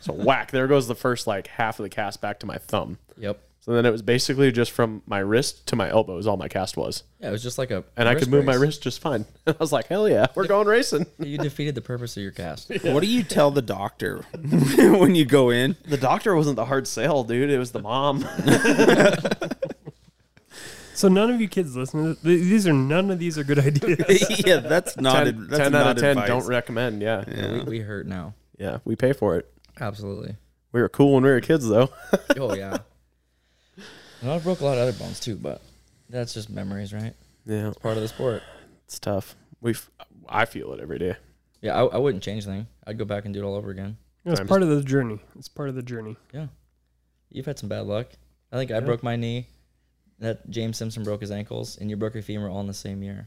Speaker 2: So whack! There goes the first like half of the cast back to my thumb.
Speaker 1: Yep.
Speaker 2: So then it was basically just from my wrist to my elbow is all my cast was,
Speaker 1: Yeah, it was just like a.
Speaker 2: and I could move my
Speaker 1: race.
Speaker 2: wrist just fine. And I was like, "Hell yeah, we're going racing."
Speaker 1: You defeated the purpose of your cast.
Speaker 4: What do you tell the doctor when you go in?
Speaker 2: The doctor wasn't the hard sale, dude. It was the mom.
Speaker 5: So none of you kids listening, to th- these are none of these are good ideas.
Speaker 4: yeah, that's not. ad-
Speaker 2: 10,
Speaker 4: that's
Speaker 2: 10 out
Speaker 4: not
Speaker 2: of 10
Speaker 4: advice.
Speaker 2: don't recommend yeah. yeah
Speaker 1: We, we hurt now.
Speaker 2: we pay for it
Speaker 1: Absolutely.
Speaker 2: we were cool when we were kids though
Speaker 1: Oh yeah. And I broke a lot of other bones too, but that's just memories, right?
Speaker 2: yeah
Speaker 1: Part of the sport.
Speaker 2: it's tough we f- i feel it every day
Speaker 1: Yeah, I, I wouldn't change anything. I'd go back and do it all over again.
Speaker 5: it's
Speaker 2: Times-
Speaker 5: part of the journey. It's part of the journey.
Speaker 1: You've had some bad luck. I think I broke my knee. That James Simpson broke his ankles, and you broke your femur all in the same year.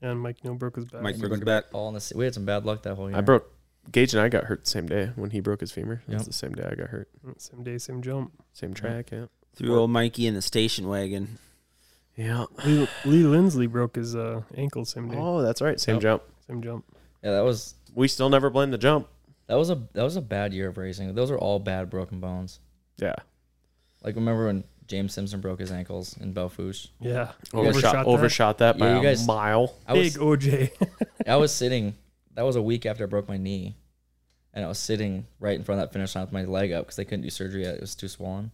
Speaker 5: And Mike Neal broke his back.
Speaker 4: Mike
Speaker 1: And you
Speaker 4: broke his
Speaker 1: your
Speaker 4: back.
Speaker 1: all in the. sa- We had some bad luck that whole year.
Speaker 2: i broke gage and i got hurt the same day when he broke his femur that's
Speaker 1: Yep.
Speaker 2: the same day i got hurt
Speaker 5: Same day, same jump.
Speaker 2: same track yeah
Speaker 4: Threw old Mikey in the station wagon.
Speaker 2: yeah
Speaker 5: Lee, Lee Lindsley broke his uh, ankle same day,
Speaker 2: oh that's right same
Speaker 1: Yep.
Speaker 2: jump
Speaker 5: same jump.
Speaker 1: Yeah, that was
Speaker 2: we still never blame the jump
Speaker 1: that was a that was a bad year of racing. Those are all bad broken bones.
Speaker 2: yeah
Speaker 1: Like remember when James Simpson broke his ankles in Belfouche?
Speaker 5: Yeah,
Speaker 2: overshot
Speaker 5: Overshot that?
Speaker 2: overshot that, by
Speaker 1: Yeah, you
Speaker 2: a
Speaker 1: guys-
Speaker 2: mile
Speaker 1: I
Speaker 5: big
Speaker 1: was
Speaker 5: OJ.
Speaker 1: I was sitting. That was a week after I broke my knee, and I was sitting right in front of that finish line with my leg up because they couldn't do surgery yet; it was too swollen.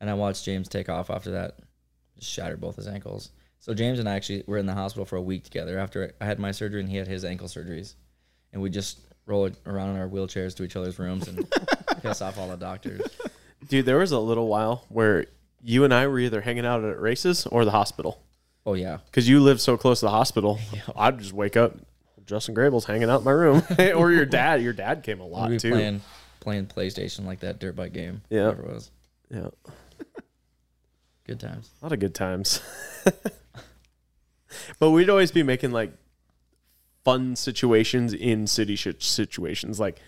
Speaker 1: And I watched James take off after that, just shattered both his ankles. So James and I actually were in the hospital for a week together after I had my surgery and he had his ankle surgeries, and we just rolled around in our wheelchairs to each other's rooms and piss off all the doctors.
Speaker 2: dude there was a little while where you and i were either hanging out at races or the hospital
Speaker 1: Oh yeah,
Speaker 2: because you live so close to the hospital. I'd just wake up. Justin Grable's hanging out in my room, or your dad. Your dad came a lot
Speaker 1: we were
Speaker 2: too.
Speaker 1: playing playing PlayStation like that dirt bike game.
Speaker 2: Yeah.
Speaker 1: whatever it was
Speaker 2: Yeah, a
Speaker 1: good times.
Speaker 2: lot of good times. but we'd always be making like fun situations in city shit situations. Like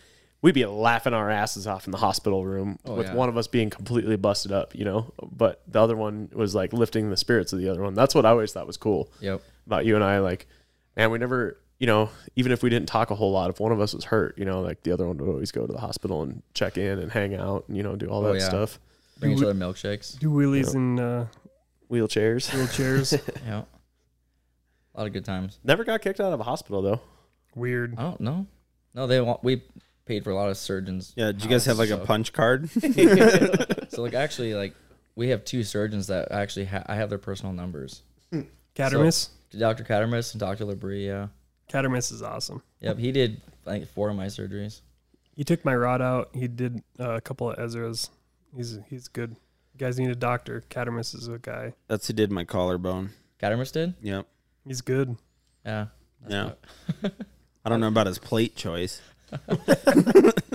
Speaker 2: we'd be laughing our asses off in the hospital room with
Speaker 1: Oh, yeah.
Speaker 2: one of us being completely busted up, you know. But the other one was like lifting the spirits of the other one. That's what I always thought was cool.
Speaker 1: Yep.
Speaker 2: about you and I, like, man, we never, you know, even if we didn't talk a whole lot, if one of us was hurt, you know, like the other one would always go to the hospital and check in and hang out and, you know, do all
Speaker 1: Oh,
Speaker 2: that
Speaker 1: yeah.
Speaker 2: stuff.
Speaker 1: Bring each
Speaker 5: we-
Speaker 1: other milkshakes.
Speaker 5: Do wheelies in uh,
Speaker 2: Wheelchairs.
Speaker 5: wheelchairs.
Speaker 1: Yeah. A lot of good times.
Speaker 2: Never got kicked out of a hospital though.
Speaker 5: Weird.
Speaker 1: I don't know. No, they want we paid for a lot of surgeons.
Speaker 4: Yeah, do you guys have like a
Speaker 1: So-
Speaker 4: punch card?
Speaker 1: So like actually like we have two surgeons that actually ha- I have their personal numbers.
Speaker 5: Catermus.
Speaker 1: Dr. Cattermas and Dr. Labrie, yeah.
Speaker 5: Catermus is awesome.
Speaker 1: Yep, he did like four of my surgeries.
Speaker 5: He took my rod out. He did uh, a couple of Ezra's. He's he's good. You guys need a doctor. Catermus is a guy.
Speaker 4: That's who did my collarbone.
Speaker 1: Cattermas did?
Speaker 4: Yep.
Speaker 5: He's good.
Speaker 1: Yeah.
Speaker 4: Yeah. I don't know about his plate choice.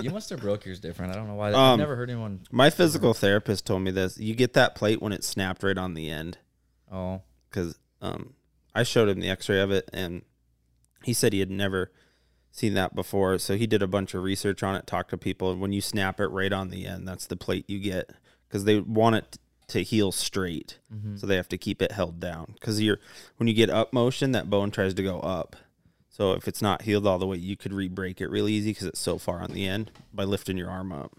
Speaker 1: You must have broke yours different. I don't know why. That, I've
Speaker 4: Um,
Speaker 1: never heard anyone.
Speaker 4: My physical therapist told me this. You get that plate when it's snapped right on the end.
Speaker 1: Oh,
Speaker 4: because um, I showed him the X-ray of it, and he said he had never seen that before. So he did a bunch of research on it, talked to people, and when you snap it right on the end, that's the plate you get because they want it to heal straight, so they have to keep it held down because you're when you get up motion, that bone tries to go up. So if it's not healed all the way, you could re-break it real easy because it's so far on the end by lifting your arm up.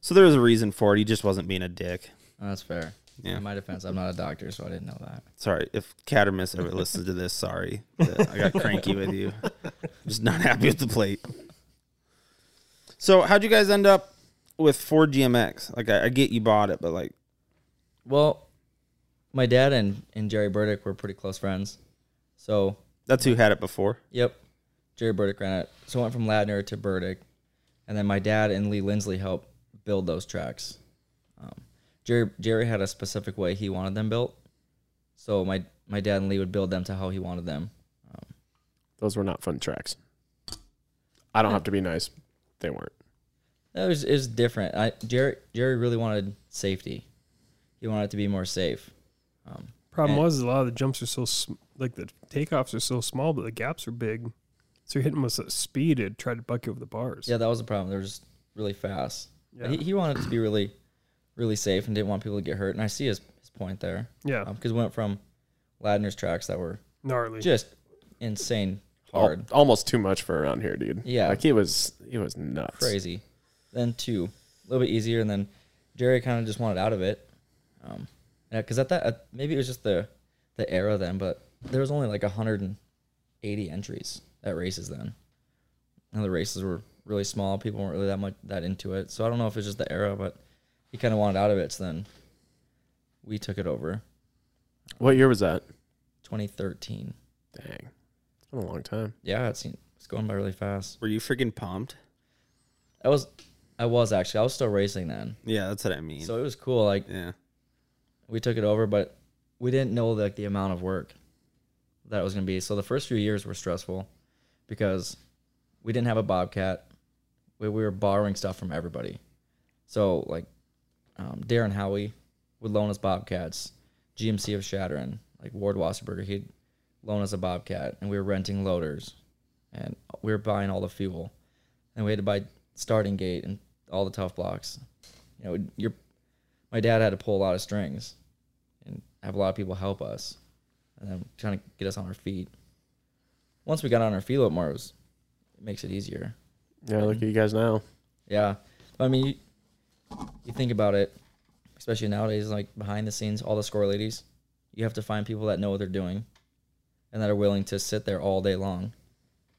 Speaker 4: So there was a reason for it. He just wasn't being a dick.
Speaker 1: that's fair.
Speaker 4: Yeah.
Speaker 1: In my defense, I'm not a doctor, so I didn't know that.
Speaker 4: Sorry, if Catermus ever listens to this, sorry. that I got cranky with you. Just not happy with the plate. So, how'd you guys end up with Ford GMX? Like, I, I get you bought it, but like,
Speaker 1: Well, my dad and, and Jerry Burdick were pretty close friends. So,
Speaker 4: that's who had it before.
Speaker 1: yep, Jerry Burdick ran it. So I went from Ladner to Burdick. And then my dad and Lee Lindsley helped build those tracks. Um, Jerry, Jerry had a specific way he wanted them built. So my, my dad and Lee would build them to how he wanted them.
Speaker 2: Those were not fun tracks. I don't have to be nice. They weren't.
Speaker 1: It was, it was different. I, Jerry, Jerry really wanted safety. He wanted it to be more safe. Um,
Speaker 5: Problem
Speaker 1: And-
Speaker 5: was a lot of the jumps are so sm- like the takeoffs are so small, but the gaps are big. So you're hitting with such speed it tried to buck you over the bars.
Speaker 1: yeah, that was the problem. They were just really fast.
Speaker 5: Yeah.
Speaker 1: He, he wanted it to be really, really safe and didn't want people to get hurt. And I see his, his point there.
Speaker 5: Yeah.
Speaker 1: Because we went from Ladner's tracks that were
Speaker 5: Gnarly.
Speaker 1: just insane,
Speaker 2: Al-
Speaker 1: hard,
Speaker 2: almost too much for around here, dude.
Speaker 1: Yeah.
Speaker 2: like he was, he was nuts.
Speaker 1: crazy. Then two, a little bit easier. And then Jerry kind of just wanted out of it. Um, because at that, at, maybe it was just the, the era then, but there was only like 180 entries at races then. And the races were really small. People weren't really that much that into it. So I don't know if it's just the era, but he kind of wanted out of it. So then we took it over
Speaker 2: What year was that?
Speaker 1: 2013.
Speaker 2: Dang, it's been a long time.
Speaker 1: Yeah, it seemed, it's going by really fast.
Speaker 4: Were you freaking pumped?
Speaker 1: I was, I was actually, I was still racing then.
Speaker 4: Yeah, that's what I mean.
Speaker 1: So it was cool. Like
Speaker 4: yeah.
Speaker 1: we took it over, but we didn't know like the amount of work that it was going to be. So the first few years were stressful because we didn't have a Bobcat. We, we were borrowing stuff from everybody. So like um, Darren Howie would loan us Bobcats. GMC of Shatterin, like Ward Wasserberger, he'd loan us a Bobcat, and we were renting loaders, and we were buying all the fuel, and we had to buy starting gate and all the tough blocks. You know, you're my dad had to pull a lot of strings and have a lot of people help us and then trying to get us on our feet. Once we got on our feet a little more, it, was, it makes it easier.
Speaker 2: Yeah,
Speaker 1: Mm-hmm.
Speaker 2: look at you guys now.
Speaker 1: Yeah. I mean, you, you think about it, especially nowadays, like behind the scenes, all the score ladies, you have to find people that know what they're doing and that are willing to sit there all day long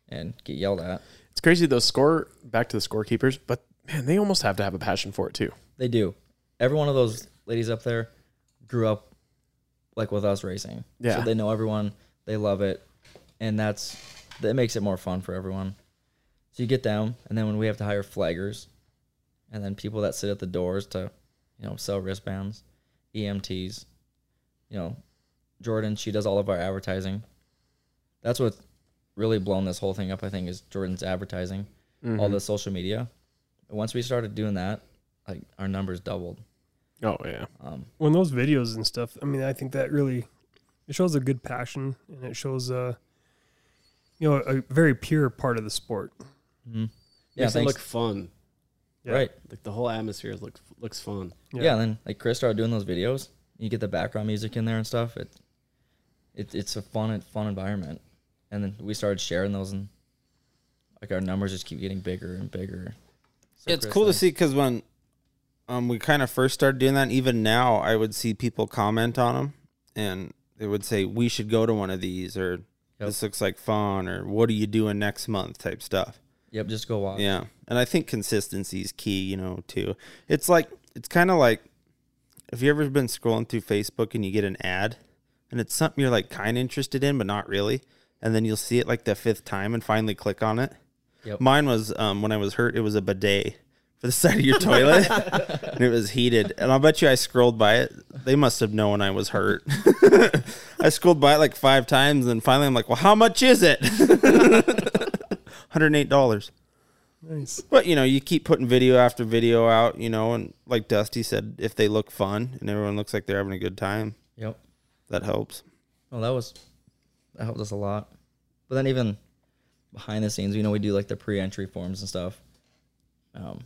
Speaker 1: and get yelled at.
Speaker 2: It's crazy. Those score back to the scorekeepers, but man, they almost have to have a passion for it too.
Speaker 1: They do. Every one of those ladies up there grew up like with us racing.
Speaker 2: Yeah.
Speaker 1: So they know everyone. They love it. And that's that makes it more fun for everyone. So you get them and then when we have to hire flaggers and then people that sit at the doors to, you know, sell wristbands, EMTs, you know, Jordan, she does all of our advertising. That's what's really blown this whole thing up, I think, is Jordan's advertising, all the social media. And once we started doing that, like our numbers doubled.
Speaker 2: Oh yeah,
Speaker 5: when those videos and stuff i mean i think that really it shows a good passion and it shows uh you know a very pure part of the sport
Speaker 1: Yeah,
Speaker 6: Makes it
Speaker 1: thanks.
Speaker 6: look fun.
Speaker 5: yeah.
Speaker 1: right.
Speaker 6: Like the whole atmosphere looks looks fun.
Speaker 1: Yeah.
Speaker 5: Yeah.
Speaker 1: and then like Chris started doing those videos. You get the background music in there and stuff. It, it it's a fun and fun environment. And then we started sharing those, and like our numbers just keep getting bigger and bigger. So
Speaker 4: it's
Speaker 1: Chris,
Speaker 4: cool to
Speaker 1: like-
Speaker 4: see because when um, we kind of first started doing that, and even now, I would see people comment on them and they would say, We should go to one of these, or
Speaker 1: Yep.
Speaker 4: This looks like fun, or what are you doing next month type stuff.
Speaker 1: Yep, just go walk.
Speaker 4: Yeah. And I think consistency is key, you know, too. It's like, it's kind of like, have you ever been scrolling through Facebook and you get an ad and it's something you're like kind of interested in, but not really? And then you'll see it like the fifth time and finally click on it.
Speaker 1: Yep.
Speaker 4: Mine was um, when I was hurt, it was a bidet for the side of your toilet and it was heated. And I'll bet you I scrolled by it. They must have known I was hurt. I scrolled by it like five times and finally I'm like, well, how much is it? $108.
Speaker 5: Nice.
Speaker 4: But you know, you keep putting video after video out, you know, and like Dusty said, if they look fun and everyone looks like they're having a good time,
Speaker 1: Yep.
Speaker 4: that helps.
Speaker 1: Well, that was that helped us a lot. But then even behind the scenes, you know, we do like the pre-entry forms and stuff. Um,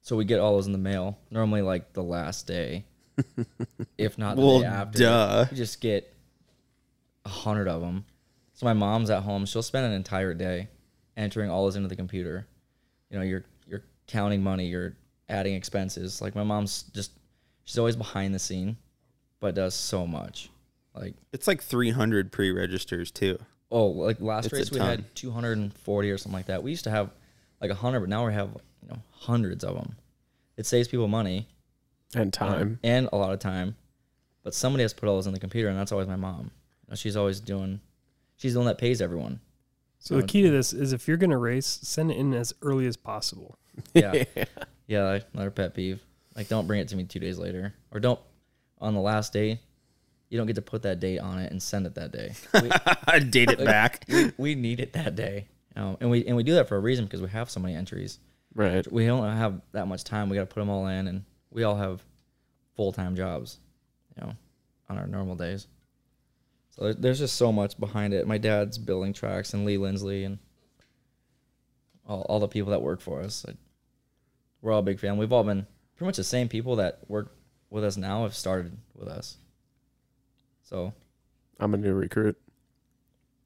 Speaker 1: so we get all those in the mail normally like the last day, if not the
Speaker 4: Well,
Speaker 1: day after.
Speaker 4: duh.
Speaker 1: You just get a hundred of them. So my mom's at home; she'll spend an entire day entering all those into the computer. You know, you're you're counting money, you're adding expenses. Like my mom's just she's always behind the scene, but does so much. Like
Speaker 4: It's like 300 pre-registers too.
Speaker 1: Oh, like last
Speaker 4: It's a
Speaker 1: race we
Speaker 4: ton.
Speaker 1: had 240 or something like that. We used to have like 100, but now we have you know hundreds of them. It saves people money
Speaker 2: and time.
Speaker 1: and a lot of time. But somebody has to put all those in the computer, and that's always my mom. You know, she's always doing. She's the one that pays everyone.
Speaker 5: So the key to this is if you're gonna race, send it in as early as possible.
Speaker 1: Yeah, yeah. like, Another pet peeve. Like, don't bring it to me two days later, or don't on the last day. You don't get to put that date on it and send it that day. We,
Speaker 4: I date it back.
Speaker 1: we need it that day, um, and we and we do that for a reason because we have so many entries.
Speaker 2: Right.
Speaker 1: we don't have that much time. We got to put them all in, and we all have full time jobs, you know, on our normal days. So there- there's just so much behind it. My dad's building tracks, and Lee Lindsley, and all, all the people that work for us. Like, we're all a big family. We've all been pretty much the same people that work with us now have started with us. So,
Speaker 2: I'm a new recruit.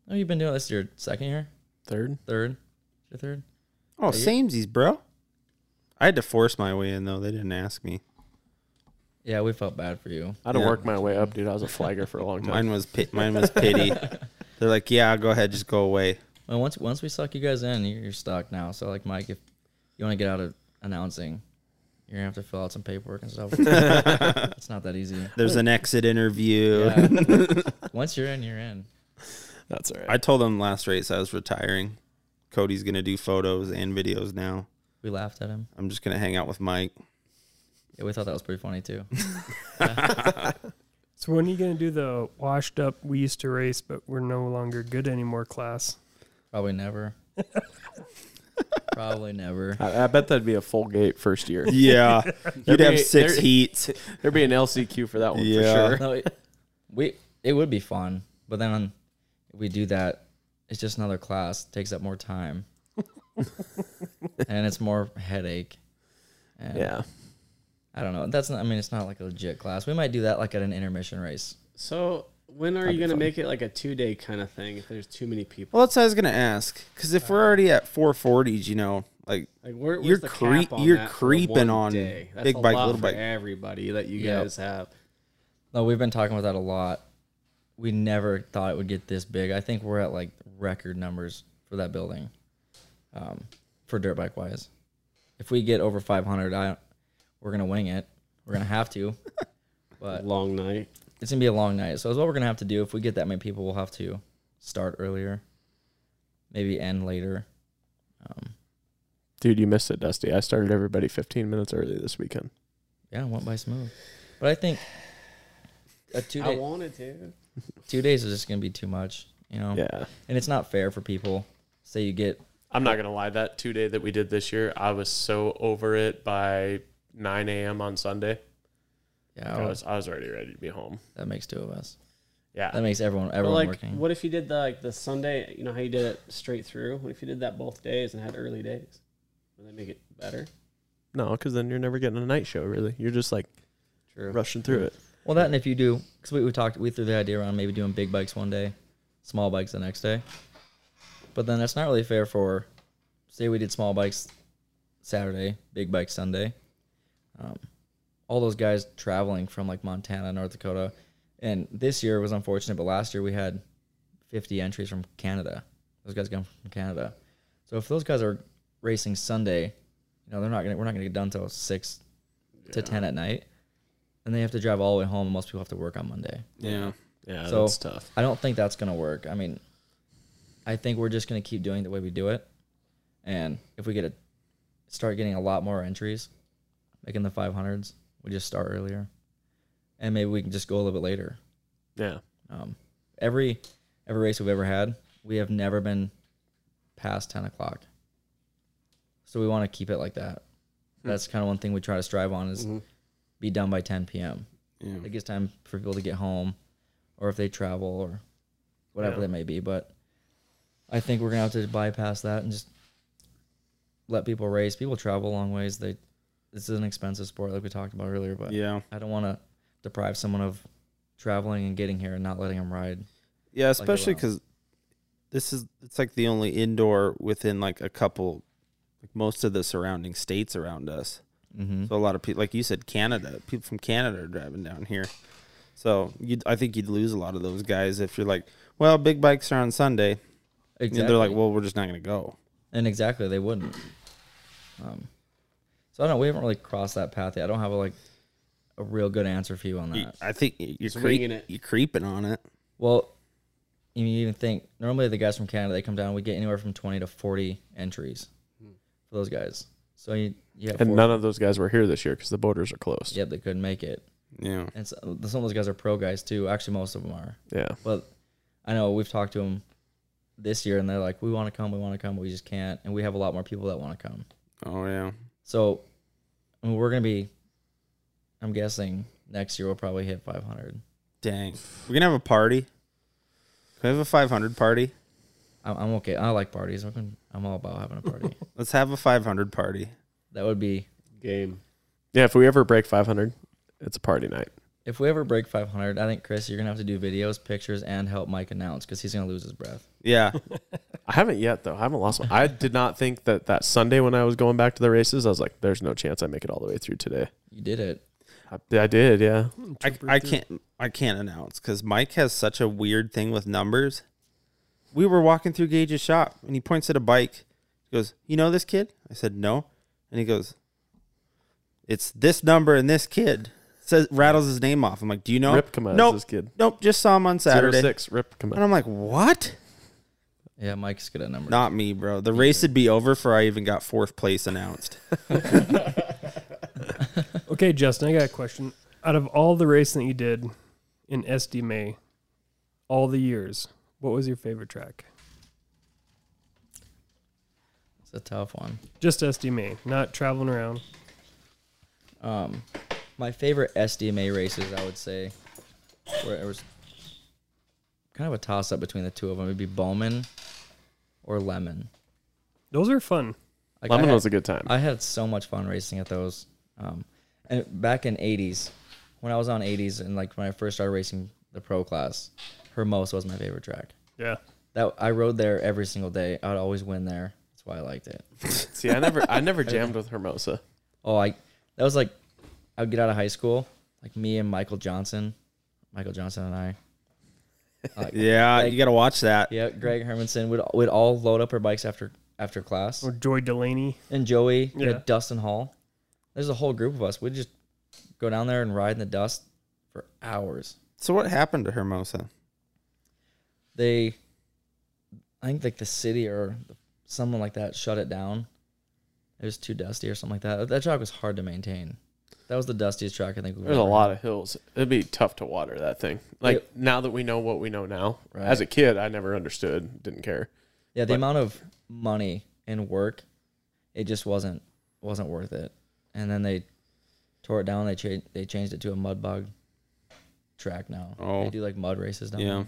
Speaker 1: oh, you've been doing this your second year,
Speaker 2: Third.
Speaker 1: third, your third.
Speaker 4: Oh, samesies, bro. I had to force my way in though. They didn't ask me.
Speaker 1: Yeah, we felt bad for you.
Speaker 2: I had to
Speaker 4: Yeah.
Speaker 2: work my way up, dude. I was a flagger for a long time.
Speaker 4: Mine was pit. Mine was pity. They're like, yeah, go ahead, just go away.
Speaker 1: Well, once once we suck you guys in, you're, you're stuck now. So like Mike, if you want to get out of announcing, you're gonna have to fill out some paperwork and stuff. it's not that easy.
Speaker 4: There's an exit interview.
Speaker 1: Yeah. once you're in, you're in.
Speaker 2: That's all right.
Speaker 4: I told them last race I was retiring. Cody's gonna do photos and videos now.
Speaker 1: We laughed at him.
Speaker 4: I'm just gonna hang out with Mike.
Speaker 1: Yeah, we thought that was pretty funny too.
Speaker 5: So when are you gonna do the washed up we used to race but we're no longer good anymore class?
Speaker 1: Probably never. Probably never.
Speaker 2: I, I bet that'd be a full gate first year.
Speaker 4: Yeah, you'd have
Speaker 2: be-
Speaker 4: six
Speaker 2: there-
Speaker 4: heats.
Speaker 2: There'd be an LCQ for that one
Speaker 4: Yeah.
Speaker 2: for sure.
Speaker 1: No, it, we it would be fun, but then if we do that, it's just another class. Takes up more time, and it's more headache. And
Speaker 2: Yeah.
Speaker 1: I don't know. That's not. I mean, it's not like a legit class. We might do that like at an intermission race.
Speaker 6: So when are you gonna make it like a two day kind of thing? If there's too many people,
Speaker 4: Well, that's what I was gonna ask. Because if we're already at 440s, you know, like
Speaker 6: like where, where's
Speaker 4: You're
Speaker 6: the
Speaker 4: cre-
Speaker 6: cap on
Speaker 4: you're
Speaker 6: that for
Speaker 4: creeping
Speaker 6: one
Speaker 4: on
Speaker 6: day? That's
Speaker 4: big
Speaker 6: a
Speaker 4: bike,
Speaker 6: lot
Speaker 4: little
Speaker 6: for
Speaker 4: bike.
Speaker 6: Everybody that you
Speaker 1: Yep.
Speaker 6: guys have.
Speaker 1: No, we've been talking about that a lot. We never thought it would get this big. I think we're at like record numbers for that building, um, for dirt bike wise. If we get over 500, I, we're gonna wing it. We're gonna have to. But
Speaker 6: Long night.
Speaker 1: it's gonna be a long night. So that's what we're gonna have to do. If we get that many people, we'll have to start earlier, maybe end later. Um,
Speaker 2: Dude, you missed it, Dusty. I started everybody 15 minutes early this weekend.
Speaker 1: yeah, it went by smooth. But I think a two
Speaker 6: I
Speaker 1: day,
Speaker 6: wanted to.
Speaker 1: two days is just gonna be too much, you know.
Speaker 2: Yeah.
Speaker 1: And it's not fair for people. Say you get
Speaker 2: I'm not gonna lie, that two day that we did this year, I was so over it by 9 a.m. on Sunday.
Speaker 1: yeah, oh,
Speaker 2: I was I was already ready to be home.
Speaker 1: that makes two of us.
Speaker 2: Yeah.
Speaker 1: That makes everyone
Speaker 6: But
Speaker 1: everyone
Speaker 6: like,
Speaker 1: working.
Speaker 6: what if you did the like the Sunday? You know how you did it straight through. What if you did that both days and had early days? Would that make it better?
Speaker 2: no, because then you're never getting a night show. Really, you're just like
Speaker 6: True.
Speaker 2: rushing through it.
Speaker 1: well, that and if you do, because we, we talked, we threw the idea around maybe doing big bikes one day, small bikes the next day. But then that's not really fair for, say we did small bikes Saturday, big bike Sunday. Um, all those guys traveling from like Montana, North Dakota, and this year was unfortunate, but last year we had 50 entries from Canada. Those guys come from Canada. So if those guys are racing Sunday, you know, they're not gonna we're not gonna get done till six to ten at night. And they have to drive all the way home and most people have to work on Monday.
Speaker 6: Yeah. Yeah,
Speaker 1: So-
Speaker 6: that's tough.
Speaker 1: I don't think that's gonna work. I mean I think we're just gonna keep doing it the way we do it. And if we get a start getting a lot more entries, making the five hundreds, we just start earlier. And maybe we can just go a little bit later.
Speaker 2: Yeah.
Speaker 1: Um, every every race we've ever had, we have never been past ten o'clock. So we want to keep it like that. That's kind of one thing we try to strive on is
Speaker 6: Mm-hmm.
Speaker 1: be done by ten p.m.
Speaker 6: Yeah.
Speaker 1: It gives time for people to get home, or if they travel or whatever
Speaker 2: Yeah.
Speaker 1: that may be. But I think we're gonna have to bypass that and just let people race. People travel long ways. They this is an expensive sport, like we talked about earlier. But
Speaker 4: Yeah.
Speaker 1: I don't want to deprive someone of traveling and getting here and not letting them ride.
Speaker 4: Yeah, especially
Speaker 1: wow.
Speaker 4: because this is it's like the only indoor within like a couple, like most of the surrounding states around us.
Speaker 1: Mm-hmm.
Speaker 4: So a lot of people, like you said, Canada, people from Canada are driving down here. So you'd, I think you'd lose a lot of those guys if you're like, well, big bikes are on Sunday,
Speaker 1: Exactly.
Speaker 4: and they're like, well, we're just not going to go.
Speaker 1: and exactly they wouldn't. Um, so I don't. We haven't really crossed that path yet. I don't have a, like a real good answer for you on
Speaker 4: You-
Speaker 1: that.
Speaker 4: I think y- you're
Speaker 6: Just
Speaker 4: creep,
Speaker 6: winging it.
Speaker 4: you're creeping on it.
Speaker 1: Well, you even think normally the guys from Canada they come down. We get anywhere from twenty to forty entries for those guys. So you you have
Speaker 2: And
Speaker 1: four-
Speaker 2: none of those guys were here this year because the borders are closed.
Speaker 1: Yep, they couldn't make it.
Speaker 4: Yeah,
Speaker 1: And so, some of those guys are pro guys too. Actually, most of them are.
Speaker 2: Yeah.
Speaker 1: But I know we've talked to them this year, and they're like, "We want to come, we want to come, but we just can't." And we have a lot more people that want to come.
Speaker 4: oh yeah,
Speaker 1: So I mean, we're gonna be. I'm guessing next year we'll probably hit 500.
Speaker 4: dang, we're gonna have a party. Can we have a 500 party?
Speaker 1: I'm, I'm okay. I like parties. I'm, gonna- I'm all about having a party.
Speaker 4: Let's have a 500 party.
Speaker 1: that would be
Speaker 6: Game.
Speaker 2: Yeah. If we ever break 500, it's a party night.
Speaker 1: if we ever break 500. I think Chris, you're gonna have to do videos, pictures, and help Mike announce because he's gonna lose his breath.
Speaker 4: Yeah,
Speaker 2: I haven't yet though. I haven't lost one. I did not think that that Sunday when I was going back to the races, I was like, "There's no chance I make it all the way through today."
Speaker 1: You did it.
Speaker 2: I, I did, yeah.
Speaker 4: I, I can't I can't announce because Mike has such a weird thing with numbers. We were walking through Gage's shop and he points at a bike. He goes, "You know this kid?" I said, "No," and he goes, "It's this number and this kid." Says rattles his name off. I'm like, "Do you know?" him?"
Speaker 2: Rip Kamaz,
Speaker 4: Nope.
Speaker 2: this kid.
Speaker 4: Nope. Just saw him on
Speaker 2: Zero
Speaker 4: Saturday.
Speaker 2: six. Rip. Come
Speaker 4: And
Speaker 2: on.
Speaker 4: I'm like, "What?"
Speaker 1: Yeah, Mike's good at numbers.
Speaker 4: Not me, bro. The race would be over for I even got fourth place announced.
Speaker 5: Okay, Justin, I got a question. Out of all the racing that you did in SD May, all the years, what was your favorite track?
Speaker 1: It's a tough one.
Speaker 5: Just SD May, not traveling around.
Speaker 1: Um, my favorite SDMA races, I would say, where it was kind of a toss up between the two of them. It'd be Bowman or Lemon.
Speaker 5: Those are fun.
Speaker 1: Like, I
Speaker 2: Lemon
Speaker 1: had-
Speaker 2: was a good time.
Speaker 1: I had so much fun racing at those. Um, and back in '80s, when I was on '80s and like when I first started racing the pro class, Hermosa was my favorite track.
Speaker 5: Yeah.
Speaker 1: That I rode there every single day. I'd always win there. That's why I liked it.
Speaker 2: See, I never, I never jammed with Hermosa.
Speaker 1: Oh, I that was like I would get out of high school, like me and Michael Johnson, Michael Johnson and I. Like,
Speaker 4: yeah, you got to watch that.
Speaker 1: yeah, Greg Hermanson would would all load up our bikes after after class.
Speaker 5: Or Joy Delaney.
Speaker 1: and Joey, we had
Speaker 5: Yeah.
Speaker 1: Dustin Hall. There's a whole group of us. We'd just go down there and ride in the dust for hours.
Speaker 4: So what happened to Hermosa?
Speaker 1: They, I think like the city or someone like that shut it down. It was too dusty or something like that. That track was hard to maintain. That was the dustiest track I think. we've
Speaker 2: There's a
Speaker 1: ever
Speaker 2: lot of hills. It'd be tough to water that thing. Like now that we know what we know now,
Speaker 1: Right.
Speaker 2: as a kid, I never understood, didn't care.
Speaker 1: Yeah, the
Speaker 2: But-
Speaker 1: amount of money and work, it just wasn't wasn't worth it. And then they tore it down. They cha- they changed it to a mud bug track now.
Speaker 4: Oh.
Speaker 1: They do like mud races now.
Speaker 4: Yeah,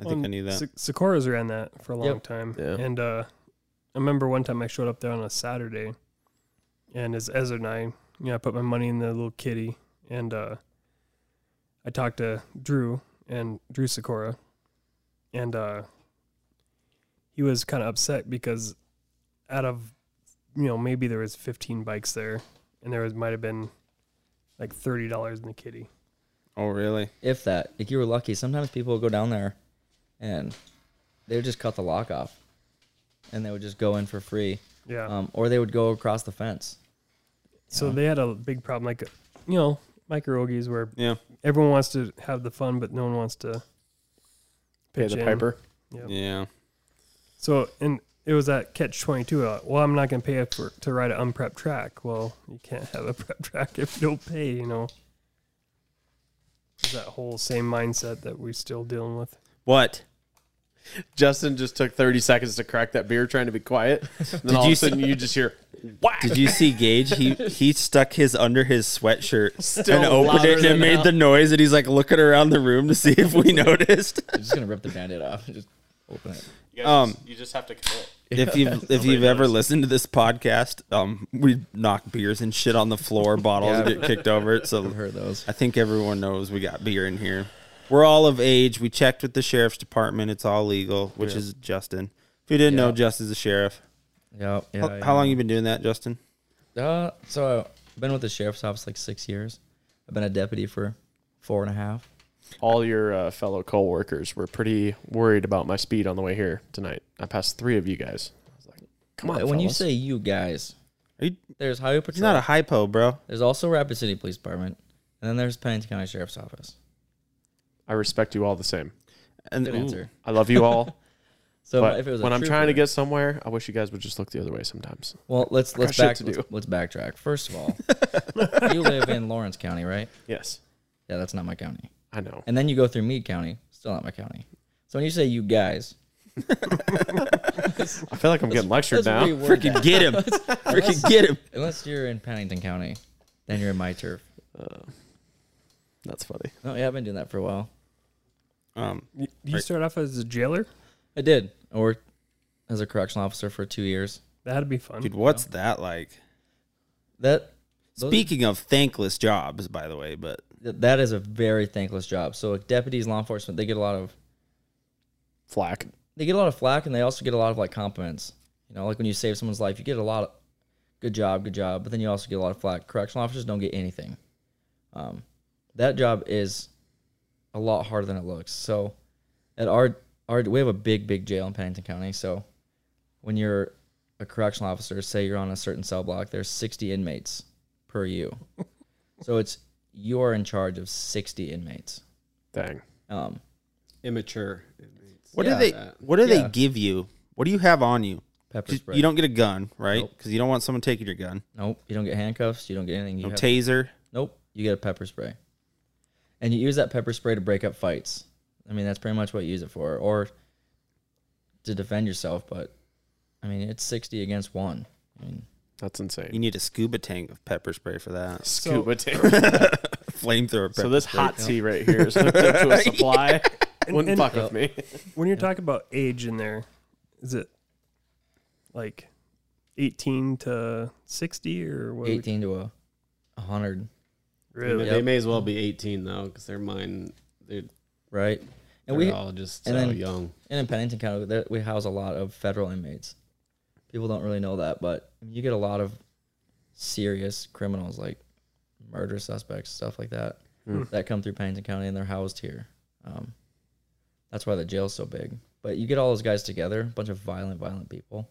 Speaker 4: I think I
Speaker 5: Um,
Speaker 4: knew that.
Speaker 5: Se- Socorro's ran that for a long
Speaker 1: Yep.
Speaker 5: time.
Speaker 2: Yeah.
Speaker 5: And uh, I remember one time I showed up there on a Saturday, and as Ezra and I, you know, I put my money in the little kitty, and uh, I talked to Drew and Drew Socorro, and uh, he was kind of upset because out of you know maybe there was 15 bikes there, and there was might have been like thirty dollars in the kitty.
Speaker 4: Oh, really?
Speaker 1: If that, if you were lucky, sometimes people would go down there, and they would just cut the lock off, and they would just go in for free,
Speaker 5: Yeah.
Speaker 1: um, or they would go across the fence.
Speaker 5: so they had a big problem, like you know, micro oogies where
Speaker 4: Yeah.
Speaker 5: everyone wants to have the fun, but no one wants to
Speaker 2: Pay
Speaker 5: pitch
Speaker 2: the
Speaker 5: in.
Speaker 2: piper.
Speaker 5: Yep.
Speaker 4: Yeah.
Speaker 5: So and it was that catch twenty two. Uh, well, I'm not gonna pay for to ride an unprepped track. Well, you can't have a prep track if you don't pay. You know, It's that whole same mindset that we're still dealing with.
Speaker 4: What?
Speaker 2: Justin just took 30 seconds to crack that beer trying to be quiet. And then all of
Speaker 4: you
Speaker 2: a
Speaker 4: s-
Speaker 2: sudden you just hear, whack.
Speaker 4: Did you see Gage? He he stuck his under his sweatshirt
Speaker 2: Still
Speaker 4: and opened
Speaker 2: louder
Speaker 4: it and
Speaker 2: than
Speaker 4: it made
Speaker 2: hell.
Speaker 4: the noise and he's like looking around the room to see if we noticed.
Speaker 1: They're just gonna rip the band-aid off and just open it.
Speaker 2: You,
Speaker 4: Um,
Speaker 2: you just have to commit.
Speaker 4: if you've if you've ever listened to this podcast, um, we knock beers and shit on the floor, bottles
Speaker 1: Yeah.
Speaker 4: get kicked over. So
Speaker 1: I've heard those.
Speaker 4: I think everyone knows we got beer in here. We're all of age. We checked with the sheriff's department. It's all legal, which is Justin. If you didn't know,
Speaker 1: Yeah.
Speaker 4: Justin's a sheriff.
Speaker 1: Yeah. yeah
Speaker 4: How, how long you been doing that, Justin?
Speaker 1: Uh, so I've been with the sheriff's office like six years. I've been a deputy for four and a half.
Speaker 2: All your uh, fellow coworkers were pretty worried about my speed on the way here tonight. I passed three of you guys. I was like, come on.
Speaker 1: When you
Speaker 2: fellas.
Speaker 1: say you guys,
Speaker 4: Are you,
Speaker 1: there's highway
Speaker 4: it's
Speaker 1: patrol.
Speaker 4: not a hypo, bro.
Speaker 1: there's also Rapid City Police Department, and then there's Pennington County Sheriff's Office.
Speaker 2: I respect you all the same.
Speaker 4: And
Speaker 1: Good answer.
Speaker 2: I love you all.
Speaker 1: So
Speaker 2: but
Speaker 1: if it was a
Speaker 2: when I'm trying to
Speaker 1: trooper-
Speaker 2: get somewhere, I wish you guys would just look the other way sometimes.
Speaker 1: well, let's let's
Speaker 2: shit
Speaker 1: back
Speaker 2: to
Speaker 1: let's,
Speaker 2: do.
Speaker 1: let's backtrack. First of all, you live in Lawrence County, right?
Speaker 2: Yes,
Speaker 1: Yeah, that's not my county.
Speaker 2: I know.
Speaker 1: And then you go through Meade County, still not my county. So when you say you guys,
Speaker 2: I feel like I'm getting lectured
Speaker 1: let's
Speaker 2: now.
Speaker 1: reword
Speaker 4: Freaking
Speaker 1: that.
Speaker 4: get him. Freaking get him.
Speaker 1: unless you're in Pennington County, then you're in my turf.
Speaker 2: That's funny.
Speaker 1: No, yeah, I've been doing that for a while.
Speaker 4: Um,
Speaker 5: You, you start off as a jailer.
Speaker 1: I did. I worked as a correctional officer for two years.
Speaker 5: That'd be fun.
Speaker 4: dude, what's that like?
Speaker 1: That those-
Speaker 4: Speaking of thankless jobs, by the way, but
Speaker 1: that is a very thankless job. So like, deputies, law enforcement, they get a lot of
Speaker 2: Flack.
Speaker 1: they get a lot of flack, and they also get a lot of like compliments. You know, like when you save someone's life, you get a lot of good job, good job, but then you also get a lot of flack. Correctional officers don't get anything. Um, that job is a lot harder than it looks. So at our our we have a big big jail in Pennington County. So when you're a correctional officer, say you're on a certain cell block, there's 60 inmates per you. so it's you are in charge of 60 inmates.
Speaker 2: Dang.
Speaker 1: Um,
Speaker 6: Immature.
Speaker 4: what
Speaker 1: Yeah.
Speaker 4: do they what do
Speaker 1: Yeah.
Speaker 4: they give you? What do you have on you?
Speaker 1: pepper
Speaker 4: Just-
Speaker 1: spray.
Speaker 4: You don't get a gun, right? Because you don't want someone taking your gun.
Speaker 1: nope. You don't get handcuffs. You don't get anything. You
Speaker 4: No
Speaker 1: have-
Speaker 4: taser.
Speaker 1: Nope. You get a pepper spray. And you use that pepper spray to break up fights. I mean, that's pretty much what you use it for, or to defend yourself. But I mean, it's 60 against one. I mean,
Speaker 2: That's
Speaker 4: You
Speaker 2: insane.
Speaker 4: need a scuba tank of pepper spray for that.
Speaker 2: Scuba tank.
Speaker 4: Flamethrower.
Speaker 2: So
Speaker 4: pepper
Speaker 2: this
Speaker 4: spray.
Speaker 2: hot tea right here is hooked up to a supply. Wouldn't
Speaker 5: and-
Speaker 2: fuck with me.
Speaker 5: when you're talking about age in there, is it like eighteen to sixty or what?
Speaker 1: 18 to a 100,
Speaker 5: Really?
Speaker 6: They may as well be 18 though, because they're mine. They're,
Speaker 1: right?
Speaker 6: they're
Speaker 1: And we
Speaker 6: all just so
Speaker 1: and then-
Speaker 6: young.
Speaker 1: and in Pennington County, there, we house a lot of federal inmates. People don't really know that, but you get a lot of serious criminals, like murder suspects, stuff like that,
Speaker 2: Hmm.
Speaker 1: that come through Pennington County and they're housed here. Um, that's why the jail's so big. But you get all those guys together, a bunch of violent, violent people.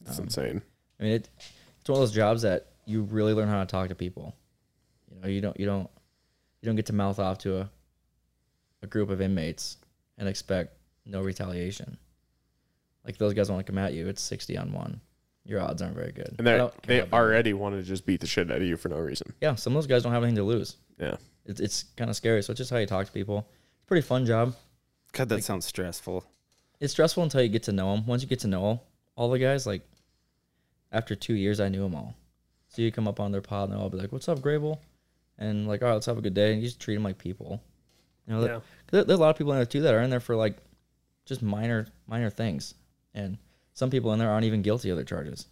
Speaker 2: That's
Speaker 1: Um,
Speaker 2: insane.
Speaker 1: I mean, it, it's one of those jobs that you really learn how to talk to people. You know, you don't, you don't, you don't get to mouth off to a, a group of inmates and expect no retaliation. Like those guys want to come at you. It's sixty on one. Your odds aren't very good.
Speaker 2: And
Speaker 1: I
Speaker 2: they
Speaker 1: don't care
Speaker 2: they
Speaker 1: about that.
Speaker 2: already wanted to just beat the shit out of you for no reason.
Speaker 1: Yeah, some of those guys don't have anything to lose.
Speaker 2: Yeah.
Speaker 1: It's it's kind of scary. So it's just how you talk to people. It's a pretty fun job.
Speaker 4: God, that sounds stressful.
Speaker 1: It's stressful until you get to know them. Once you get to know 'em, all the guys, like after two years, I knew them all. So you come up on their pod and they'll all be like, "What's up, Grable?" And like, "All right, let's have a good day." And you just treat them like people. You know,
Speaker 5: Yeah.
Speaker 1: there- there, there's a lot of people in there too that are in there for like just minor minor things, and some people in there aren't even guilty of their charges,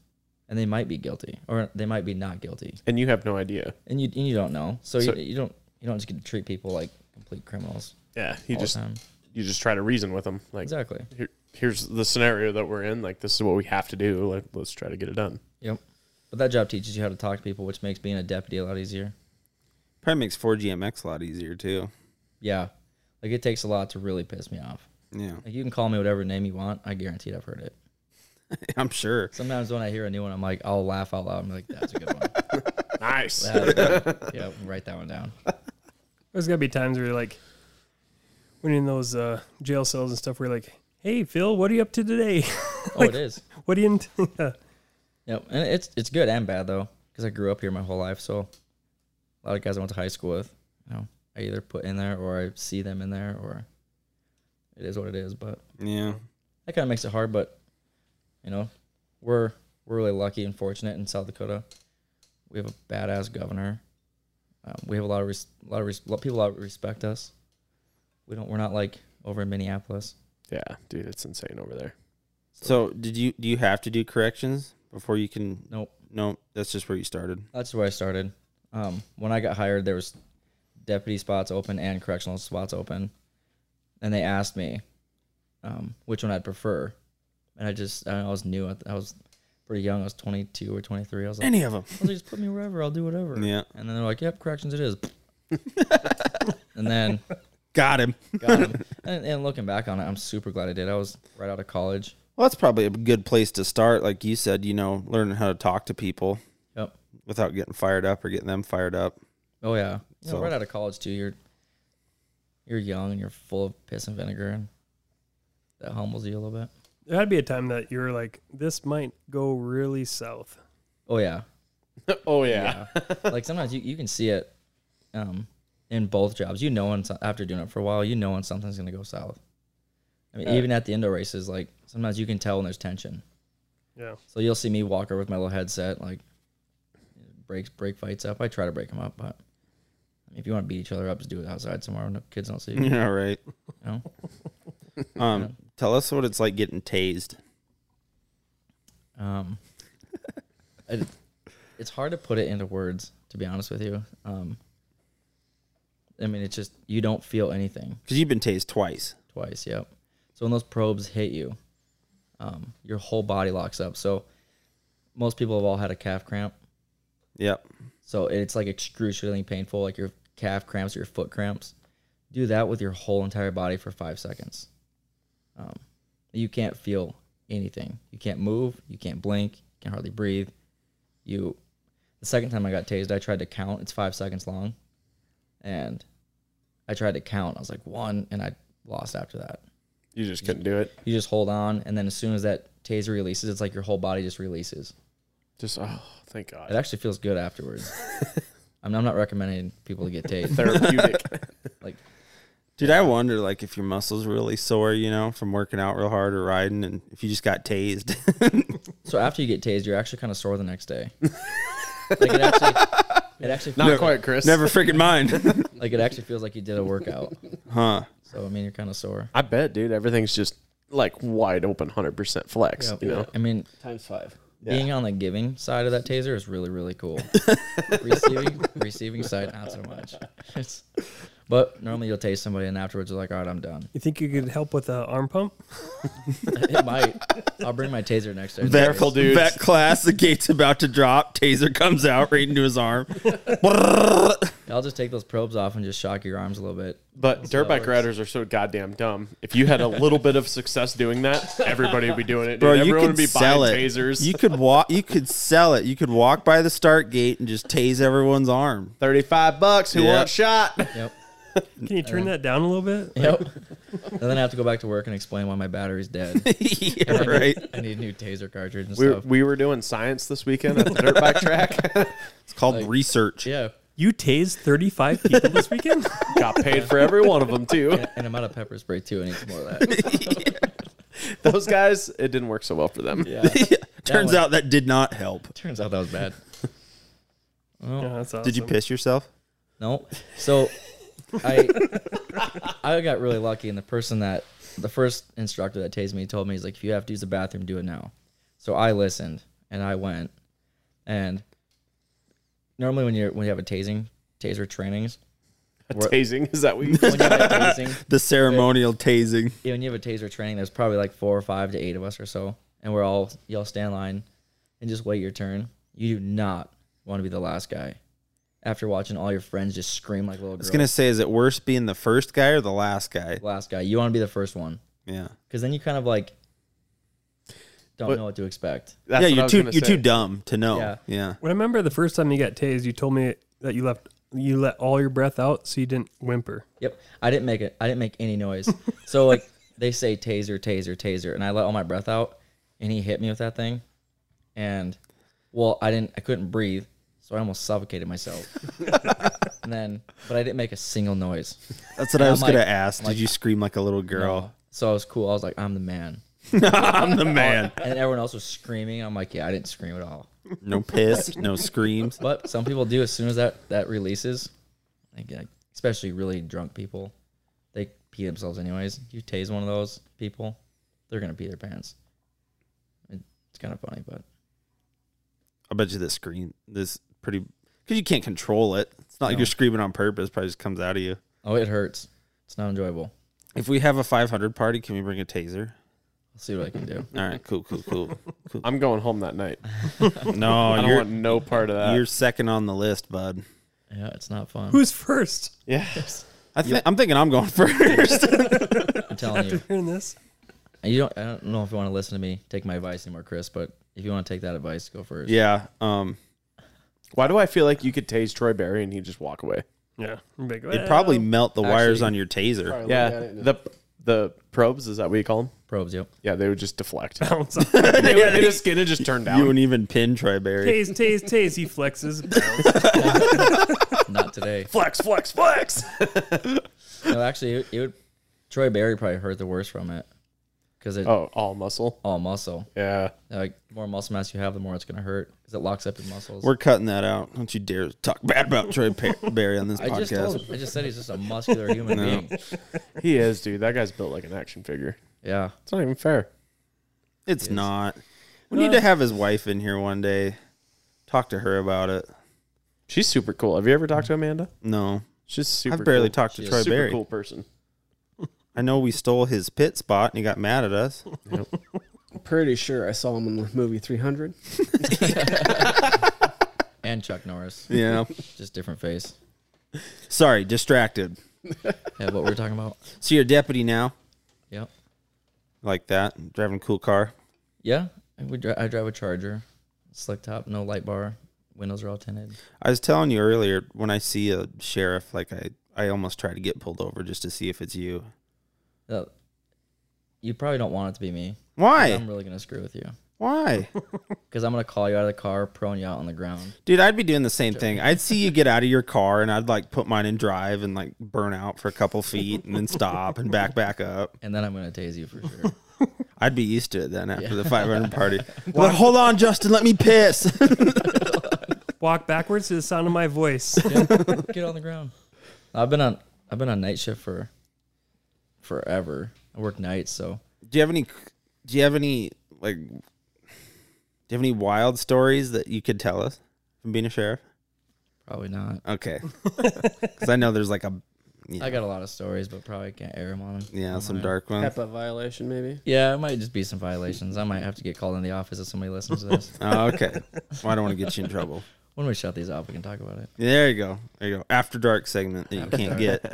Speaker 1: and they might be guilty or they might be not guilty,
Speaker 2: And you have no idea.
Speaker 1: and you and you don't know. So,
Speaker 2: So-
Speaker 1: you, you don't you don't just get to treat people like complete criminals
Speaker 2: Yeah. You
Speaker 1: all
Speaker 2: just
Speaker 1: the time.
Speaker 2: you just try to reason with them. Like
Speaker 1: Exactly.
Speaker 2: here, here's the scenario that we're in. Like this is what we have to do. Like, let's try to get it done.
Speaker 1: Yep. But that job teaches you how to talk to people, which makes being a deputy a lot easier.
Speaker 4: Probably makes 4GMX a lot easier, too.
Speaker 1: Yeah. Like it takes a lot to really piss me off.
Speaker 4: Yeah,
Speaker 1: Like you can call me whatever name you want. I guarantee I've heard it.
Speaker 4: I'm sure.
Speaker 1: Sometimes when I hear a new one, I'm like, I'll laugh out loud. I'm like, that's a good one.
Speaker 2: Nice.
Speaker 1: That is good. yeah, write that one down.
Speaker 5: There's gotta be times where you're like, when you're in those uh, jail cells and stuff, where you're like, "Hey, Phil, what are you up to today?
Speaker 1: Oh, it is.
Speaker 5: what are you?" In t-" Yeah.
Speaker 1: Yep, and it's it's good and bad though, because I grew up here my whole life, so a lot of guys I went to high school with, you know, I either put in there or I see them in there, or it is what it is. But
Speaker 4: Yeah,
Speaker 1: that kind of makes it hard. But you know, we're we're really lucky and fortunate in South Dakota. We have a badass governor. Um, we have a lot of res- a lot of res- lot- people that respect us. We don't. We're not like over in Minneapolis.
Speaker 2: Yeah, dude, it's insane over there.
Speaker 4: So did you do you have to do corrections before you can?
Speaker 1: Nope.
Speaker 4: No, that's just where you started.
Speaker 1: That's where I started. Um, when I got hired, there was deputy spots open and correctional spots open, and they asked me um, which one I'd prefer, and I just I, I was new. I, th- I was pretty young. I was twenty two or twenty three. I was like,
Speaker 4: Any of them?
Speaker 1: "Oh, just put me wherever. I'll do whatever.
Speaker 4: Yeah,
Speaker 1: And then they're like, "Yep, corrections it is." and then
Speaker 4: got him.
Speaker 1: got him. And, and looking back on it, I'm super glad I did. I was right out of college.
Speaker 4: Well, that's probably a good place to start. Like you said, you know, learning how to talk to people
Speaker 1: Yep.
Speaker 4: without getting fired up or getting them fired up.
Speaker 1: Oh yeah. You know,
Speaker 4: So-
Speaker 1: right out of college too. You're you're young and you're full of piss and vinegar, and that humbles you a little bit.
Speaker 5: There had to be a time that you're like, "This might go really south."
Speaker 1: Oh yeah.
Speaker 2: oh yeah.
Speaker 1: like sometimes you, you can see it um, in both jobs. You know, when, so- after doing it for a while, you know when something's gonna go south. I mean, even at the indoor races, like sometimes you can tell when there's tension.
Speaker 5: Yeah.
Speaker 1: So you'll see me walk over with my little headset, like break break fights up. I try to break them up, but I mean, if you want to beat each other up, just do it outside somewhere when the kids don't see you. you
Speaker 4: Yeah, right.
Speaker 1: know?
Speaker 4: Um, tell us what it's like getting tased.
Speaker 1: Um, it, it's hard to put it into words, to be honest with you. Um, I mean, it's just you don't feel anything
Speaker 4: Because you've been tased twice.
Speaker 1: twice. Yep. So when those probes hit you, um, your whole body locks up. So most people have all had a calf cramp.
Speaker 4: Yep.
Speaker 1: So it's like excruciatingly painful, like your calf cramps or your foot cramps. Do that with your whole entire body for five seconds. Um, you can't feel anything. You can't move. You can't blink. You can hardly breathe. You. The second time I got tased, I tried to count. It's five seconds long, and I tried to count. I was like one, and I lost after that.
Speaker 2: You just couldn't do it.
Speaker 1: You just hold on, and then as soon as that taser releases, it's like your whole body just releases.
Speaker 2: Just oh, thank God.
Speaker 1: It actually feels good afterwards. I'm, I'm not recommending people to get tased.
Speaker 2: Therapeutic.
Speaker 1: like
Speaker 4: Dude, I wonder like if your muscles really sore, you know, from working out real hard or riding, and if you just got tased.
Speaker 1: so after you get tased you're actually kind of sore the next day like it actually it actually feels,
Speaker 2: Not quite, Chris.
Speaker 4: Never freaking mind,
Speaker 1: like it actually feels like you did a workout
Speaker 4: huh?
Speaker 1: so i mean you're kind of sore
Speaker 2: I bet, dude. Everything's just like wide open, hundred percent flex. You know.
Speaker 1: i mean
Speaker 6: Times five.
Speaker 1: being on the giving side of that taser is really really cool receiving receiving side not so much It's- but normally you'll tase somebody and afterwards you're like all right i'm done
Speaker 5: You think you could help with a arm pump?
Speaker 1: it might i'll bring my taser next time
Speaker 4: Vet,
Speaker 2: dudes.
Speaker 4: vet class, the gate's about to drop. Taser comes out right into his arm.
Speaker 1: i'll just take those probes off and just shock your arms a little bit
Speaker 2: But dirt
Speaker 1: how it
Speaker 2: bike
Speaker 1: works.
Speaker 2: riders are so goddamn dumb. If you had a little bit of success doing that, everybody would be doing it. Dude.
Speaker 4: Bro, you
Speaker 2: Everyone
Speaker 4: could
Speaker 2: would be
Speaker 4: sell it.
Speaker 2: buying tasers.
Speaker 4: You could walk. You could sell it. You could walk by the start gate and just tase everyone's arm.
Speaker 2: Thirty-five bucks. Who
Speaker 4: Yeah.
Speaker 2: wants shot?
Speaker 1: yep
Speaker 5: Can you turn that down a little bit?
Speaker 1: yep and then i have to go back to work and explain why my battery's dead
Speaker 4: yeah, right.
Speaker 1: I need a new taser cartridge and
Speaker 2: We,
Speaker 1: stuff.
Speaker 2: we were doing science this weekend at the dirt bike track.
Speaker 4: It's called research.
Speaker 1: yeah.
Speaker 5: You tased 35 people this weekend?
Speaker 2: Got paid for every one of them too.
Speaker 1: And I'm out of pepper spray too. I need some more of that.
Speaker 2: Those guys, it didn't work so well for them.
Speaker 1: Yeah.
Speaker 4: Turns
Speaker 1: one-
Speaker 4: out that did not help.
Speaker 1: Turns out that was bad.
Speaker 5: Yeah, that's awesome.
Speaker 4: Did you piss yourself?
Speaker 1: No. So I I got really lucky and the person that the first instructor that tased me told me he's like, if you have to use the bathroom, do it now. So I listened and I went. And normally when you're when you have a tasing taser trainings, we're-
Speaker 2: Tasing is that what you
Speaker 1: when you have a tasing
Speaker 4: The ceremonial tasing.
Speaker 1: Yeah, when you have a taser training, there's probably like four or five to eight of us or so, and we're all y'all stand in line and just wait your turn. You do not want to be the last guy. After watching all your friends just scream like little
Speaker 4: I was
Speaker 1: girls,
Speaker 4: gonna say, is it worse being the first guy or the last guy?
Speaker 1: last guy, you want to be the first one.
Speaker 4: Yeah.
Speaker 1: because then you kind of like don't
Speaker 2: But-
Speaker 1: know what to expect.
Speaker 2: That's
Speaker 4: yeah,
Speaker 2: what I
Speaker 4: you're
Speaker 2: was
Speaker 4: too
Speaker 2: gonna
Speaker 4: you're
Speaker 2: say.
Speaker 4: too dumb to know.
Speaker 1: Yeah.
Speaker 4: yeah.
Speaker 5: When I remember the first time you got tased, you told me that you left you let all your breath out so you didn't whimper.
Speaker 1: Yep, I didn't make it. I didn't make any noise. so like they say taser, taser, taser, and I let all my breath out, and he hit me with that thing, and well, I didn't. I couldn't breathe, so I almost suffocated myself. and then, but I didn't make a single noise.
Speaker 4: That's what I was
Speaker 1: I'm
Speaker 4: gonna
Speaker 1: like-
Speaker 4: ask. Did you scream like a little girl?
Speaker 1: So I was cool. I was like, I'm the man.
Speaker 4: I'm the man.
Speaker 1: And then everyone else was screaming. I'm like, yeah, I didn't scream at all.
Speaker 4: No piss, no screams.
Speaker 1: But some people do. As soon as that that releases, like, like, especially really drunk people, they pee themselves anyways. You tase one of those people, they're gonna pee their pants. It's kind of funny, but
Speaker 4: I bet you this scream this pretty because you can't control it. It's not like you're screaming on purpose. Probably just comes out of you.
Speaker 1: oh, it hurts. It's not enjoyable.
Speaker 4: If we have a 500 party, can we bring a taser?
Speaker 1: Let's see what I can do.
Speaker 4: All right, cool, cool, cool.
Speaker 2: I'm going home that night. I
Speaker 4: No,
Speaker 2: don't
Speaker 4: you're
Speaker 2: want no part of that.
Speaker 4: you're second on the list, bud.
Speaker 1: Yeah, it's not fun.
Speaker 5: Who's first?
Speaker 2: yeah.
Speaker 4: I thi- I'm thinking I'm going first.
Speaker 1: I'm telling you.
Speaker 5: Hearing this?
Speaker 1: And you don't. I don't know if you want to listen to me take my advice anymore, Chris. But if you want to take that advice, go first.
Speaker 4: yeah. Um.
Speaker 2: Why do I feel like you could tase Troy Barry and he'd just walk away?
Speaker 5: Yeah. Big,
Speaker 4: They probably melt the wires
Speaker 2: actually-
Speaker 4: on your taser.
Speaker 1: Oh
Speaker 2: Yeah. The the probes is that what you call them?
Speaker 1: Probes. Yep.
Speaker 2: Yeah, they would just deflect.
Speaker 5: bounce off. Tase,
Speaker 2: they would, they just skin it just turned
Speaker 4: You
Speaker 2: down.
Speaker 4: wouldn't even pin Triberry.
Speaker 5: tase, tase. He flexes.
Speaker 1: Not today.
Speaker 2: flex, flex, flex.
Speaker 1: No, actually, it, it would. Troy Barry probably hurt the worst from it because it
Speaker 2: oh, all muscle.
Speaker 1: all muscle.
Speaker 2: Yeah.
Speaker 1: Like the more muscle mass you have, the more it's gonna hurt because it locks up your muscles.
Speaker 4: We're cutting that out. Don't you dare talk bad about Troy Pa- Barry on this
Speaker 1: I just
Speaker 4: podcast.
Speaker 1: told him, I just said he's just a muscular human being.
Speaker 2: He is, dude. That guy's built like an action figure.
Speaker 1: Yeah,
Speaker 2: It's not even fair.
Speaker 4: It's not. We need to have his wife in here one day. Talk to her about it.
Speaker 2: She's super cool. Have you ever talked to Amanda?
Speaker 4: No,
Speaker 2: She's super.
Speaker 4: I've barely
Speaker 2: cool.
Speaker 4: talked to
Speaker 1: She is
Speaker 4: Troy
Speaker 2: Super
Speaker 4: Barry.
Speaker 2: cool person.
Speaker 4: I know we stole his pit spot and he got mad at us.
Speaker 6: Pretty sure I saw him in the movie 300.
Speaker 1: and Chuck Norris,
Speaker 4: Yeah.
Speaker 1: just different face.
Speaker 4: Sorry, distracted.
Speaker 1: Yeah, what we're talking about.
Speaker 4: So you're a deputy now,
Speaker 1: Yep.
Speaker 4: like that, driving a cool car.
Speaker 1: Yeah, I, would dri- I drive a Charger, slick top, no light bar, windows are all tinted.
Speaker 4: I was telling you earlier when I see a sheriff, like I, I almost try to get pulled over just to see if it's you.
Speaker 1: Uh, you probably don't want it to be me.
Speaker 4: Why?
Speaker 1: I'm really gonna screw with you
Speaker 4: Why?
Speaker 1: because I'm gonna call you out of the car, prone you out on the ground.
Speaker 4: Dude, I'd be doing the same thing. I'd see you get out of your car and I'd like put mine in drive and like burn out for a couple feet and then stop and back back up.
Speaker 1: And then I'm gonna tase you for sure.
Speaker 4: I'd be used to it then after the 500 party. But hold on, Justin, let me piss.
Speaker 5: Walk backwards to the sound of my voice.
Speaker 1: Get on the ground. I've been on I've been on night shift for forever. I work nights, so
Speaker 4: do you have any do you have any like do you have any wild stories that you could tell us from being a sheriff
Speaker 1: probably not.
Speaker 4: okay because i know there's like a
Speaker 1: I got a lot of stories, but probably can't air them on them.
Speaker 4: yeah some dark ones
Speaker 6: HIPAA violation, maybe.
Speaker 1: Yeah, it might just be some violations. I might have to get called in the office if somebody listens to this.
Speaker 4: oh, okay well, i don't want to get you in trouble
Speaker 1: when we shut these off, we can talk about it.
Speaker 4: there you go there you go after dark segment that you can't get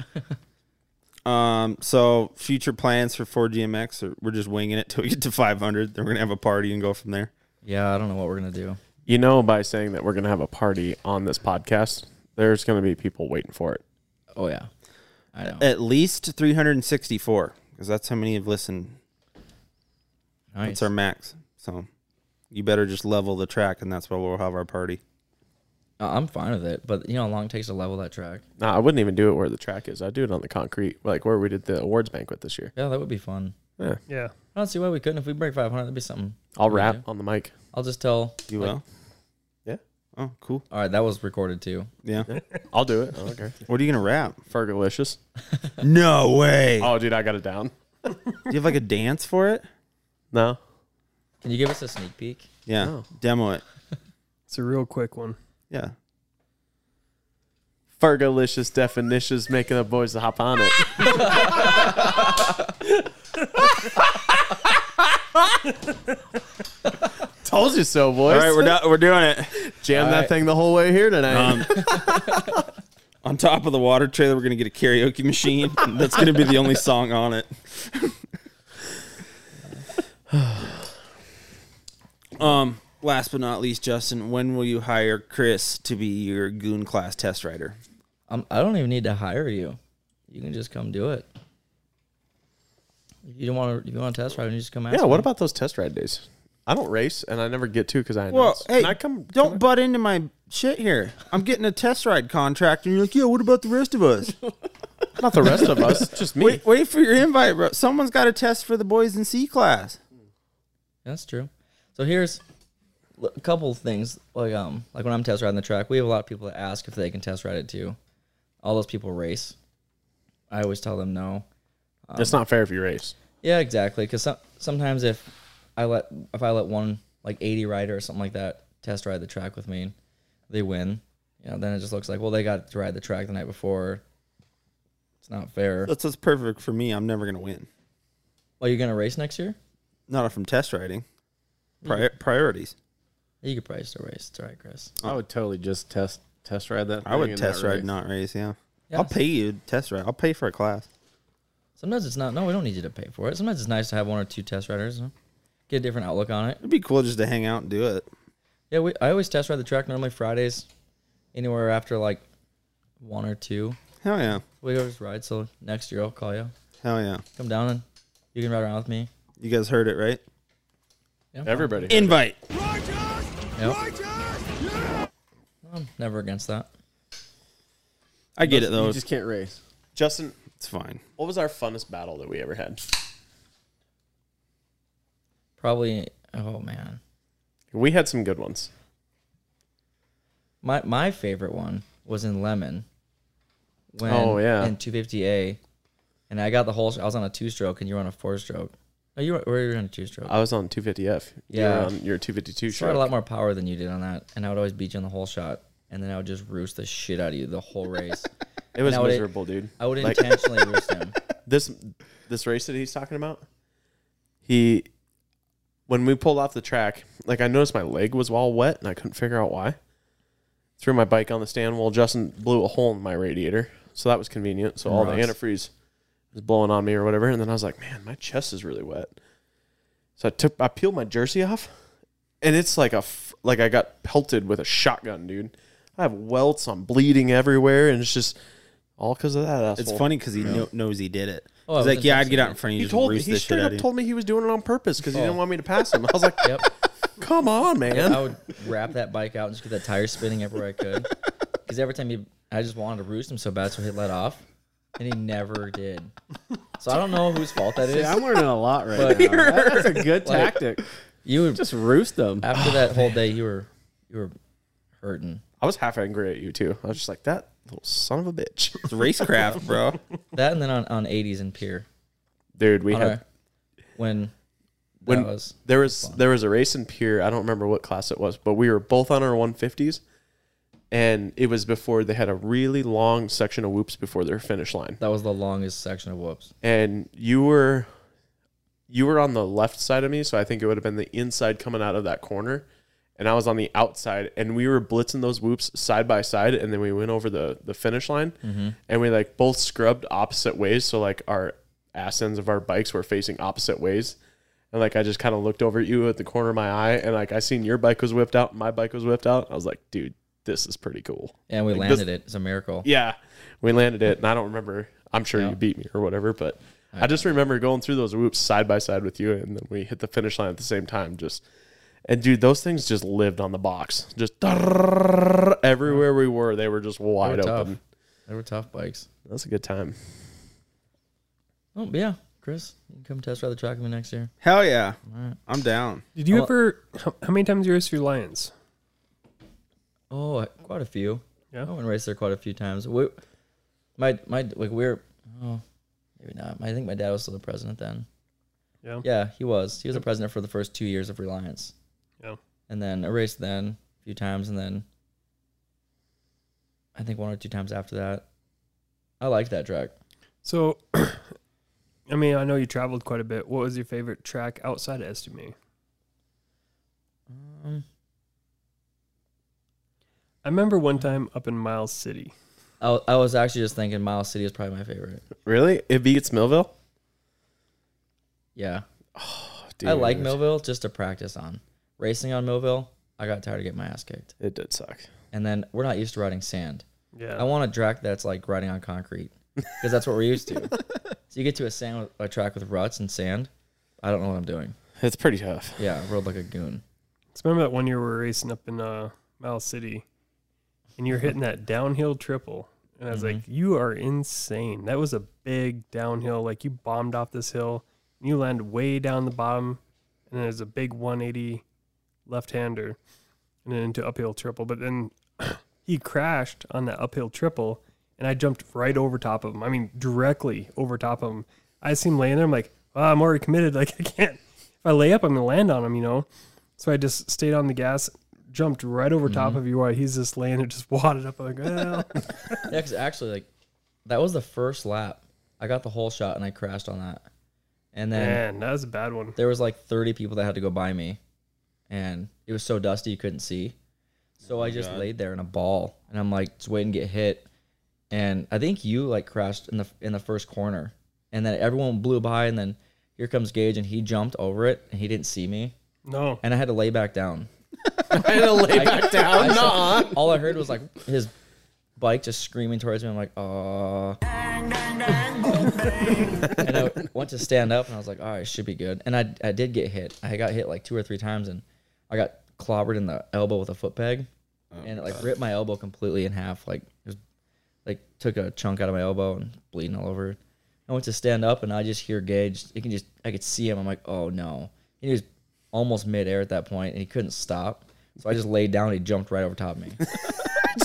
Speaker 4: um so future plans for 4gmx or we're just winging it till we get to 500 then we're gonna have a party and go from there
Speaker 1: Yeah, I don't know what we're gonna do.
Speaker 2: You know, by saying that we're gonna have a party on this podcast, there's gonna be people waiting for it.
Speaker 1: Oh yeah, I know.
Speaker 4: at least 364 because that's how many have listened
Speaker 1: Nice.
Speaker 4: That's our max. So you better just level the track, and that's where we'll have our party.
Speaker 1: Uh, I'm fine with it, but you know how long it takes to level that track?
Speaker 2: Nah, I wouldn't even do it where the track is. I'd do it on the concrete, like where we did the awards banquet this year.
Speaker 1: Yeah, that would be fun.
Speaker 2: Yeah.
Speaker 5: yeah.
Speaker 1: I don't see why we couldn't. If we break 500, that'd be something.
Speaker 2: I'll
Speaker 1: we
Speaker 2: rap
Speaker 1: do.
Speaker 2: on the mic.
Speaker 1: I'll just tell.
Speaker 4: You
Speaker 1: like,
Speaker 4: will?
Speaker 2: Yeah.
Speaker 4: Oh, cool.
Speaker 1: All right, that was recorded too.
Speaker 4: Yeah.
Speaker 2: I'll do it. Oh, Okay.
Speaker 4: What are you gonna rap?
Speaker 2: Fergalicious.
Speaker 4: No way.
Speaker 2: Oh, dude, I got it down.
Speaker 4: Do you have like a dance for it?
Speaker 2: No.
Speaker 1: Can you give us a sneak peek?
Speaker 4: Yeah. Demo it.
Speaker 5: It's a real quick one.
Speaker 4: Yeah.
Speaker 2: Fergalicious definitions making the boys hop on it. Told you so, boys.
Speaker 4: All right, we're do- we're doing it.
Speaker 2: Jam
Speaker 1: All
Speaker 2: that
Speaker 1: right.
Speaker 2: thing the whole way here tonight.
Speaker 4: Um, on top of the water trailer, we're gonna get a karaoke machine. That's gonna be the only song on it. Um, last but not least, Justin, when will you hire Chris to be your goon class test rider?
Speaker 1: I'm, I don't even need to hire you. You can just come do it. If you don't want to, if you want to test ride, you just come ask
Speaker 2: Yeah, what
Speaker 1: me.
Speaker 2: about those test ride days? I don't race, and I never get to because I
Speaker 4: Well,
Speaker 2: announce.
Speaker 4: hey,
Speaker 2: Can I come?
Speaker 4: don't
Speaker 2: can I-
Speaker 4: butt into my shit here. I'm getting a test ride contract, and you're like, yo, what about the rest of us?
Speaker 2: not the rest of us, just me.
Speaker 4: wait, wait for your invite, bro. Someone's got a test for the boys in C class.
Speaker 1: That's true. So here's l- a couple of things. Like um, like when I'm test riding the track, we have a lot of people that ask if they can test ride it too. All those people race. I always tell them no.
Speaker 2: it's not fair if you race.
Speaker 1: Yeah, exactly. Because some, sometimes if I let if I let one like 80 rider or something like that test ride the track with me, and they win. You know, then it just looks like well they got to ride the track the night before. It's not fair.
Speaker 4: That's that's perfect for me. I'm never gonna win.
Speaker 1: Well, you're gonna race next year.
Speaker 4: Not from test riding. Prior, priorities.
Speaker 1: You could probably still race. It's all right, Chris.
Speaker 6: I would totally just test test ride that.
Speaker 4: I
Speaker 6: thing
Speaker 4: would
Speaker 6: and
Speaker 4: test ride,
Speaker 6: race.
Speaker 4: not race. Yeah.
Speaker 1: Yeah.
Speaker 4: I'll pay you to test ride. I'll pay for a class.
Speaker 1: Sometimes it's not. No, we don't need you to pay for it. Sometimes it's nice to have one or two test riders. huh? Get a different outlook on it.
Speaker 4: It'd be cool just to hang out and do it.
Speaker 1: Yeah, we, I always test ride the track normally Fridays, anywhere after like one or two.
Speaker 4: Hell yeah.
Speaker 1: We always ride. So next year I'll call you.
Speaker 4: Hell yeah.
Speaker 1: Come down and you can ride around with me.
Speaker 4: You guys heard it, right?
Speaker 1: Yeah, I'm fine.
Speaker 2: Everybody.
Speaker 4: Invite.
Speaker 1: Yep. I'm never against that.
Speaker 4: I get it though.
Speaker 6: You just can't race.
Speaker 2: Justin,
Speaker 4: it's fine.
Speaker 2: what was our funnest battle that we ever had?
Speaker 1: Probably. Oh man,
Speaker 2: We had some good ones.
Speaker 1: my my favorite one was in Lemon. When
Speaker 2: Oh, yeah.
Speaker 1: In 250A, and I got the whole. I was on a two stroke and you were on a four stroke. Oh, you were, or you were on a two stroke.
Speaker 2: I was on 250F. You
Speaker 1: Yeah.
Speaker 2: were on your
Speaker 1: I
Speaker 2: 252
Speaker 1: had
Speaker 2: shot.
Speaker 1: a lot more power than you did on that, and I would always beat you on the whole shot, and then I would just roost the shit out of you the whole race.
Speaker 2: it was
Speaker 1: and I would-
Speaker 2: miserable, dude.
Speaker 1: I would
Speaker 2: Like-
Speaker 1: intentionally roost him.
Speaker 2: this this race that he's talking about he when we pulled off the track like i noticed my leg was all wet and i couldn't figure out why threw my bike on the stand while justin blew a hole in my radiator so that was convenient so all the
Speaker 1: Nice.
Speaker 2: antifreeze was blowing on me or whatever and then i was like man my chest is really wet so i took i peeled my jersey off and it's like a f- like i got pelted with a shotgun dude i have welts i'm bleeding everywhere and it's just all because of that asshole.
Speaker 4: It's funny because he kno- knows he did it.
Speaker 1: Oh,
Speaker 4: He's
Speaker 1: it was
Speaker 4: like, yeah, I'd get out in front of you.
Speaker 2: He
Speaker 4: just
Speaker 2: told me
Speaker 4: roost
Speaker 2: he
Speaker 4: the shit
Speaker 2: straight
Speaker 4: out
Speaker 2: up
Speaker 4: of you."
Speaker 2: told me he was doing it on purpose because he
Speaker 1: Oh.
Speaker 2: didn't want me to pass him. I was like,
Speaker 1: Yep.
Speaker 2: "Come on,
Speaker 1: I
Speaker 2: man!"
Speaker 1: would wrap that bike out and just get that tire spinning everywhere I could. Because every time he, I just wanted to roost him so bad, so he let off, and he never did. So I don't know whose fault that
Speaker 6: Yeah,
Speaker 1: is.
Speaker 6: I'm learning a lot right
Speaker 1: But-
Speaker 6: now. That- That's a good
Speaker 1: Like-
Speaker 6: tactic.
Speaker 1: You would,
Speaker 6: Just roost them.
Speaker 1: after that
Speaker 2: Oh,
Speaker 1: whole day, you were you were hurting.
Speaker 2: I was half angry at you too. I was just like, "That little son of a bitch,
Speaker 4: It's racecraft, bro.
Speaker 1: That and then on, on 80s and Pier,
Speaker 2: dude." We
Speaker 1: on
Speaker 2: had
Speaker 1: our- when that
Speaker 2: when
Speaker 1: was
Speaker 2: there was there was a race in Pier. I don't remember what class it was, but we were both on our 150s, and it was before they had a really long section of whoops before their finish line.
Speaker 1: that was the longest section of whoops.
Speaker 2: and you were you were on the left side of me, so I think it would have been the inside coming out of that corner, and I was on the outside, and we were blitzing those whoops side by side, and then we went over the the finish line, and we like both scrubbed opposite ways, so like our ass ends of our bikes were facing opposite ways. And like I just kind of looked over at you at the corner of my eye, and like I seen your bike was whipped out, my bike was whipped out. I was like, dude, this is pretty cool.
Speaker 1: And we
Speaker 2: Like, this-
Speaker 1: landed it. It's a miracle.
Speaker 2: Yeah, we landed it, and I don't remember. I'm sure
Speaker 1: Yeah.
Speaker 2: you beat me or whatever, but I, just remember going through those whoops side by side with you, and then we hit the finish line at the same time. Just and dude, those things just lived on the box. Just everywhere we were, they were just
Speaker 1: They were
Speaker 2: wide
Speaker 1: tough.
Speaker 2: open.
Speaker 1: They were tough bikes.
Speaker 2: That's a good time.
Speaker 1: Oh but yeah, Chris, you can come test ride the track with me next year.
Speaker 4: Hell yeah. I'm down.
Speaker 5: Did you
Speaker 1: I'll-
Speaker 5: ever? How, how many times you race your lions?
Speaker 1: Oh, I- quite a few.
Speaker 5: Yeah.
Speaker 1: I went and raced there quite a few times. We, my my like we are oh maybe not. I think my dad was still the president then.
Speaker 5: Yeah.
Speaker 1: Yeah, he was. He was the president for the first two years of Reliance.
Speaker 5: Yeah.
Speaker 1: And then I raced then a few times, and then I think one or two times after that. I liked that track.
Speaker 5: So, I mean, I know you traveled quite a bit. What was your favorite track outside of Estimate?
Speaker 1: Um,
Speaker 5: I remember one time up in Miles City.
Speaker 1: I, wa- I was actually just thinking Miles City is probably my favorite.
Speaker 2: Really, it beats Millville.
Speaker 1: Yeah. I like
Speaker 2: dude.
Speaker 1: Millville just to practice on. Racing on Millville, I got tired of getting my ass kicked.
Speaker 2: It did suck.
Speaker 1: And then we're not used to riding sand.
Speaker 5: Yeah.
Speaker 1: I want a track that's like riding on concrete because that's what we're used to. so you get to a sand a track with ruts and sand. I don't know what I'm doing.
Speaker 2: It's pretty tough.
Speaker 1: Yeah, I rode like a goon.
Speaker 5: Just remember that one year we were racing up in uh, Mile City, and you're hitting that downhill triple, and I was like, "You are insane!" That was a big downhill. Like you bombed off this hill, and you land way down the bottom, and there's a big 180 left-hander, and then into uphill triple. But then he crashed on that uphill triple, and I jumped right over top of him. I mean, directly over top of him. I see him laying there. I'm like, oh, I'm already committed. Like I can't. If I lay up, I'm gonna land on him. You know. So I just stayed on the gas, jumped right over
Speaker 1: Mm-hmm.
Speaker 5: top of you while he's just laying there, just wadded up. I'm like, well,
Speaker 1: Yeah, 'cause actually, like that was the first lap. I got the whole shot and I crashed on that. And then
Speaker 5: man, that was a bad one.
Speaker 1: there was like 30 people that had to go by me, and it was so dusty you couldn't see. So I just laid there in a ball, and I'm like just waiting to get hit. And I think you like crashed in the in the first corner, and then everyone blew by, and then here comes Gage, and he jumped over it, and he didn't see me,
Speaker 5: No,
Speaker 1: and I had to lay back down.
Speaker 2: I had to lay back down.
Speaker 1: I saw- all I heard was like his bike just screaming towards me. I'm like, oh. and I went to stand up, and I was like, all right, should be good. And I, I did get hit. I got hit like two or three times, and I got clobbered in the elbow with a foot peg,
Speaker 2: Oh,
Speaker 1: and it like ripped my elbow completely in half. Like, it was, like took a chunk out of my elbow and bleeding all over. I went to stand up, and I just hear Gage. You can just I could see him. I'm like, oh no. He was almost midair at that point, and he couldn't stop. So I just laid down. and He jumped right over top of me.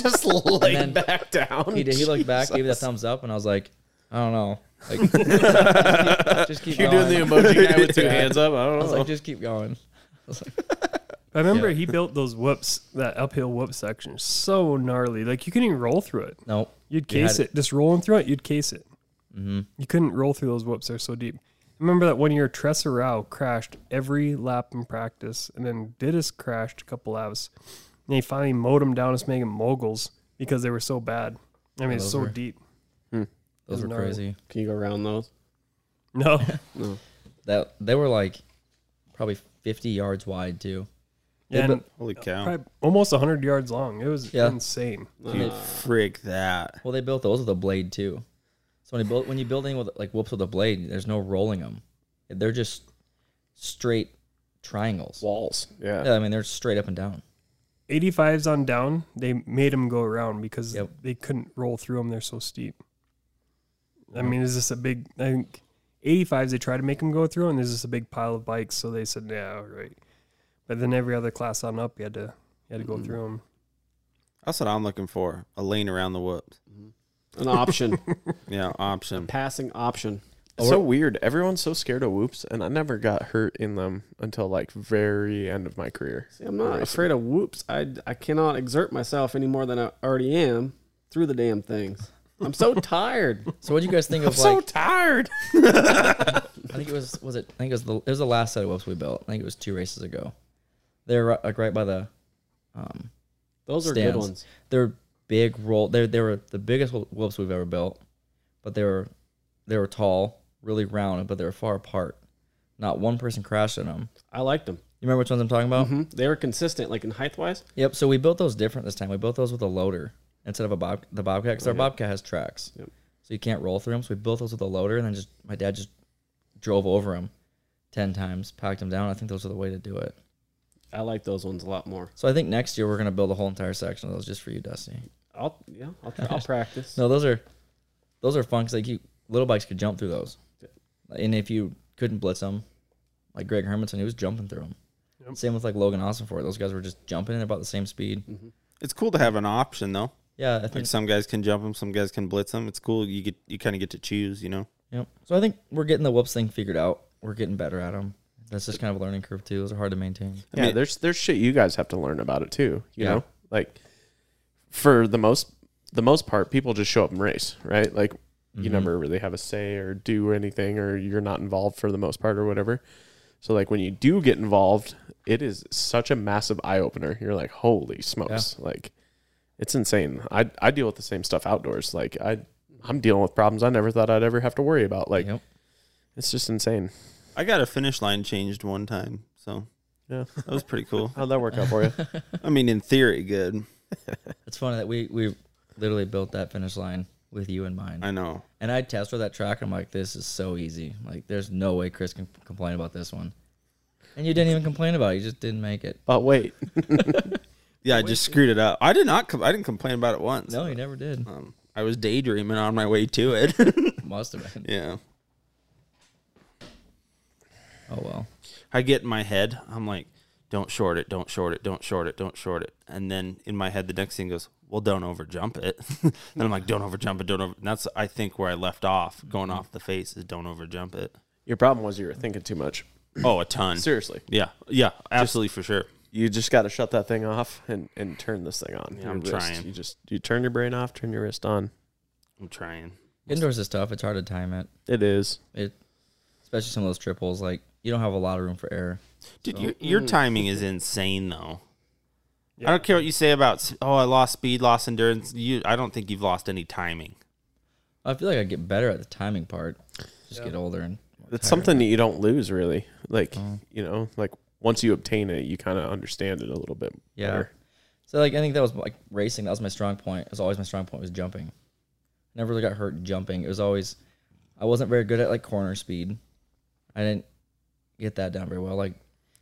Speaker 2: Just lay
Speaker 1: then
Speaker 2: back down.
Speaker 1: He did. He looked back, gave me the thumbs up, and I was like, I don't know. Like, just keep, just keep
Speaker 2: You're
Speaker 1: going.
Speaker 2: doing the emoji guy with two
Speaker 1: Yeah.
Speaker 2: hands up. I don't
Speaker 1: I was
Speaker 2: know.
Speaker 1: like, just keep going.
Speaker 5: I remember he built those whoops, that uphill whoop section, so gnarly. Like you couldn't even roll through it.
Speaker 1: Nope.
Speaker 5: You'd
Speaker 1: You had
Speaker 5: case
Speaker 1: it.
Speaker 5: it. Just rolling through it, you'd case it.
Speaker 1: Mm-hmm.
Speaker 5: You couldn't roll through those whoops. They're so deep. Remember that one year Tressa Rao crashed every lap in practice, and then Didis crashed a couple laps. And he finally mowed them down as making moguls because they were so bad. I mean, it's
Speaker 1: Oh, those
Speaker 5: so
Speaker 1: were-
Speaker 5: deep.
Speaker 1: Those were
Speaker 5: Gnarly.
Speaker 1: crazy.
Speaker 6: Can you go around those?
Speaker 5: No,
Speaker 1: That they were like probably 50 yards wide too.
Speaker 5: and
Speaker 4: Holy cow.
Speaker 5: probably almost 100 yards long. It was
Speaker 1: Yeah.
Speaker 5: insane.
Speaker 4: Frig that.
Speaker 1: Well, they built those with a blade too. So when you build when you build anything with like whoops with a blade, there's no rolling them. They're just straight triangles.
Speaker 2: Walls. Yeah.
Speaker 1: Yeah, I mean they're straight up and down.
Speaker 5: 85s on down, they made them go around because
Speaker 1: Yep.
Speaker 5: they couldn't roll through them. They're so steep. I mean, is this a big? I think 85s they try to make them go through, and there's just a big pile of bikes. So they said, "Yeah, all right." But then every other class on up, you had to you had to go through them.
Speaker 4: That's what I'm looking for. A lane around the whoops.
Speaker 6: An option,
Speaker 4: Yeah, option.
Speaker 6: passing option.
Speaker 2: It's so weird. Everyone's so scared of whoops, and I never got hurt in them until like very end of my career.
Speaker 6: See, I'm not afraid of whoops. I, I cannot exert myself any more than I already am through the damn things. I'm so tired.
Speaker 1: So what do you guys think of
Speaker 2: so
Speaker 1: like?
Speaker 2: tired.
Speaker 1: I think it was was it? I think it was the it was the last set of whoops we built. I think it was two races ago. They're ri- like right by the um,
Speaker 6: Those are
Speaker 1: stands.
Speaker 6: good ones.
Speaker 1: They're big roll. They they were the biggest wh- whoops we've ever built, but they were they were tall, really round, but they were far apart. Not one person crashed in them.
Speaker 6: I liked them.
Speaker 1: You remember which ones I'm talking about?
Speaker 6: Hmm? They were consistent, like in height wise.
Speaker 1: Yep. So we built those different this time. We built those with a loader instead of a bob the bobcat because our bobcat has tracks, so you can't roll through them. So we built those with a loader, and then just my dad just drove over them ten times, packed them down. I think those are the way to do it.
Speaker 6: I like those ones a lot more.
Speaker 1: So I think next year we're gonna build a whole entire section of those just for you, Dusty.
Speaker 6: I'll yeah, I'll, try, I'll practice.
Speaker 1: No, those are those are fun because like you little bikes could jump through those, and if you couldn't blitz them, like Greg Hermanson, he was jumping through them. Same with like Logan Austin for Those guys were just jumping in about the same speed.
Speaker 4: It's cool to have an option though.
Speaker 1: Yeah, I
Speaker 4: Like
Speaker 1: think.
Speaker 4: some guys can jump them, some guys can blitz them. It's cool. You get you kind of get to choose, you know.
Speaker 1: Yep. So I think we're getting the whoops thing figured out. We're getting better at them. That's just kind of a learning curve too. Those are hard to maintain.
Speaker 2: Yeah,
Speaker 4: mean-
Speaker 2: there's there's shit you guys have to learn about it too. You
Speaker 1: Yeah.
Speaker 2: know, like for the most the most part, people just show up and race, right? Like you never really have a say or do anything, or you're not involved for the most part, or whatever. So like when you do get involved, it is such a massive eye opener. You're like, holy smokes, like it's insane. I I deal with the same stuff outdoors. Like I I'm dealing with problems I never thought I'd ever have to worry about. Like
Speaker 1: Yep.
Speaker 2: it's just insane.
Speaker 4: I got a finish line changed one time, so
Speaker 2: Yeah.
Speaker 4: that was pretty cool.
Speaker 2: How'd that work out for you?
Speaker 4: I mean, in theory, good.
Speaker 1: It's funny that we we literally built that finish line with you in mind.
Speaker 4: I know.
Speaker 1: And I test for that track. I'm like, this is so easy. Like, there's no way Chris can complain about this one. And you didn't even complain about it. You just didn't make it.
Speaker 2: But wait,
Speaker 4: Yeah, I just screwed it up. I did not. Com- I didn't complain about it once.
Speaker 1: No, you never did.
Speaker 4: Um, I was daydreaming on my way to it.
Speaker 1: Must have been.
Speaker 4: yeah.
Speaker 1: Oh well.
Speaker 4: I get in my head. I'm like, don't short it, don't short it, don't short it, don't short it. And then in my head, the next thing goes, well, don't overjump it. then I'm like, don't overjump it, don't over. And that's I think where I left off, going
Speaker 1: Mm-hmm.
Speaker 4: off the face is don't overjump it.
Speaker 2: your problem was you were thinking too much.
Speaker 4: Oh, a ton.
Speaker 2: Seriously,
Speaker 4: Yeah, yeah, absolutely for sure.
Speaker 2: you just got to shut that thing off and, and turn this thing on.
Speaker 4: I'm
Speaker 2: Your wrist.
Speaker 4: trying.
Speaker 2: You just you turn your brain off, turn your wrist on.
Speaker 4: I'm trying.
Speaker 1: Indoors is tough. It's hard to time it.
Speaker 2: It is.
Speaker 1: It, especially some of those triples. Like, you don't have a lot of room for error.
Speaker 4: Dude, your,
Speaker 2: Oh. Mm.
Speaker 4: your timing is insane though. I
Speaker 5: Yeah.
Speaker 4: don't care what you say about s- oh, I lost speed, lost endurance. You, I don't think you've lost any timing.
Speaker 1: I feel like I get better at the timing part. Just get older and. more
Speaker 2: It's
Speaker 1: tired.
Speaker 2: something that you don't lose really. Like you know, like once you obtain it, you kind of understand it a little bit.
Speaker 1: Yeah.
Speaker 2: better.
Speaker 1: So like I think that was like racing. That was my strong point. It was always my strong point was jumping. Never really got hurt jumping. It was always I wasn't very good at like corner speed. I didn't get that down very well. Like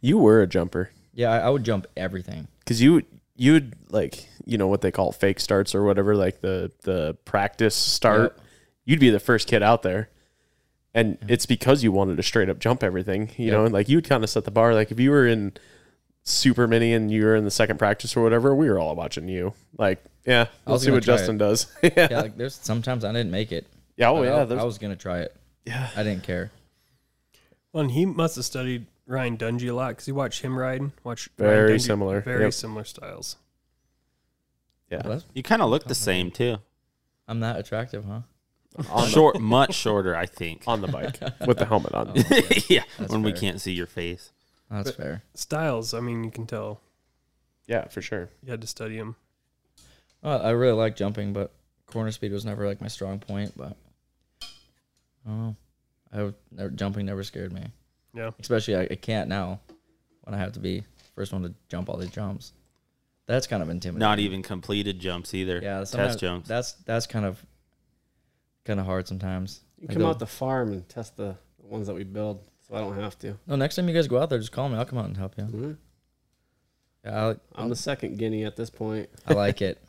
Speaker 2: you were a jumper
Speaker 1: yeah, I, I would jump everything.
Speaker 2: because you you would like you know what they call fake starts or whatever, like the the practice start.
Speaker 1: Yep.
Speaker 2: You'd be the first kid out there. And it's because you wanted to straight up jump everything, you know,
Speaker 1: Yep.
Speaker 2: and like you'd kind of set the bar. Like if you were in super mini and you were in the second practice or whatever, we were all watching you. Like, yeah,
Speaker 1: I was
Speaker 2: let's see
Speaker 1: gonna
Speaker 2: what
Speaker 1: try
Speaker 2: Justin
Speaker 1: it.
Speaker 2: does. yeah.
Speaker 1: Yeah, like there's sometimes I didn't make it.
Speaker 2: yeah. Oh
Speaker 1: But
Speaker 2: yeah.
Speaker 1: I,
Speaker 2: There's,
Speaker 1: I was gonna try it.
Speaker 2: yeah.
Speaker 1: I didn't care.
Speaker 5: Well, and he must have studied Ryan Dungey a lot because you watch him riding. Watch Ryan
Speaker 2: Very
Speaker 5: Dungey,
Speaker 2: similar,
Speaker 5: very
Speaker 2: yep.
Speaker 5: similar styles.
Speaker 2: Yeah.
Speaker 1: Well, that's-
Speaker 4: You kind of look the same too.
Speaker 1: I'm not attractive, huh?
Speaker 4: Short, much shorter, I think.
Speaker 2: on the bike with the helmet on.
Speaker 1: Oh.
Speaker 4: yeah, when we
Speaker 1: fair.
Speaker 4: can't see your face.
Speaker 1: That's fair.
Speaker 5: Styles, I mean, you can tell
Speaker 2: Yeah, for sure.
Speaker 5: you had to study him.
Speaker 1: Well, I really like jumping, but corner speed was never like my strong point. But oh, I would, never, jumping never scared me.
Speaker 5: Yeah.
Speaker 1: especially I, I can't now when I have to be first one to jump all these jumps. That's kind of intimidating.
Speaker 4: Not even completed jumps either.
Speaker 1: yeah, sometimes
Speaker 4: test jumps.
Speaker 1: That's that's kind of kind of hard sometimes.
Speaker 6: You
Speaker 1: I
Speaker 6: come
Speaker 1: go-
Speaker 6: out the farm and test the the ones that we build, so I don't have to.
Speaker 1: No, next time you guys go out there, just call me. I'll come out and help you.
Speaker 6: Mhm.
Speaker 1: Yeah, I,
Speaker 6: I'm the second guinea at this point.
Speaker 1: I like it.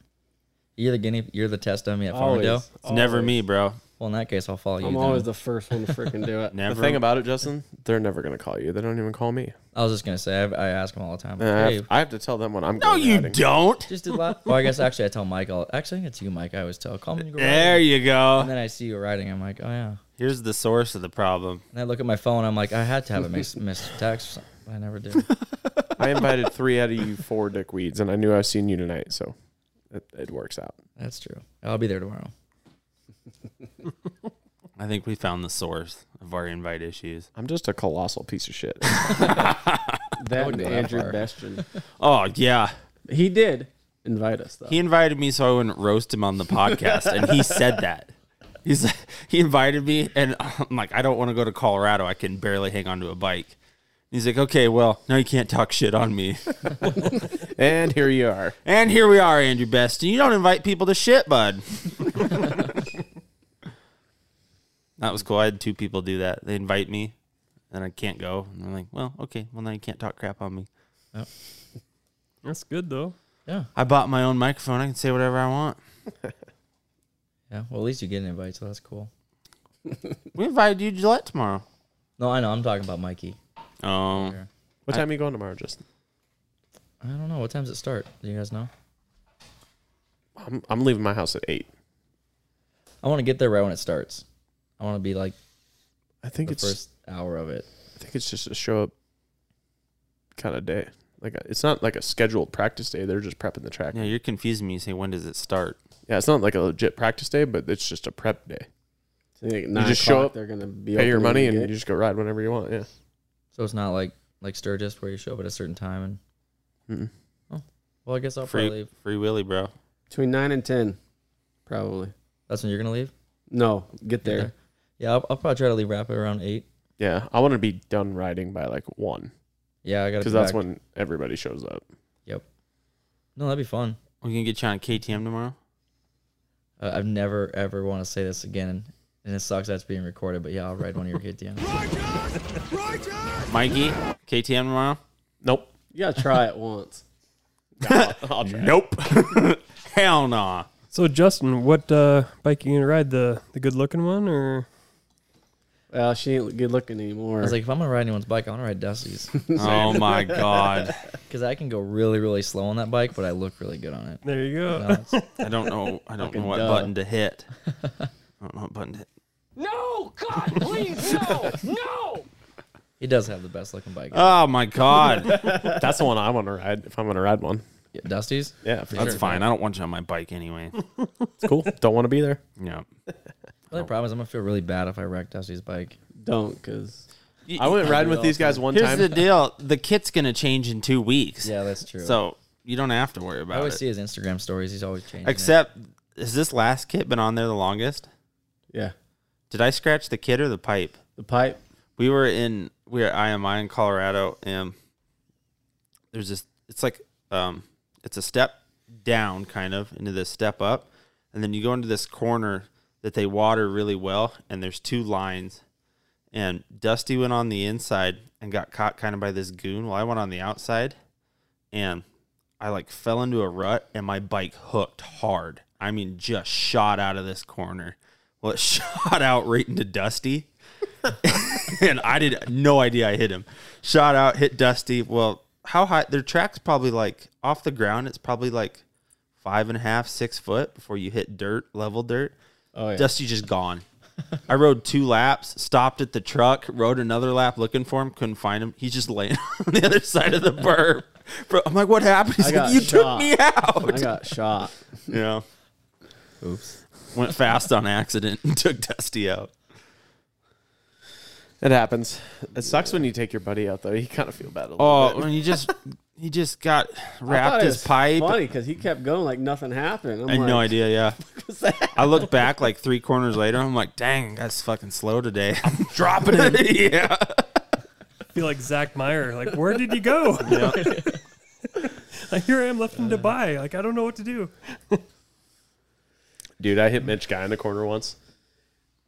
Speaker 1: You're the guinea. You're the test dummy at Farmingdale.
Speaker 6: Always.
Speaker 4: it's never me, bro.
Speaker 1: Well, in that case, I'll follow you.
Speaker 6: I'm
Speaker 1: then.
Speaker 6: always the first one to freaking do it.
Speaker 4: Never.
Speaker 2: The thing about it, Justin, they're never gonna call you. They don't even call me.
Speaker 1: I was just gonna say I, I ask him all the time.
Speaker 2: And I,
Speaker 1: hey,
Speaker 2: have, I have to tell them when I'm.
Speaker 4: no,
Speaker 2: going
Speaker 4: you
Speaker 2: riding.
Speaker 4: don't.
Speaker 1: just did last. well, I guess actually I tell Mike. I'll, actually, I think it's you, Mike. I always tell. Call me. When you go riding.
Speaker 4: There you
Speaker 1: And
Speaker 4: go.
Speaker 1: then I see you riding. I'm like, oh yeah.
Speaker 4: Here's the source of the problem.
Speaker 1: And I look at my phone. I'm like, I had to have a miss, missed text. or something, but I never did.
Speaker 2: I invited three out of you four dickweeds, and I knew I was seeing you tonight, so it, it works out.
Speaker 1: That's true. I'll be there tomorrow.
Speaker 4: I think we found the source of our invite issues.
Speaker 2: I'm just a colossal piece of shit.
Speaker 1: I
Speaker 6: That
Speaker 1: wouldn't
Speaker 6: and
Speaker 1: go that
Speaker 6: Andrew
Speaker 1: far.
Speaker 6: Bastian.
Speaker 4: Oh yeah,
Speaker 6: He did invite us though.
Speaker 4: he invited me so I wouldn't roast him on the podcast, and he said that. He's he invited me, and I'm like, I don't want to go to Colorado. I can barely hang onto a bike. He's like, okay, well, now you can't talk shit on me.
Speaker 2: and here you are.
Speaker 4: And here we are, Andrew Best. You don't invite people to shit, bud. that was cool. I had two people do that. They invite me, and I can't go. And I'm like, well, okay. Well, now you can't talk crap on me.
Speaker 5: That's good though.
Speaker 1: Yeah.
Speaker 4: I bought my own microphone. I can say whatever I want.
Speaker 1: Yeah. Well, at least you get an invite, so that's cool.
Speaker 4: We invited you to Gillette tomorrow.
Speaker 1: No, I know. I'm talking about Mikey.
Speaker 4: Oh,
Speaker 2: What time are you going tomorrow, Justin?
Speaker 1: I don't know. What time does it start? Do you guys know?
Speaker 2: I'm, I'm leaving my house at eight.
Speaker 1: I want to get there right when it starts. I want to be like
Speaker 2: I think
Speaker 1: the
Speaker 2: it's
Speaker 1: first hour of it.
Speaker 2: I think it's just a show up kind of day. Like uh, it's not like a scheduled practice day. They're just prepping the track.
Speaker 4: yeah.
Speaker 2: Yeah,
Speaker 4: You're confusing me. You say, when does it start?
Speaker 2: it's not like a legit practice day, but it's just a prep day.
Speaker 6: So you think at nine
Speaker 2: just show
Speaker 6: o'clock
Speaker 2: up,
Speaker 6: They're gonna be
Speaker 2: Pay your
Speaker 6: opening
Speaker 2: money
Speaker 6: the
Speaker 2: and
Speaker 6: gate.
Speaker 2: you just go ride whenever you want. Yeah.
Speaker 1: So it's not like like Sturgis where you show up at a certain time and. Oh,
Speaker 2: Mm-mm.
Speaker 1: Well, I guess I'll
Speaker 4: Free,
Speaker 1: probably leave.
Speaker 4: free Willy, bro.
Speaker 6: between nine and ten, probably.
Speaker 1: That's when you're gonna leave.
Speaker 6: No, get
Speaker 1: Get
Speaker 6: there.
Speaker 1: there. Yeah, I'll, I'll probably try to leave rapid around eight.
Speaker 2: Yeah, I want to be done riding by like one
Speaker 1: Yeah, I got to
Speaker 2: because that's when everybody shows up.
Speaker 1: Yep. No, that'd be fun.
Speaker 4: We can get you on KTM tomorrow.
Speaker 1: Uh, I've never ever want to say this again, and it sucks that's being recorded. But yeah, I'll ride one of your KTM's.
Speaker 4: Mikey, KTM tomorrow.
Speaker 2: Nope.
Speaker 6: You gotta try it once.
Speaker 2: I'll try.
Speaker 4: Nope. Hell nah.
Speaker 5: So Justin, what uh, bike you gonna ride? The the good looking one or
Speaker 6: Well, she ain't good looking anymore.
Speaker 1: I was like, if I'm gonna ride anyone's bike, I want to ride Dusty's
Speaker 4: Oh my god.
Speaker 1: because I can go really, really slow on that bike, but I look really good on it.
Speaker 5: there you
Speaker 1: You
Speaker 5: go.
Speaker 1: know, it's-
Speaker 4: I don't know. I don't know what
Speaker 6: duh.
Speaker 4: button to hit. I don't know what button to hit.
Speaker 7: No, God, please, no, no.
Speaker 1: he does have the best looking bike.
Speaker 4: Oh my god.
Speaker 2: That's the one I want to ride if I'm going to ride one.
Speaker 1: Yeah, Dusty's.
Speaker 2: Yeah, for
Speaker 4: That's
Speaker 2: sure.
Speaker 4: fine. I don't want you on my bike anyway.
Speaker 2: It's cool. Don't want to be there.
Speaker 4: Yeah.
Speaker 1: The only problem is I'm gonna feel really bad if I wreck Dusty's bike.
Speaker 6: don't, cause
Speaker 2: I went riding with these guys one
Speaker 4: Here's
Speaker 2: time.
Speaker 4: the deal. The kit's gonna change in two weeks.
Speaker 1: Yeah, that's true.
Speaker 4: So you don't have to worry
Speaker 1: I
Speaker 4: about
Speaker 1: always
Speaker 4: it.
Speaker 1: see his Instagram stories. He's always changing. it.
Speaker 4: Except has this last kit been on there the longest?
Speaker 6: yeah,
Speaker 4: Did I scratch the kit or the pipe?
Speaker 6: the pipe.
Speaker 4: we were in we were at IMI in Colorado and there's this it's like um it's a step down kind of into this step up and then you go into this corner that they water really well and there's two lines and Dusty went on the inside and got caught kind of by this goon while I went on the outside and I like fell into a rut and my bike hooked hard. I mean just shot out of this corner. Well it shot out right into Dusty and I did no idea I hit him. Shot out, hit Dusty. Well, how high? Their track's probably like off the ground. It's probably like five and a half, six foot before you hit dirt, level dirt.
Speaker 6: Oh yeah,
Speaker 4: Dusty just gone. I rode two laps, stopped at the truck, rode another lap looking for him, couldn't find him. He's just laying on the other side of the burb. Bro, I'm like, what happened? He's
Speaker 6: I
Speaker 4: like,
Speaker 6: got
Speaker 4: you took
Speaker 6: shot.
Speaker 4: me
Speaker 6: I
Speaker 4: out.
Speaker 6: got shot.
Speaker 4: yeah,
Speaker 1: oops.
Speaker 4: went fast on accident and took Dusty out.
Speaker 2: It happens. It sucks when you take your buddy out though. You kind of feel bad. A little
Speaker 4: Oh,
Speaker 2: bit.
Speaker 4: when he just he just got
Speaker 6: I thought
Speaker 4: wrapped
Speaker 6: it
Speaker 4: his
Speaker 6: was
Speaker 4: pipe
Speaker 6: Funny, cause he kept going like nothing happened. I'm
Speaker 4: I had
Speaker 6: like,
Speaker 4: no idea. Yeah,
Speaker 6: What's that?
Speaker 4: I look back like three corners later. I'm like, dang, that's fucking slow today. I'm dropping it. yeah,
Speaker 5: I feel like Zach Meyer. Like where did you go? like here I am left in Dubai. Like I don't know what to do.
Speaker 2: dude, I hit Mitch guy in the corner once.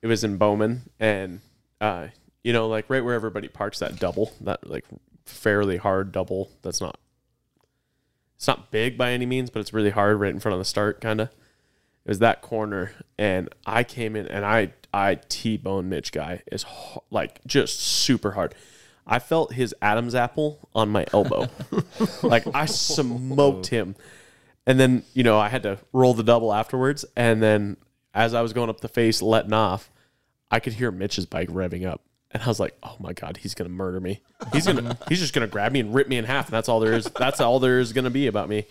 Speaker 2: It was in Bowman, and uh, you know, like right where everybody parks that double, that like fairly hard double. That's not. It's not big by any means, but it's really hard right in front of the start, kind of. It was that corner, and I came in and I I t bone Mitch guy is ho- like just super hard. I felt his Adam's apple on my elbow, like I smoked him. And then, you know, I had to roll the double afterwards. And then as I was going up the face, letting off, I could hear Mitch's bike revving up. And I was like, oh my God, he's gonna murder me. He's gonna he's just gonna grab me and rip me in half. And that's all there is that's all there is gonna be about me.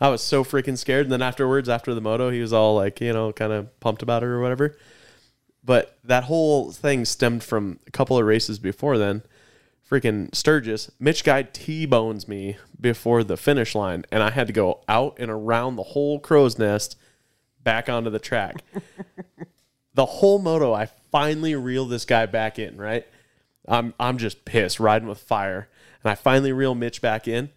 Speaker 2: I was so freaking scared. And then afterwards, after the moto, he was all like, you know, kind of pumped about it or whatever. But that whole thing stemmed from a couple of races before then freaking Sturgis, Mitch guy T bones me before the finish line, and I had to go out and around the whole crow's nest back onto the track. the whole moto, I finally reel this guy back in, right? I'm I'm just pissed, riding with fire. And I finally reel Mitch back in,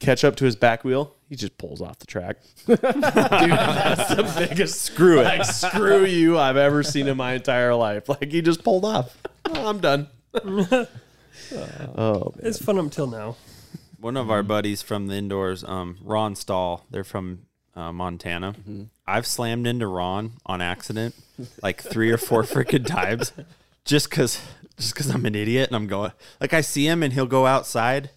Speaker 2: catch up to his back wheel, he just pulls off the track. Dude, that's the biggest screw it. Like, screw you I've ever seen in my entire life. Like he just pulled off. I'm done. oh man.
Speaker 5: It's fun up till now.
Speaker 4: One of our buddies from the indoors, um, Ron Stahl. They're from uh, Montana. I've slammed into Ron on accident like three or four freaking times, just cause, just cause I'm an idiot and I'm going like I see him and he'll go outside,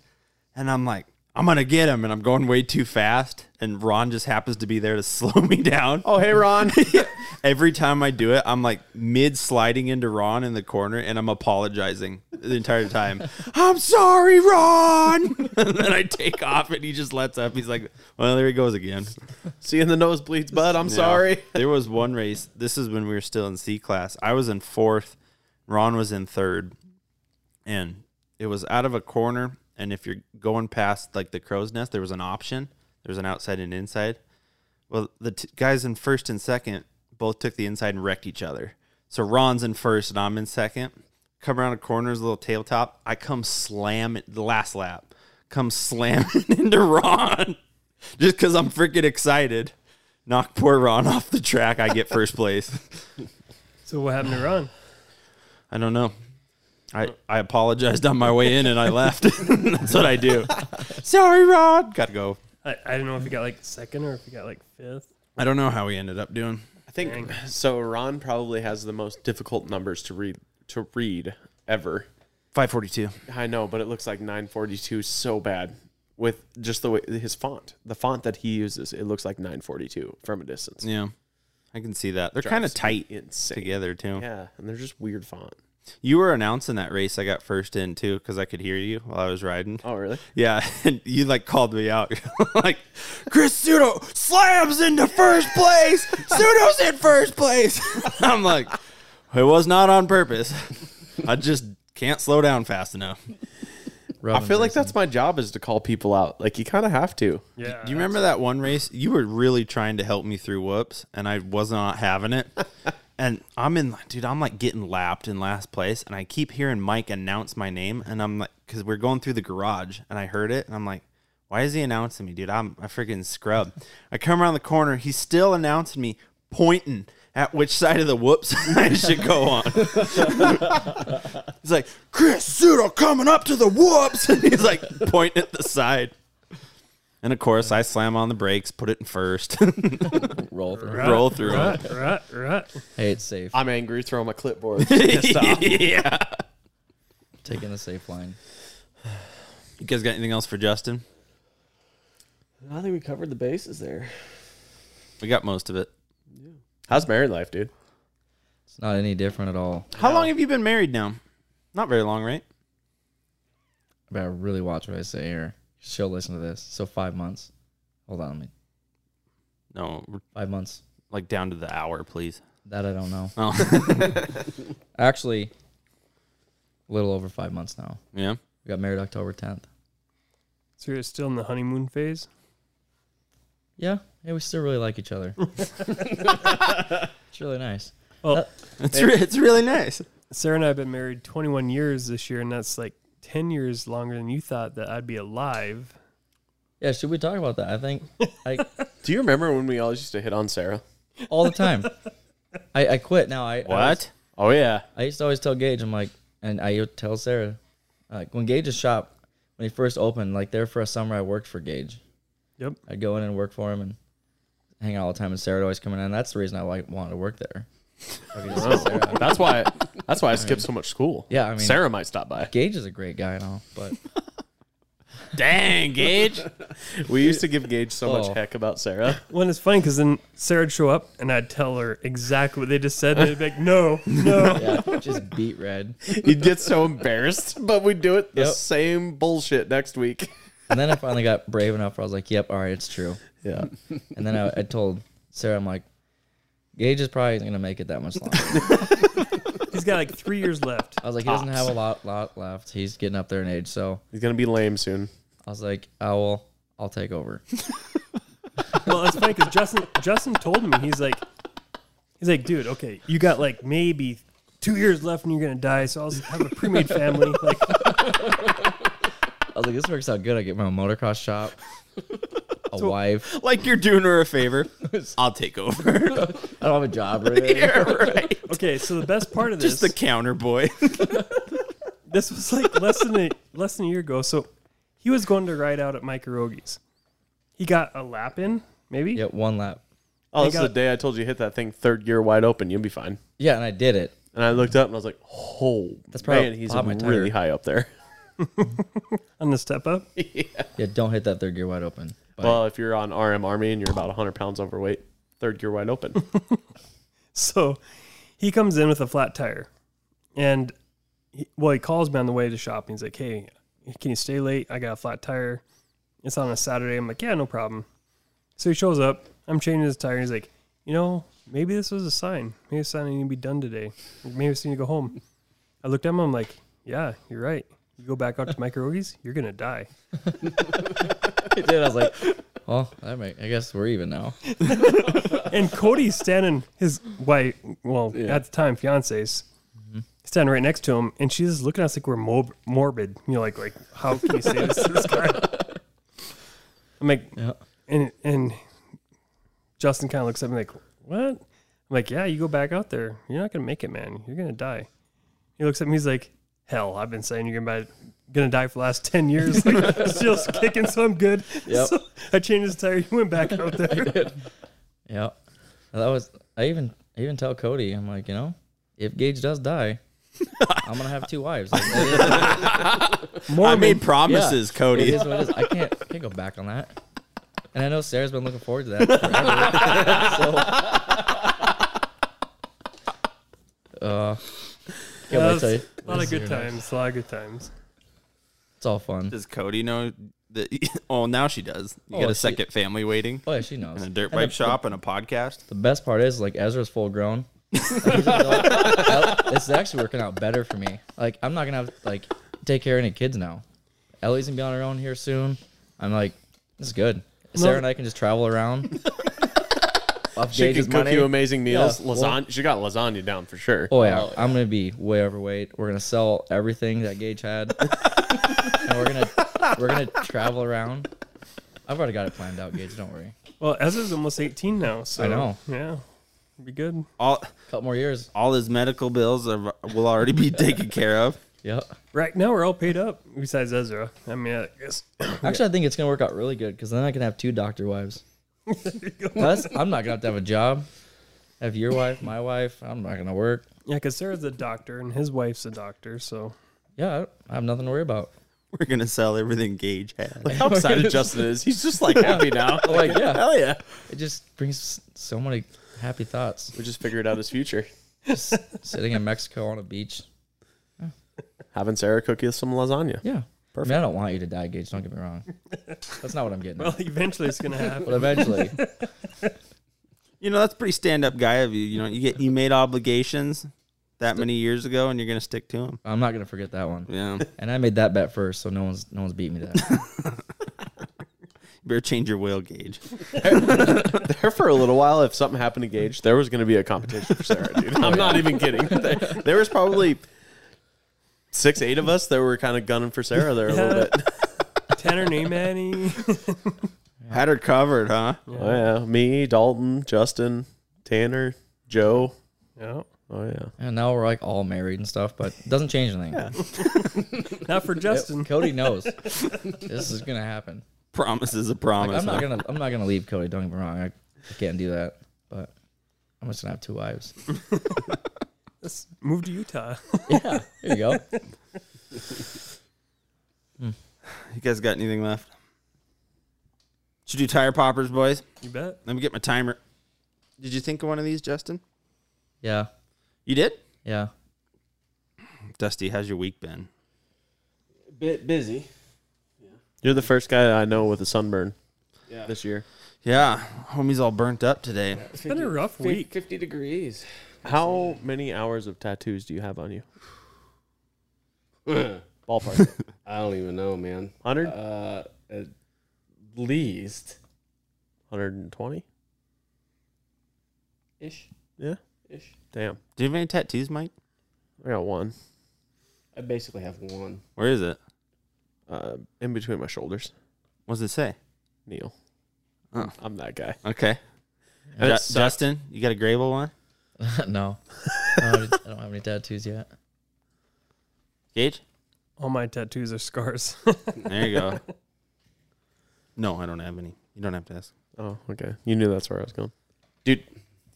Speaker 4: and I'm like I'm gonna get him and I'm going way too fast, and Ron just happens to be there to slow me down.
Speaker 2: Oh, hey, Ron.
Speaker 4: Every time I do it, I'm like mid sliding into Ron in the corner and I'm apologizing the entire time. I'm sorry, Ron. and then I take off and he just lets up. He's like, well, there he goes again.
Speaker 2: Seeing the nosebleeds, bud. I'm sorry.
Speaker 4: There was one race. This is when we were still in C class. I was in fourth. Ron was in third. And it was out of a corner. And if you're going past like the crow's nest, there was an option. There was an outside and inside. Well, the t- guys in first and second both took the inside and wrecked each other. So Ron's in first and I'm in second. come around a corner's a little tailtop. I come slam it the last lap, come slamming into Ron just because I'm freaking excited. Knock poor Ron off the track. I get first place.
Speaker 5: So what happened to Ron?
Speaker 4: I don't know. I, I apologized on my way in and I left. That's what I do. Sorry, Ron. Gotta go.
Speaker 5: I, I don't know if he got like second or if he got like fifth.
Speaker 4: I don't know how he ended up doing.
Speaker 2: I think
Speaker 5: Dang.
Speaker 2: so. Ron probably has the most difficult numbers to read to read ever.
Speaker 4: 542.
Speaker 2: I know, but it looks like 942 so bad with just the way his font, the font that he uses. It looks like 942 from a distance.
Speaker 4: Yeah. I can see that. They're kind of tight
Speaker 2: Insane.
Speaker 4: together, too.
Speaker 2: Yeah, and they're just weird font.
Speaker 4: You were announcing that race I got first in, too, because I could hear you while I was riding.
Speaker 2: Oh, really?
Speaker 4: Yeah, and you like called me out. like, Chris Pseudo slams into first place. Pseudo's in first place. I'm like, it was not on purpose. I just can't slow down fast enough. Do
Speaker 2: I feel like that's my job is to call people out. Like you kind of have to.
Speaker 5: Yeah.
Speaker 4: you remember that one race? You were really trying to help me through whoops, and I was not having it. And I'm in, dude, I'm like getting lapped in last place, and I keep hearing Mike announce my name, and I'm like, because we're going through the garage, and I heard it, and I'm like, why is he announcing me, dude? I'm a freaking scrub. I come around the corner, he's still announcing me, pointing at which side of the whoops I should go on. he's like, Chris Pseudo coming up to the whoops, and he's like pointing at the side. And of course, I slam on the brakes, put it in first,
Speaker 1: roll through.
Speaker 5: Right,
Speaker 4: roll through. it.
Speaker 5: Right, right, right.
Speaker 1: Hey, it's safe.
Speaker 2: I'm angry. Throw my clipboard.
Speaker 4: yeah.
Speaker 1: Taking the safe line.
Speaker 4: You guys got anything else for Justin?
Speaker 2: I think we covered the bases there.
Speaker 4: We got most of it.
Speaker 2: How's married life, dude?
Speaker 1: It's not any different at all.
Speaker 4: How long have you been married now? Not very long, right?
Speaker 1: I better really watch what I say here. She'll listen to this. So five months. Hold on, let me.
Speaker 4: No, we're
Speaker 1: Five months.
Speaker 4: like down to the hour, please.
Speaker 1: That I don't know.
Speaker 4: Oh,
Speaker 1: Actually, a little over five months now.
Speaker 4: yeah.
Speaker 1: We got married October 10th.
Speaker 5: So you're still in the honeymoon phase.
Speaker 1: Yeah. Hey, we still really like each other. it's really nice.
Speaker 4: It's, re- it's really nice.
Speaker 5: Sarah and I have been married 21 years this year, and that's like 10 years longer than you thought that I'd be alive.
Speaker 1: Yeah. Should we talk about that? I think I,
Speaker 2: Do you remember when we always used to hit on Sarah?
Speaker 1: all the time. I, I quit now. I I was-
Speaker 4: What?
Speaker 2: Oh yeah.
Speaker 1: I used to always tell Gage, I'm like, and I would tell Sarah, like when Gage's shop, when he first opened, like there for a summer, I worked for Gage.
Speaker 5: Yep.
Speaker 1: I'd go in and work for him and hang out all the time, and Sarah would always come in, and that's the reason I like wanted to work there. I could just see Sarah.
Speaker 2: That's why. That's why I skipped so much school.
Speaker 1: Yeah, I mean-
Speaker 2: Sarah might stop by.
Speaker 1: Gage is a great guy and all, but
Speaker 4: Dang, Gage.
Speaker 2: We used to give Gage so
Speaker 1: Oh.
Speaker 2: much heck about Sarah.
Speaker 5: Well, and it's funny because then Sarah'd show up, and I'd tell her exactly what they just said, and they'd be like, no, no.
Speaker 1: yeah, just beat red.
Speaker 2: He'd get so embarrassed, but we'd do it the
Speaker 1: Yep.
Speaker 2: same bullshit next week.
Speaker 1: And then I finally got brave enough where I was like, yep, all right, it's true.
Speaker 2: Yeah.
Speaker 1: And then I, I told Sarah, I'm like, Gage is probably not gonna make it that much longer.
Speaker 5: He's got like three years left.
Speaker 1: I was like, he doesn't have a lot lot left. He's getting up there in age, so
Speaker 2: He's going to be lame soon.
Speaker 1: I was like, I will, I'll take over.
Speaker 5: Well, it's funny because Justin, Justin told me, he's like, he's like, dude, okay, you got like maybe two years left and you're going to die, so I'll have a pre-made family. Like,
Speaker 1: I was like, this works out good. I get my own motocross shop, a wife.
Speaker 4: like you're doing her a favor. I'll take over.
Speaker 1: I don't have a job right now.
Speaker 4: yeah, right.
Speaker 5: okay, so the best part of this.
Speaker 4: Just the counter boy.
Speaker 5: this was like less than a less than a year ago. So he was going to ride out at Mike Arogie's. He got a lap in, maybe.
Speaker 1: Yeah, one lap.
Speaker 2: Oh, this
Speaker 5: got-
Speaker 2: is the day I told you hit that thing third gear wide open. You'll be fine.
Speaker 1: Yeah, and I did it.
Speaker 2: And I looked up and I was like, oh, That's
Speaker 1: probably
Speaker 2: man, he's
Speaker 1: popped my tire.
Speaker 2: really high up there.
Speaker 5: On the step up.
Speaker 1: Yeah, don't hit that third gear wide open. But
Speaker 2: Well, if you're on RM Army and you're about 100 pounds overweight, third gear wide open.
Speaker 5: So he comes in with a flat tire, and he, well, he calls me on the way to shop. And he's like, "Hey, can you stay late? I got a flat tire. It's on a Saturday." I'm like, "Yeah, no problem." So he shows up. I'm changing his tire. And he's like, "You know, maybe this was a sign. Maybe it's a sign I need to be done today. Maybe it's need to go home." I looked at him. I'm like, "Yeah, you're right. You go back out to Mike Arogie's, you're gonna die."
Speaker 1: I did. I was like, well, that make, I guess we're even now.
Speaker 5: and Cody's standing his wife, well, at the time, fiance's standing right next to him, and she's just looking at us like we're mob- morbid. You know, like like how can you say this to this guy? I'm like,
Speaker 1: Yeah.
Speaker 5: and and Justin kind of looks at me like, what? I'm like, yeah, you go back out there. You're not gonna make it, man. You're gonna die. He looks at me. He's like, hell, I've been saying you're gonna die, gonna die for the last ten years. Like, still kicking, so I'm good.
Speaker 1: Yep.
Speaker 5: So I changed his tire. He went back out there.
Speaker 1: Yeah. That was I even I even tell Cody, I'm like, you know, if Gage does die, I'm gonna have two wives. Like, it
Speaker 4: I made promises,
Speaker 1: is- it
Speaker 4: Cody.
Speaker 1: is what it is. I can't I can't go back on that. And I know Sarah's been looking forward to that forever. so uh, can't wait
Speaker 5: Yeah,
Speaker 1: till you-
Speaker 5: it's a lot of good
Speaker 1: it's-
Speaker 5: times. A lot of good times.
Speaker 1: It's all fun.
Speaker 4: Does Cody know that? Oh, now she does. You
Speaker 1: Oh,
Speaker 4: got a
Speaker 1: she-
Speaker 4: second family waiting,
Speaker 1: Oh yeah, she knows.
Speaker 4: and a dirt
Speaker 1: And the-
Speaker 4: bike shop, and a podcast.
Speaker 1: The best part is like Ezra's full grown. Like, he's an adult. it's actually working out better for me. Like I'm not gonna have like take care of any kids now. Ellie's gonna be on her own here soon. I'm like, this is good. Sarah
Speaker 5: No.
Speaker 1: and I can just travel around. Off
Speaker 2: She
Speaker 1: Gage's
Speaker 2: can cook
Speaker 1: money.
Speaker 2: you amazing meals.
Speaker 1: Yeah.
Speaker 2: Lasagna. she got lasagna down for sure.
Speaker 1: Oh yeah, I'm gonna be way overweight. We're gonna sell everything that Gage had, and we're gonna we're gonna travel around. I've already got it planned out, Gage. Don't worry.
Speaker 5: Well, Ezra's almost 18 now, so
Speaker 1: I know.
Speaker 5: Yeah, be good.
Speaker 4: All
Speaker 1: couple more years.
Speaker 4: all his medical bills are, will already be taken care of.
Speaker 1: Yep.
Speaker 5: Right now, we're all paid up besides Ezra. I mean, I guess
Speaker 1: Actually, I think it's gonna work out really good because then I can have two doctor wives. Plus, I'm not gonna have to have a job. Have your wife, my wife. I'm not gonna work.
Speaker 5: yeah, because Sarah's a doctor and his wife's a doctor, so
Speaker 1: Yeah, I don't- I have nothing to worry about.
Speaker 4: We're gonna sell everything Gage had.
Speaker 2: How excited Justin is. He's just like happy now.
Speaker 1: Like, yeah,
Speaker 4: Hell yeah!
Speaker 1: it just brings so many happy thoughts.
Speaker 2: We just figured out his future.
Speaker 1: Just sitting in Mexico on a beach.
Speaker 2: Having Sarah cook you some lasagna.
Speaker 1: Yeah, perfect. I, mean, I don't want you to die, Gage. Don't get me wrong. That's not what I'm getting.
Speaker 5: well,
Speaker 1: at.
Speaker 5: eventually it's gonna happen.
Speaker 1: But eventually,
Speaker 4: You know that's pretty stand up guy of you. You know you get you made obligations that many years ago, and you're gonna stick to them.
Speaker 1: I'm not gonna forget that one.
Speaker 4: Yeah, you
Speaker 1: And I made that bet first, so no one's no one's beat me to that.
Speaker 4: better change your whale gauge.
Speaker 2: There for a little while, if something happened to Gage, there was going to be a competition for Sarah, dude.
Speaker 1: Oh,
Speaker 2: I'm not even kidding. There, there was probably six, eight of us that were kind of gunning for Sarah there a little bit.
Speaker 5: Tanner Neymani,
Speaker 4: Had her covered, huh?
Speaker 2: Oh, yeah. Me, Dalton, Justin, Tanner, Joe.
Speaker 5: yeah,
Speaker 2: Oh, yeah.
Speaker 1: And now we're like all married and stuff, but it doesn't change anything.
Speaker 5: not for Justin.
Speaker 1: Cody knows this is gonna happen.
Speaker 4: Promise is a promise.
Speaker 1: I'm not
Speaker 4: huh?
Speaker 1: gonna I'm not gonna leave Cody. Don't get me wrong. I, I can't do that. But I'm just gonna have two wives.
Speaker 5: Let's move to Utah.
Speaker 1: yeah, there you go.
Speaker 4: You guys got anything left? Should do tire poppers, boys.
Speaker 5: You bet.
Speaker 4: Let me get my timer. Did you think of one of these, Justin?
Speaker 1: Yeah,
Speaker 4: You did.
Speaker 1: yeah.
Speaker 4: Dusty, how's your week been?
Speaker 6: Bit busy.
Speaker 2: You're the first guy I know with a sunburn
Speaker 6: Yeah.
Speaker 2: this year.
Speaker 4: Yeah, homie's all burnt up today.
Speaker 5: It's been a rough week.
Speaker 6: 50 degrees.
Speaker 2: How many hours of tattoos do you have on you? Ballpark.
Speaker 6: I don't even know, man.
Speaker 2: 100?
Speaker 6: Uh, at least
Speaker 2: 120?
Speaker 6: ish,
Speaker 2: Yeah.
Speaker 6: ish.
Speaker 2: Damn.
Speaker 4: Do you have any tattoos, Mike?
Speaker 2: I got one
Speaker 6: I basically have one.
Speaker 4: Where is it?
Speaker 2: uh, in between my shoulders.
Speaker 4: What does it say?
Speaker 2: Neil.
Speaker 4: Oh.
Speaker 2: I'm that guy.
Speaker 4: Okay.
Speaker 2: And
Speaker 4: Ju-
Speaker 2: it sucked.
Speaker 4: Justin, you got a Grable one?
Speaker 1: no. I don't, I don't have any tattoos yet.
Speaker 4: Gage?
Speaker 5: All my tattoos are scars.
Speaker 4: There you go. no, I don't have any. You don't have to ask.
Speaker 2: Oh, okay. You knew that's where I was going. Dude,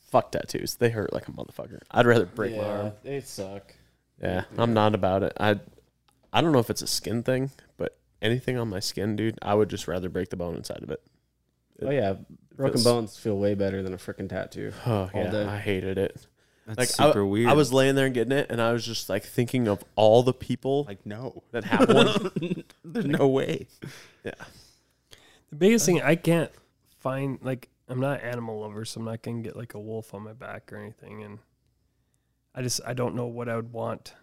Speaker 2: fuck tattoos. They hurt like a motherfucker. I'd rather break my
Speaker 6: yeah,
Speaker 2: arm.
Speaker 6: they suck.
Speaker 2: Yeah, I'm not about it. I I don't know if it's a skin thing, but anything on my skin, dude, I would just rather break the bone inside of it.
Speaker 6: Oh yeah, broken
Speaker 2: feels-
Speaker 6: bones feel way better than a freaking tattoo.
Speaker 2: Oh,
Speaker 6: All
Speaker 2: yeah.
Speaker 6: day.
Speaker 2: I hated it.
Speaker 4: That's
Speaker 2: like
Speaker 4: super
Speaker 2: I,
Speaker 4: weird.
Speaker 2: I was laying there getting it, and I was just like thinking of all the people
Speaker 4: like, no.
Speaker 2: that have one.
Speaker 4: There's no way.
Speaker 2: yeah,
Speaker 5: the biggest thing I can't find, like, I'm not animal lover, so I'm not gonna get like a wolf on my back or anything, and I just I don't know what I would want.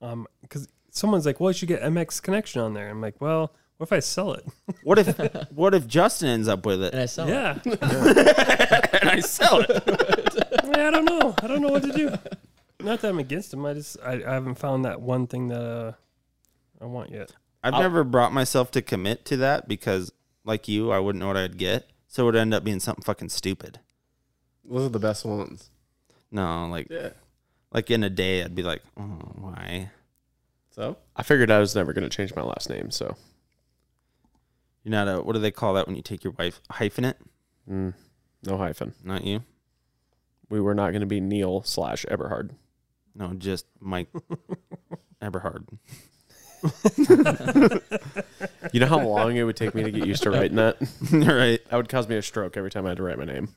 Speaker 5: Um, because someone's like, well, you should get MX Connection on there. I'm like, well, what if I sell it?
Speaker 4: What if what if Justin ends up with
Speaker 1: And
Speaker 4: it
Speaker 1: I sell it.
Speaker 5: Yeah.
Speaker 4: and I sell it?
Speaker 5: I mean, I don't know. I don't know what to do. Not that I'm against him. I just I, I haven't found that one thing that uh, I want yet.
Speaker 4: I've never brought myself to commit to that because, like you, I wouldn't know what I'd get. So it would end up being something fucking stupid.
Speaker 6: Those are the best ones.
Speaker 4: No, like
Speaker 6: Yeah.
Speaker 4: like in a day, I'd be like, oh, why?
Speaker 6: So
Speaker 2: I figured I was never going to change my last name, so
Speaker 4: You're not a what do they call that when you take your wife hyphenate?
Speaker 2: mm, no hyphen.
Speaker 4: Not you.
Speaker 2: We were not going to be Neil slash Eberhard.
Speaker 4: No, just Mike Eberhard.
Speaker 2: You know how long it would take me to get used to writing that?
Speaker 4: right.
Speaker 2: That would cause me a stroke every time I had to write my name.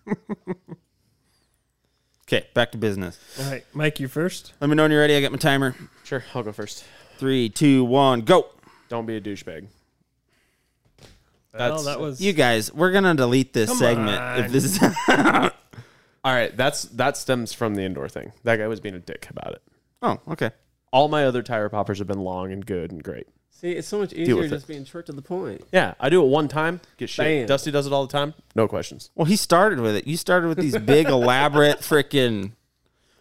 Speaker 4: Okay, back to business.
Speaker 5: All right, Mike, you first.
Speaker 4: Let me know when you're ready. I got my timer.
Speaker 2: Sure, I'll go first.
Speaker 4: Three, two, one, go.
Speaker 2: Don't be a douchebag.
Speaker 5: Well,
Speaker 2: That's-
Speaker 5: that was
Speaker 4: You guys, we're gonna delete this
Speaker 5: Come
Speaker 4: segment if
Speaker 5: on.
Speaker 4: this is out.
Speaker 2: All right, that's that stems from the indoor thing. That guy was being a dick about it.
Speaker 4: oh, okay.
Speaker 2: All my other tire poppers have been long and good and great.
Speaker 6: see, it's so much
Speaker 2: with
Speaker 6: easier
Speaker 2: it.
Speaker 6: just being short to the point.
Speaker 2: Yeah, I do it one time, get shit.
Speaker 6: Bam.
Speaker 2: Dusty does it all the time, no questions.
Speaker 4: Well, he started with it. You started with these big elaborate freaking.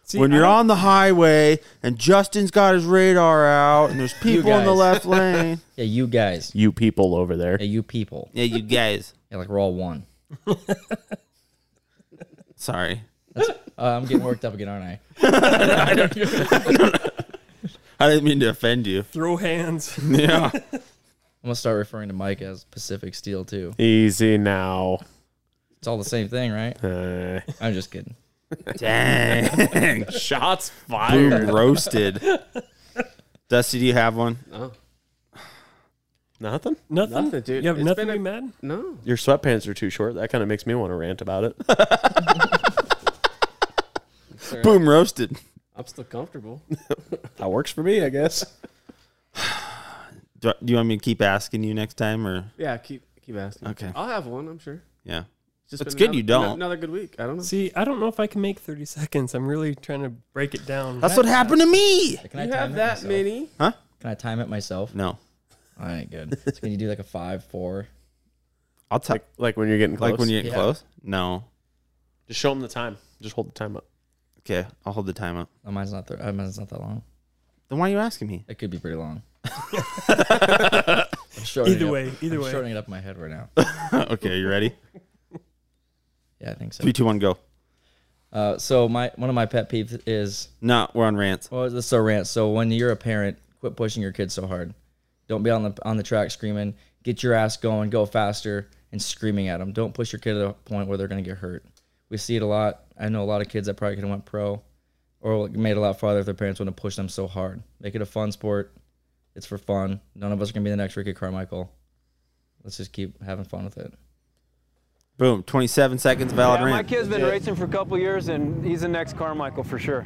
Speaker 5: See,
Speaker 4: when
Speaker 5: I
Speaker 4: you're
Speaker 5: don't-
Speaker 4: on the highway and Justin's got his radar out and there's people in the
Speaker 1: guys.
Speaker 4: left lane.
Speaker 1: Yeah, you guys.
Speaker 2: You people over there.
Speaker 1: Yeah, you people.
Speaker 4: Yeah, you guys.
Speaker 1: Yeah, like we're all one.
Speaker 4: Sorry.
Speaker 1: Uh, I'm getting worked up again, aren't I?
Speaker 4: I didn't mean to offend you.
Speaker 5: throw hands.
Speaker 4: Yeah.
Speaker 1: I'm gonna start referring to Mike as Pacific Steel too.
Speaker 2: Easy now.
Speaker 1: It's all the same thing, right?
Speaker 2: Uh,
Speaker 1: I'm just kidding.
Speaker 4: Dang.
Speaker 2: shots fired.
Speaker 4: Boom roasted. Dusty, do you have one?
Speaker 6: No,
Speaker 2: Nothing.
Speaker 5: Nothing,
Speaker 6: Nothing, dude.
Speaker 5: You have
Speaker 6: It's
Speaker 5: nothing
Speaker 6: been
Speaker 5: to be
Speaker 6: a-
Speaker 5: mad.
Speaker 6: no.
Speaker 2: Your sweatpants are too short. That kind of makes me want to rant about it.
Speaker 6: Sir,
Speaker 4: Boom roasted.
Speaker 6: I'm still comfortable.
Speaker 2: that works for me, I guess.
Speaker 4: Do, do you want me to keep asking you next time or?
Speaker 6: yeah, keep keep asking.
Speaker 4: Okay.
Speaker 6: I'll have one. I'm sure.
Speaker 4: Yeah.
Speaker 6: Just
Speaker 4: That's
Speaker 6: been
Speaker 4: good you
Speaker 6: another-
Speaker 4: don't.
Speaker 6: Another good week. I don't know.
Speaker 5: See, I don't know if I can make 30 seconds. I'm really trying to break it down.
Speaker 4: That's what happened to me.
Speaker 1: Can I
Speaker 6: you
Speaker 1: time
Speaker 6: have
Speaker 1: it
Speaker 6: that
Speaker 1: myself?
Speaker 6: many?
Speaker 1: Can I time it myself?
Speaker 4: No.
Speaker 1: All right, good. So can you do like a five, four?
Speaker 4: I'll tell.
Speaker 2: Like, like when you're getting close.
Speaker 4: Like when you're getting
Speaker 1: Yeah.
Speaker 4: close? No.
Speaker 2: just show them the time. Just hold the time up.
Speaker 4: Okay. I'll hold the time up.
Speaker 1: Oh, mine's not. Th- uh, mine's not that long.
Speaker 4: Then why are you asking me?
Speaker 1: It could be pretty long. I'm shortening
Speaker 5: Either
Speaker 1: it up-
Speaker 5: way, either
Speaker 1: I'm
Speaker 5: way.
Speaker 1: shortening it up in my head right now.
Speaker 4: okay. You ready?
Speaker 1: Yeah, I think so.
Speaker 4: Three, two, one, go.
Speaker 1: Uh, so my one of my pet peeves is
Speaker 4: No, we're on rants.
Speaker 1: well, this is a rant. So when you're a parent, quit pushing your kids so hard. Don't be on the on the track screaming. Get your ass going. Go faster and screaming at them. Don't push your kid to the point where they're gonna get hurt. We see it a lot. I know a lot of kids that probably could have went pro, or made a lot farther if their parents wouldn't have pushed them so hard. Make it a fun sport. It's for fun. None of us are gonna be the next Ricky Carmichael. Let's just keep having fun with it.
Speaker 4: Boom. 27 seconds, valid
Speaker 8: Yeah, my
Speaker 4: rant.
Speaker 8: kid's been racing for a couple years, and he's the next Carmichael for sure.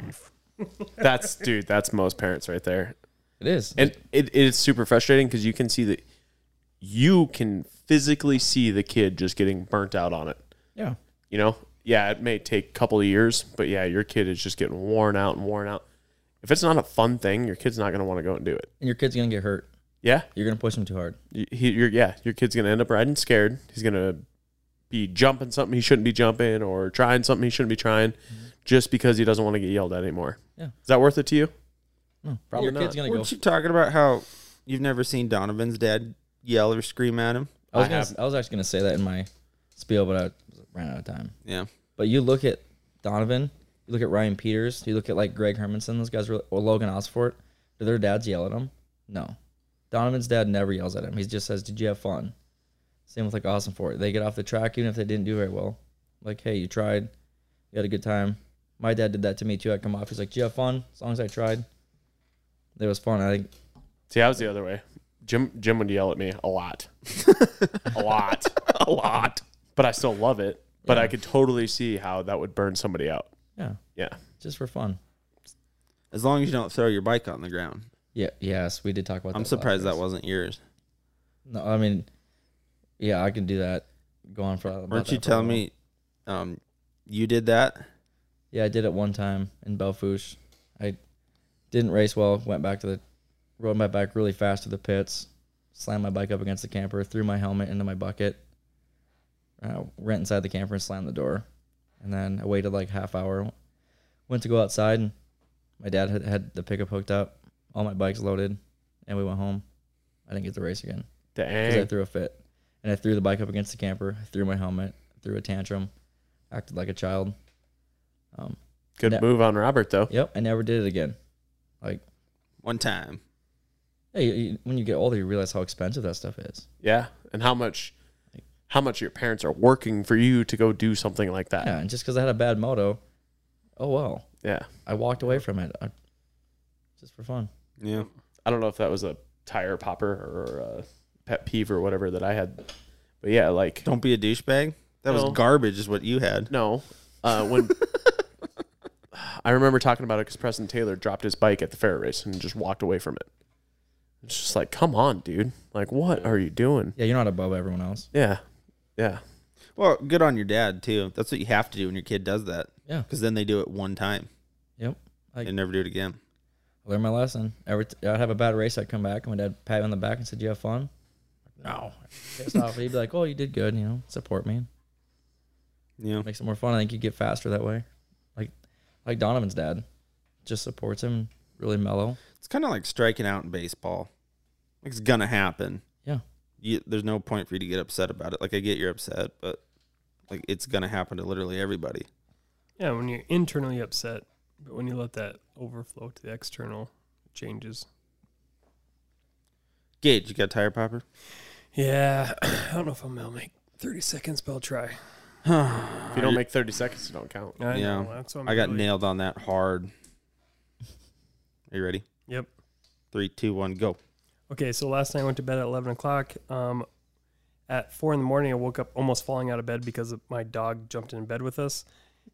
Speaker 2: That's dude. That's most parents right there.
Speaker 1: It is.
Speaker 2: And it, it is super frustrating because you can see that you can physically see the kid just getting burnt out on it.
Speaker 1: yeah.
Speaker 2: You know, yeah, it may take a couple of years, but yeah, your kid is just getting worn out and worn out. If it's not a fun thing, your kid's not going to want to go and do it.
Speaker 1: And your kid's gonna get hurt.
Speaker 2: Yeah,
Speaker 1: You're gonna push them too hard.
Speaker 2: You- he, you're, yeah, your kid's going to end up riding scared. He's going to be jumping something he shouldn't be jumping or trying something he shouldn't be trying, just because he doesn't want to get yelled at anymore.
Speaker 1: Yeah.
Speaker 2: is that worth it to you?
Speaker 1: No, probably your
Speaker 2: not.
Speaker 1: kid's gonna go.
Speaker 4: Weren't you talking about how you've never seen Donovan's dad yell or scream at him?
Speaker 1: I was,
Speaker 2: I
Speaker 1: gonna,
Speaker 2: have-
Speaker 1: I was actually going to say that in my spiel, but I ran out of time.
Speaker 4: Yeah.
Speaker 1: But you look at Donovan, you look at Ryan Peters, you look at like Greg Hermanson, those guys, were, or Logan Osfort. Do their dads yell at them? No. Donovan's dad never yells at him. He just says, Did you have fun? Same with like Austin Fort. They get off the track even if they didn't do very well. Like, hey, you tried. You had a good time. My dad did that to me too. I come off. He's like, Did you have fun? As long as I tried. It was fun. I think
Speaker 2: See, I was the other way. Jim Jim would yell at me a lot, a lot, a lot. But I still love it. But I could totally see how that would burn somebody out.
Speaker 1: yeah,
Speaker 2: Yeah,
Speaker 1: just for fun.
Speaker 4: As long as you don't throw your bike on the ground.
Speaker 1: Yeah, yes, we did talk about that.
Speaker 4: I'm
Speaker 1: last
Speaker 4: surprised that
Speaker 1: episode.
Speaker 4: wasn't yours.
Speaker 1: No, I mean, yeah, I can do that. Go on for. about
Speaker 4: Weren't
Speaker 1: that
Speaker 4: you
Speaker 1: for a
Speaker 4: telling
Speaker 1: while.
Speaker 4: me um, you did that?
Speaker 1: Yeah, I did it one time in Belfouche. I didn't race well. Went back to the, rode my bike really fast to the pits, slammed my bike up against the camper, threw my helmet into my bucket, uh, went inside the camper and slammed the door, and then I waited like half hour. Went to go outside and My dad had, had the pickup hooked up, all my bikes loaded, and we went home. I didn't get to race again because I
Speaker 2: Dang.
Speaker 1: threw a fit, and I threw the bike up against the camper. I threw my helmet. Threw a tantrum. Acted like a child. Um,
Speaker 2: Good
Speaker 1: No.
Speaker 2: move on Robert though.
Speaker 1: yep, I never did it again.
Speaker 4: One time.
Speaker 1: Hey, you- you- when you get older, you realize how expensive that stuff is.
Speaker 2: Yeah. And how much how much your parents are working for you to go do something like that.
Speaker 1: Yeah, and just because I had a bad moto, oh well,
Speaker 2: yeah.
Speaker 1: I walked away from it I, just for fun.
Speaker 4: Yeah.
Speaker 2: I don't know if that was a tire popper or a pet peeve or whatever that I had. But yeah, like
Speaker 4: Don't be a douchebag. That
Speaker 2: No.
Speaker 4: was garbage, is what you had.
Speaker 2: no, uh, when I remember talking about it because Preston Taylor dropped his bike at the fair race and just walked away from it. It's just like, come on, dude! Like, what are you doing?
Speaker 1: Yeah, you're not above everyone else.
Speaker 2: Yeah, yeah,
Speaker 4: Well, good on your dad too. That's what you have to do when your kid does that.
Speaker 1: Yeah.
Speaker 4: Because then they do it one time
Speaker 1: Yep. I-
Speaker 4: and never do it again.
Speaker 1: I learned my lesson. Every t- I'd have a bad race, I'd come back, and my dad pat me on the back and said, "You have fun." No, pissed off. He'd be like, "Oh, you did good. You know, support me.
Speaker 4: Yeah.
Speaker 1: Makes it more fun. I think you get faster that way." Like, like Donovan's dad, just supports him. Really mellow.
Speaker 4: It's kind of like striking out in baseball. It's gonna happen.
Speaker 1: Yeah.
Speaker 4: You, there's no point for you to get upset about it. Like I get you're upset, but like it's gonna happen to literally everybody.
Speaker 5: Yeah, when you're internally upset, but when you let that overflow to the external, it changes.
Speaker 4: Gage, you got a tire popper?
Speaker 5: Yeah, I don't know if I'm gonna make 30 seconds, but I'll try.
Speaker 2: If you don't make thirty seconds, you don't count.
Speaker 5: I
Speaker 4: Yeah.
Speaker 5: know, that's what I'm
Speaker 4: I got
Speaker 5: really-
Speaker 4: nailed on that hard. Are you ready?
Speaker 5: Yep.
Speaker 4: Three, two, one, go.
Speaker 5: Okay, so last night I went to bed at 11 o'clock. Um, at 4 in the morning, I woke up almost falling out of bed because of- my dog jumped in bed with us.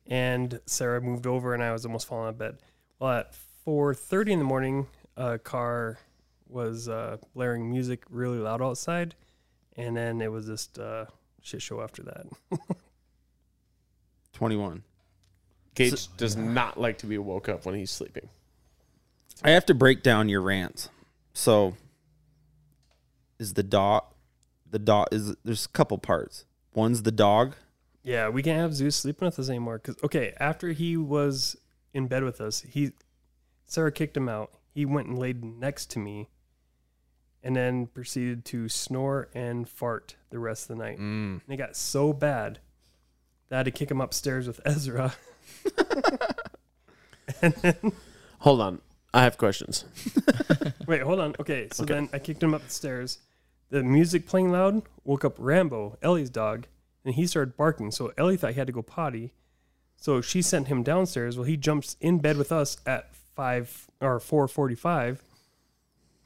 Speaker 5: And Sarah moved over, and I was almost falling out of bed. Well, at 4.30 in the morning, a car was uh, blaring music really loud outside. And then it was just uh, shit show after that.
Speaker 4: Twenty-one.
Speaker 2: Gage does not like to be woke up when he's sleeping.
Speaker 4: I have to break down your rants. So is the dog the dog is there's a couple parts. One's the dog.
Speaker 5: Yeah, we can't have Zeus sleeping with us anymore. Cause okay, after he was in bed with us, he Sarah kicked him out. He went and laid next to me, and then proceeded to snore and fart the rest of the night. And it got so bad that I had to kick him upstairs with Ezra.
Speaker 2: Hold on, I have questions.
Speaker 5: Wait, hold on. Okay, so then I kicked him upstairs. The music playing loud woke up Rambo, Ellie's dog, and he started barking. So Ellie thought he had to go potty. So she sent him downstairs. Well, he jumps in bed with us at five or four forty-five.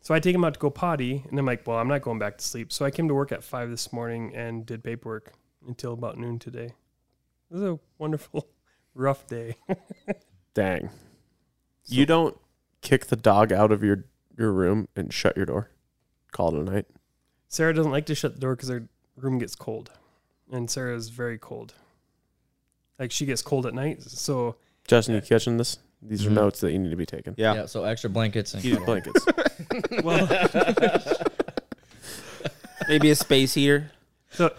Speaker 5: So I take him out to go potty, and I'm like, "Well, I'm not going back to sleep." So I came to work at five this morning and did paperwork until about noon today. It was a wonderful, rough day.
Speaker 2: Dang, you don't kick the dog out of your your room and shut your door. Call it a night.
Speaker 5: Sarah doesn't like to shut the door because her room gets cold, and Sarah is very cold. Like she gets cold at night, so
Speaker 2: Justin, you catching this? These are notes that you need to be taking.
Speaker 4: Yeah.
Speaker 1: Yeah. So extra blankets and
Speaker 2: You need blankets.
Speaker 4: Maybe a space heater.
Speaker 5: so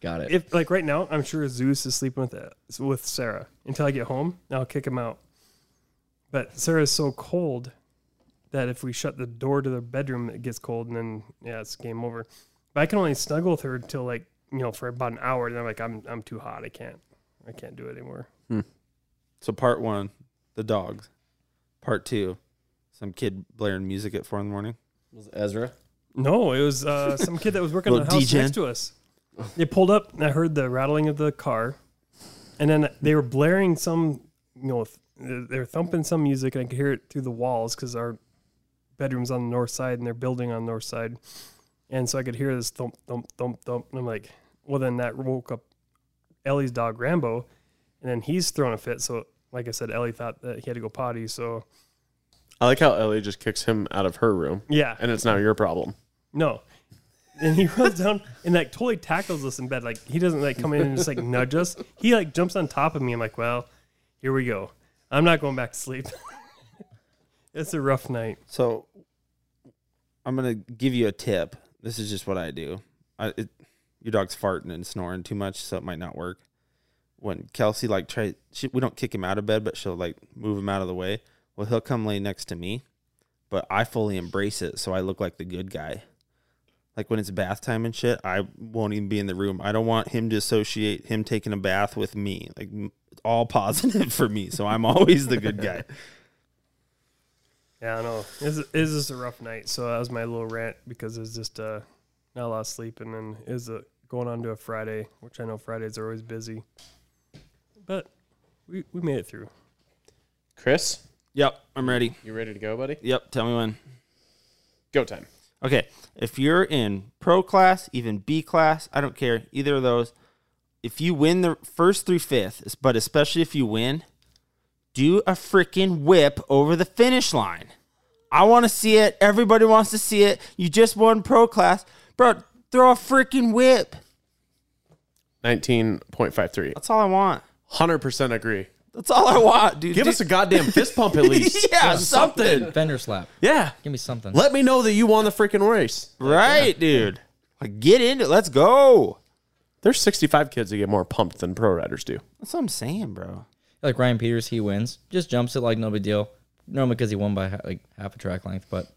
Speaker 1: got it.
Speaker 5: if like right now, I'm sure Zeus is sleeping with uh, with Sarah until I get home. and I'll kick him out. But Sarah is so cold that if we shut the door to their bedroom, it gets cold, and then yeah, it's game over. But I can only snuggle with her until like you know for about an hour, and I'm like I'm I'm too hot. I can't I can't do it anymore.
Speaker 4: So part one, the dogs. Part two, some kid blaring music at four in the morning.
Speaker 6: Was it Ezra?
Speaker 5: No, it was uh, some kid that was working on the
Speaker 4: Little
Speaker 5: house
Speaker 4: DJ.
Speaker 5: next to us. They pulled up, and I heard the rattling of the car, and then they were blaring some, you know, th- they were thumping some music, and I could hear it through the walls because our bedroom's on the north side, and their building on the north side, and so I could hear this thump, thump, thump, thump, and I'm like, well, then that woke up Ellie's dog Rambo, and then he's throwing a fit. So, like I said, Ellie thought that he had to go potty, so
Speaker 2: I like how Ellie just kicks him out of her room,
Speaker 5: yeah,
Speaker 2: and it's now your problem.
Speaker 5: No. And he runs down and like totally tackles us in bed. Like he doesn't like come in and just like nudge us. He like jumps on top of me. I'm like, well, here we go. I'm not going back to sleep. it's a rough night.
Speaker 4: So I'm gonna give you a tip. This is just what I do. I, it, your dog's farting and snoring too much, so it might not work. When Kelsey like try, she, we don't kick him out of bed, but she'll like move him out of the way. Well, he'll come lay next to me, but I fully embrace it, so I look like the good guy. Like when it's bath time and shit, I won't even be in the room. I don't want him to associate him taking a bath with me. Like m- it's all positive for me, so I'm always the good guy.
Speaker 5: Yeah, I know. Is is just a rough night? So that was my little rant because it was just uh, not a lot of sleep, and then is a going on to a Friday, which I know Fridays are always busy, but we we made it through.
Speaker 2: Chris,
Speaker 4: Yep, I'm ready.
Speaker 2: you ready to go, buddy?
Speaker 4: Yep, tell me when.
Speaker 2: Go time.
Speaker 4: Okay, if you're in pro class, even B class, I don't care either of those. If you win the first through fifth, but especially if you win, do a freaking whip over the finish line. I want to see it. Everybody wants to see it. You just won pro class, bro. Throw a freaking whip.
Speaker 2: 19.53.
Speaker 4: That's all I want.
Speaker 2: 100% agree.
Speaker 4: That's all I want, dude.
Speaker 2: Give
Speaker 4: Dude-
Speaker 2: us a goddamn fist pump at least.
Speaker 4: Yeah,
Speaker 2: Just
Speaker 1: Fender slap.
Speaker 2: Yeah.
Speaker 1: Give me something.
Speaker 2: Let me know that you won the freaking race.
Speaker 4: right, dude. Like, get into. it. Let's go.
Speaker 2: There's 65 kids that get more pumped than pro riders do.
Speaker 4: That's what I'm saying, bro.
Speaker 1: Like Ryan Peters, he wins. Just jumps it like no big deal. Normally because he won by ha- like half a track length, but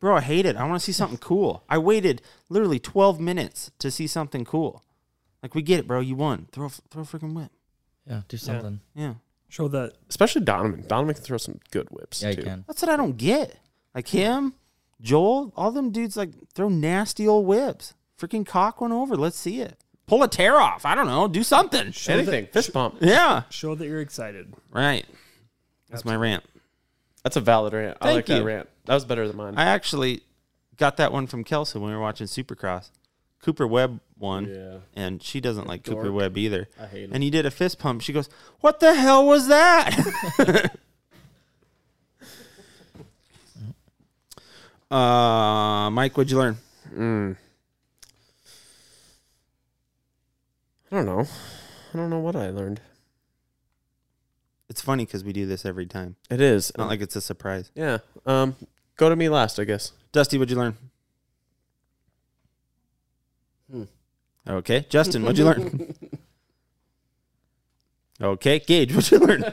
Speaker 4: Bro, I hate it. I want to see something cool. I waited literally 12 minutes to see something cool. Like, we get it, bro. You won. Throw, a f- throw a freaking whip.
Speaker 1: yeah, do something.
Speaker 4: Yeah.
Speaker 5: Show that
Speaker 2: Especially Donovan. Donovan can throw some good whips
Speaker 1: Yeah, you
Speaker 2: too.
Speaker 1: can.
Speaker 4: That's what I don't get. Like, him, Joel, all them dudes, like, throw nasty old whips. Freaking cock one over. Let's see it. Pull a tear off. I don't know. Do something.
Speaker 2: Anything. Fist pump.
Speaker 4: Yeah.
Speaker 5: show that you're excited.
Speaker 4: Right. That's my rant.
Speaker 2: That's a valid rant. I
Speaker 4: Thank
Speaker 2: like
Speaker 4: you.
Speaker 2: that rant. That was better than mine.
Speaker 4: I actually got that one from Kelso when we were watching Supercross. Cooper Webb won,
Speaker 6: Yeah.
Speaker 4: and she doesn't like Cooper Webb either. I
Speaker 6: hate him.
Speaker 4: And he did a fist pump. She goes, "What the hell was that?" uh, Mike, what'd you learn?
Speaker 2: Mm. I don't know. I don't know what I learned.
Speaker 4: It's funny because we do this every time.
Speaker 2: It is.
Speaker 4: Not like it's a surprise.
Speaker 2: yeah. Um, go to me last, I guess.
Speaker 4: Dusty, what'd you learn?
Speaker 6: Hmm.
Speaker 4: Okay, Justin, what'd you learn? okay, Gage, what'd you learn?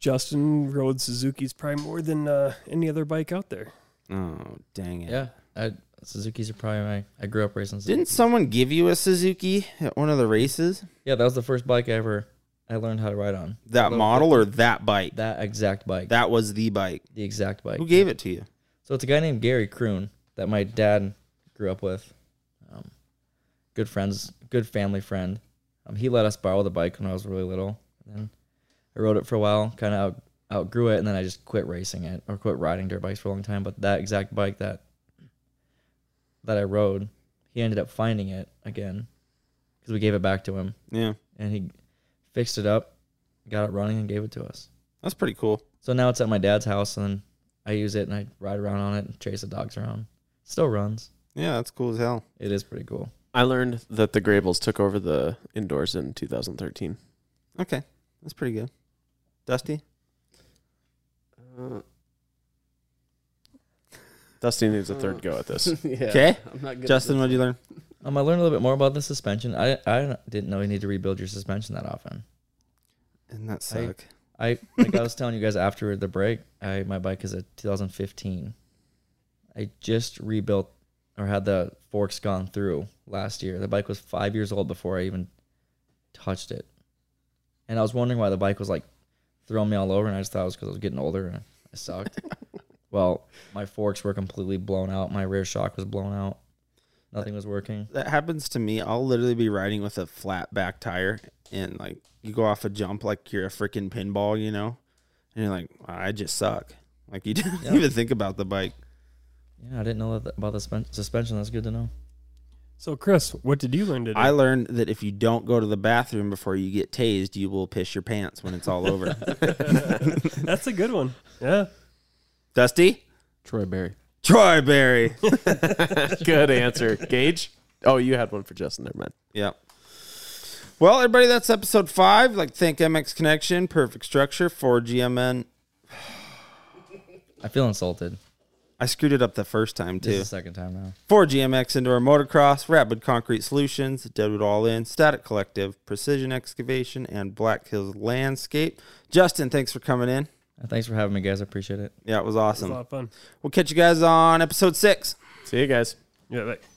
Speaker 5: Justin rode Suzuki's probably more than uh, any other bike out there.
Speaker 4: Oh, dang it.
Speaker 1: Yeah. I, Suzuki's are probably my I grew up racing Suzuki.
Speaker 4: Didn't someone give you a Suzuki at one of the races?
Speaker 1: Yeah, that was the first bike I ever I learned how to ride on.
Speaker 4: That model or that bike?
Speaker 1: That exact bike.
Speaker 4: That was the bike.
Speaker 1: the exact bike.
Speaker 4: Who gave it to you?
Speaker 1: So it's a guy named Gary Kroon that my dad grew up with. Um, good friends, good family friend. Um, he let us borrow the bike when I was really little. And then I rode it for a while, kind of out, outgrew it, and then I just quit racing it or quit riding dirt bikes for a long time. But that exact bike that that I rode, he ended up finding it again because we gave it back to him,
Speaker 4: Yeah,
Speaker 1: and he fixed it up, got it running, and gave it to us.
Speaker 4: that's pretty cool.
Speaker 1: So now it's at my dad's house, and I use it and I ride around on it and chase the dogs around. Still runs.
Speaker 4: Yeah, that's cool as hell.
Speaker 1: It is pretty cool.
Speaker 2: I learned that the Grables took over the indoors in 2013.
Speaker 4: Okay, that's pretty good. Dusty?
Speaker 6: Uh,
Speaker 2: Dusty needs a third go at this.
Speaker 6: yeah.
Speaker 4: Okay.
Speaker 6: I'm not good at
Speaker 4: Justin,
Speaker 6: this.
Speaker 4: what'd you learn?
Speaker 1: Um, I learned a little bit more about the suspension. I, I didn't know you need to rebuild your suspension that often.
Speaker 4: Doesn't that
Speaker 1: I-
Speaker 4: suck?
Speaker 1: I like I was telling you guys after the break, I my bike is a 2015. I just rebuilt or had the forks gone through last year. The bike was five years old before I even touched it, and I was wondering why the bike was like throwing me all over, and I just thought it was because I was getting older and I sucked. well, my forks were completely blown out. My rear shock was blown out. Nothing was working.
Speaker 4: that happens to me. I'll literally be riding with a flat back tire and like you go off a jump like you're a freaking pinball, you know? And you're like, I just suck. Like you didn't even think about the bike.
Speaker 1: Yeah, I didn't know that about the spen- suspension. That's good to know.
Speaker 5: So Chris, what did you learn today?
Speaker 4: I learned that if you don't go to the bathroom before you get tased, you will piss your pants when it's all over.
Speaker 5: That's a good one. Yeah.
Speaker 4: Dusty?
Speaker 6: Troy Berry.
Speaker 4: Troy Berry.
Speaker 2: Good answer. Gage? Oh, you had one for Justin. Never mind.
Speaker 4: yep. Well, everybody, that's episode five. Like, thank MX Connection, Perfect Structure, for GMN.
Speaker 1: I feel insulted.
Speaker 4: I I screwed it up the first time
Speaker 1: This is
Speaker 4: too.
Speaker 1: the second time now.
Speaker 4: For GMX Indoor Motocross, Rapid Concrete Solutions, Deadwood All In, Static Collective, Precision Excavation, and Black Hills Landscape. Justin, thanks for coming in.
Speaker 1: Thanks for having me, guys. I appreciate it.
Speaker 4: Yeah, it was
Speaker 5: It's a lot
Speaker 4: awesome.
Speaker 5: of fun.
Speaker 4: We'll catch you guys on episode six.
Speaker 2: See you guys.
Speaker 5: Yeah, like,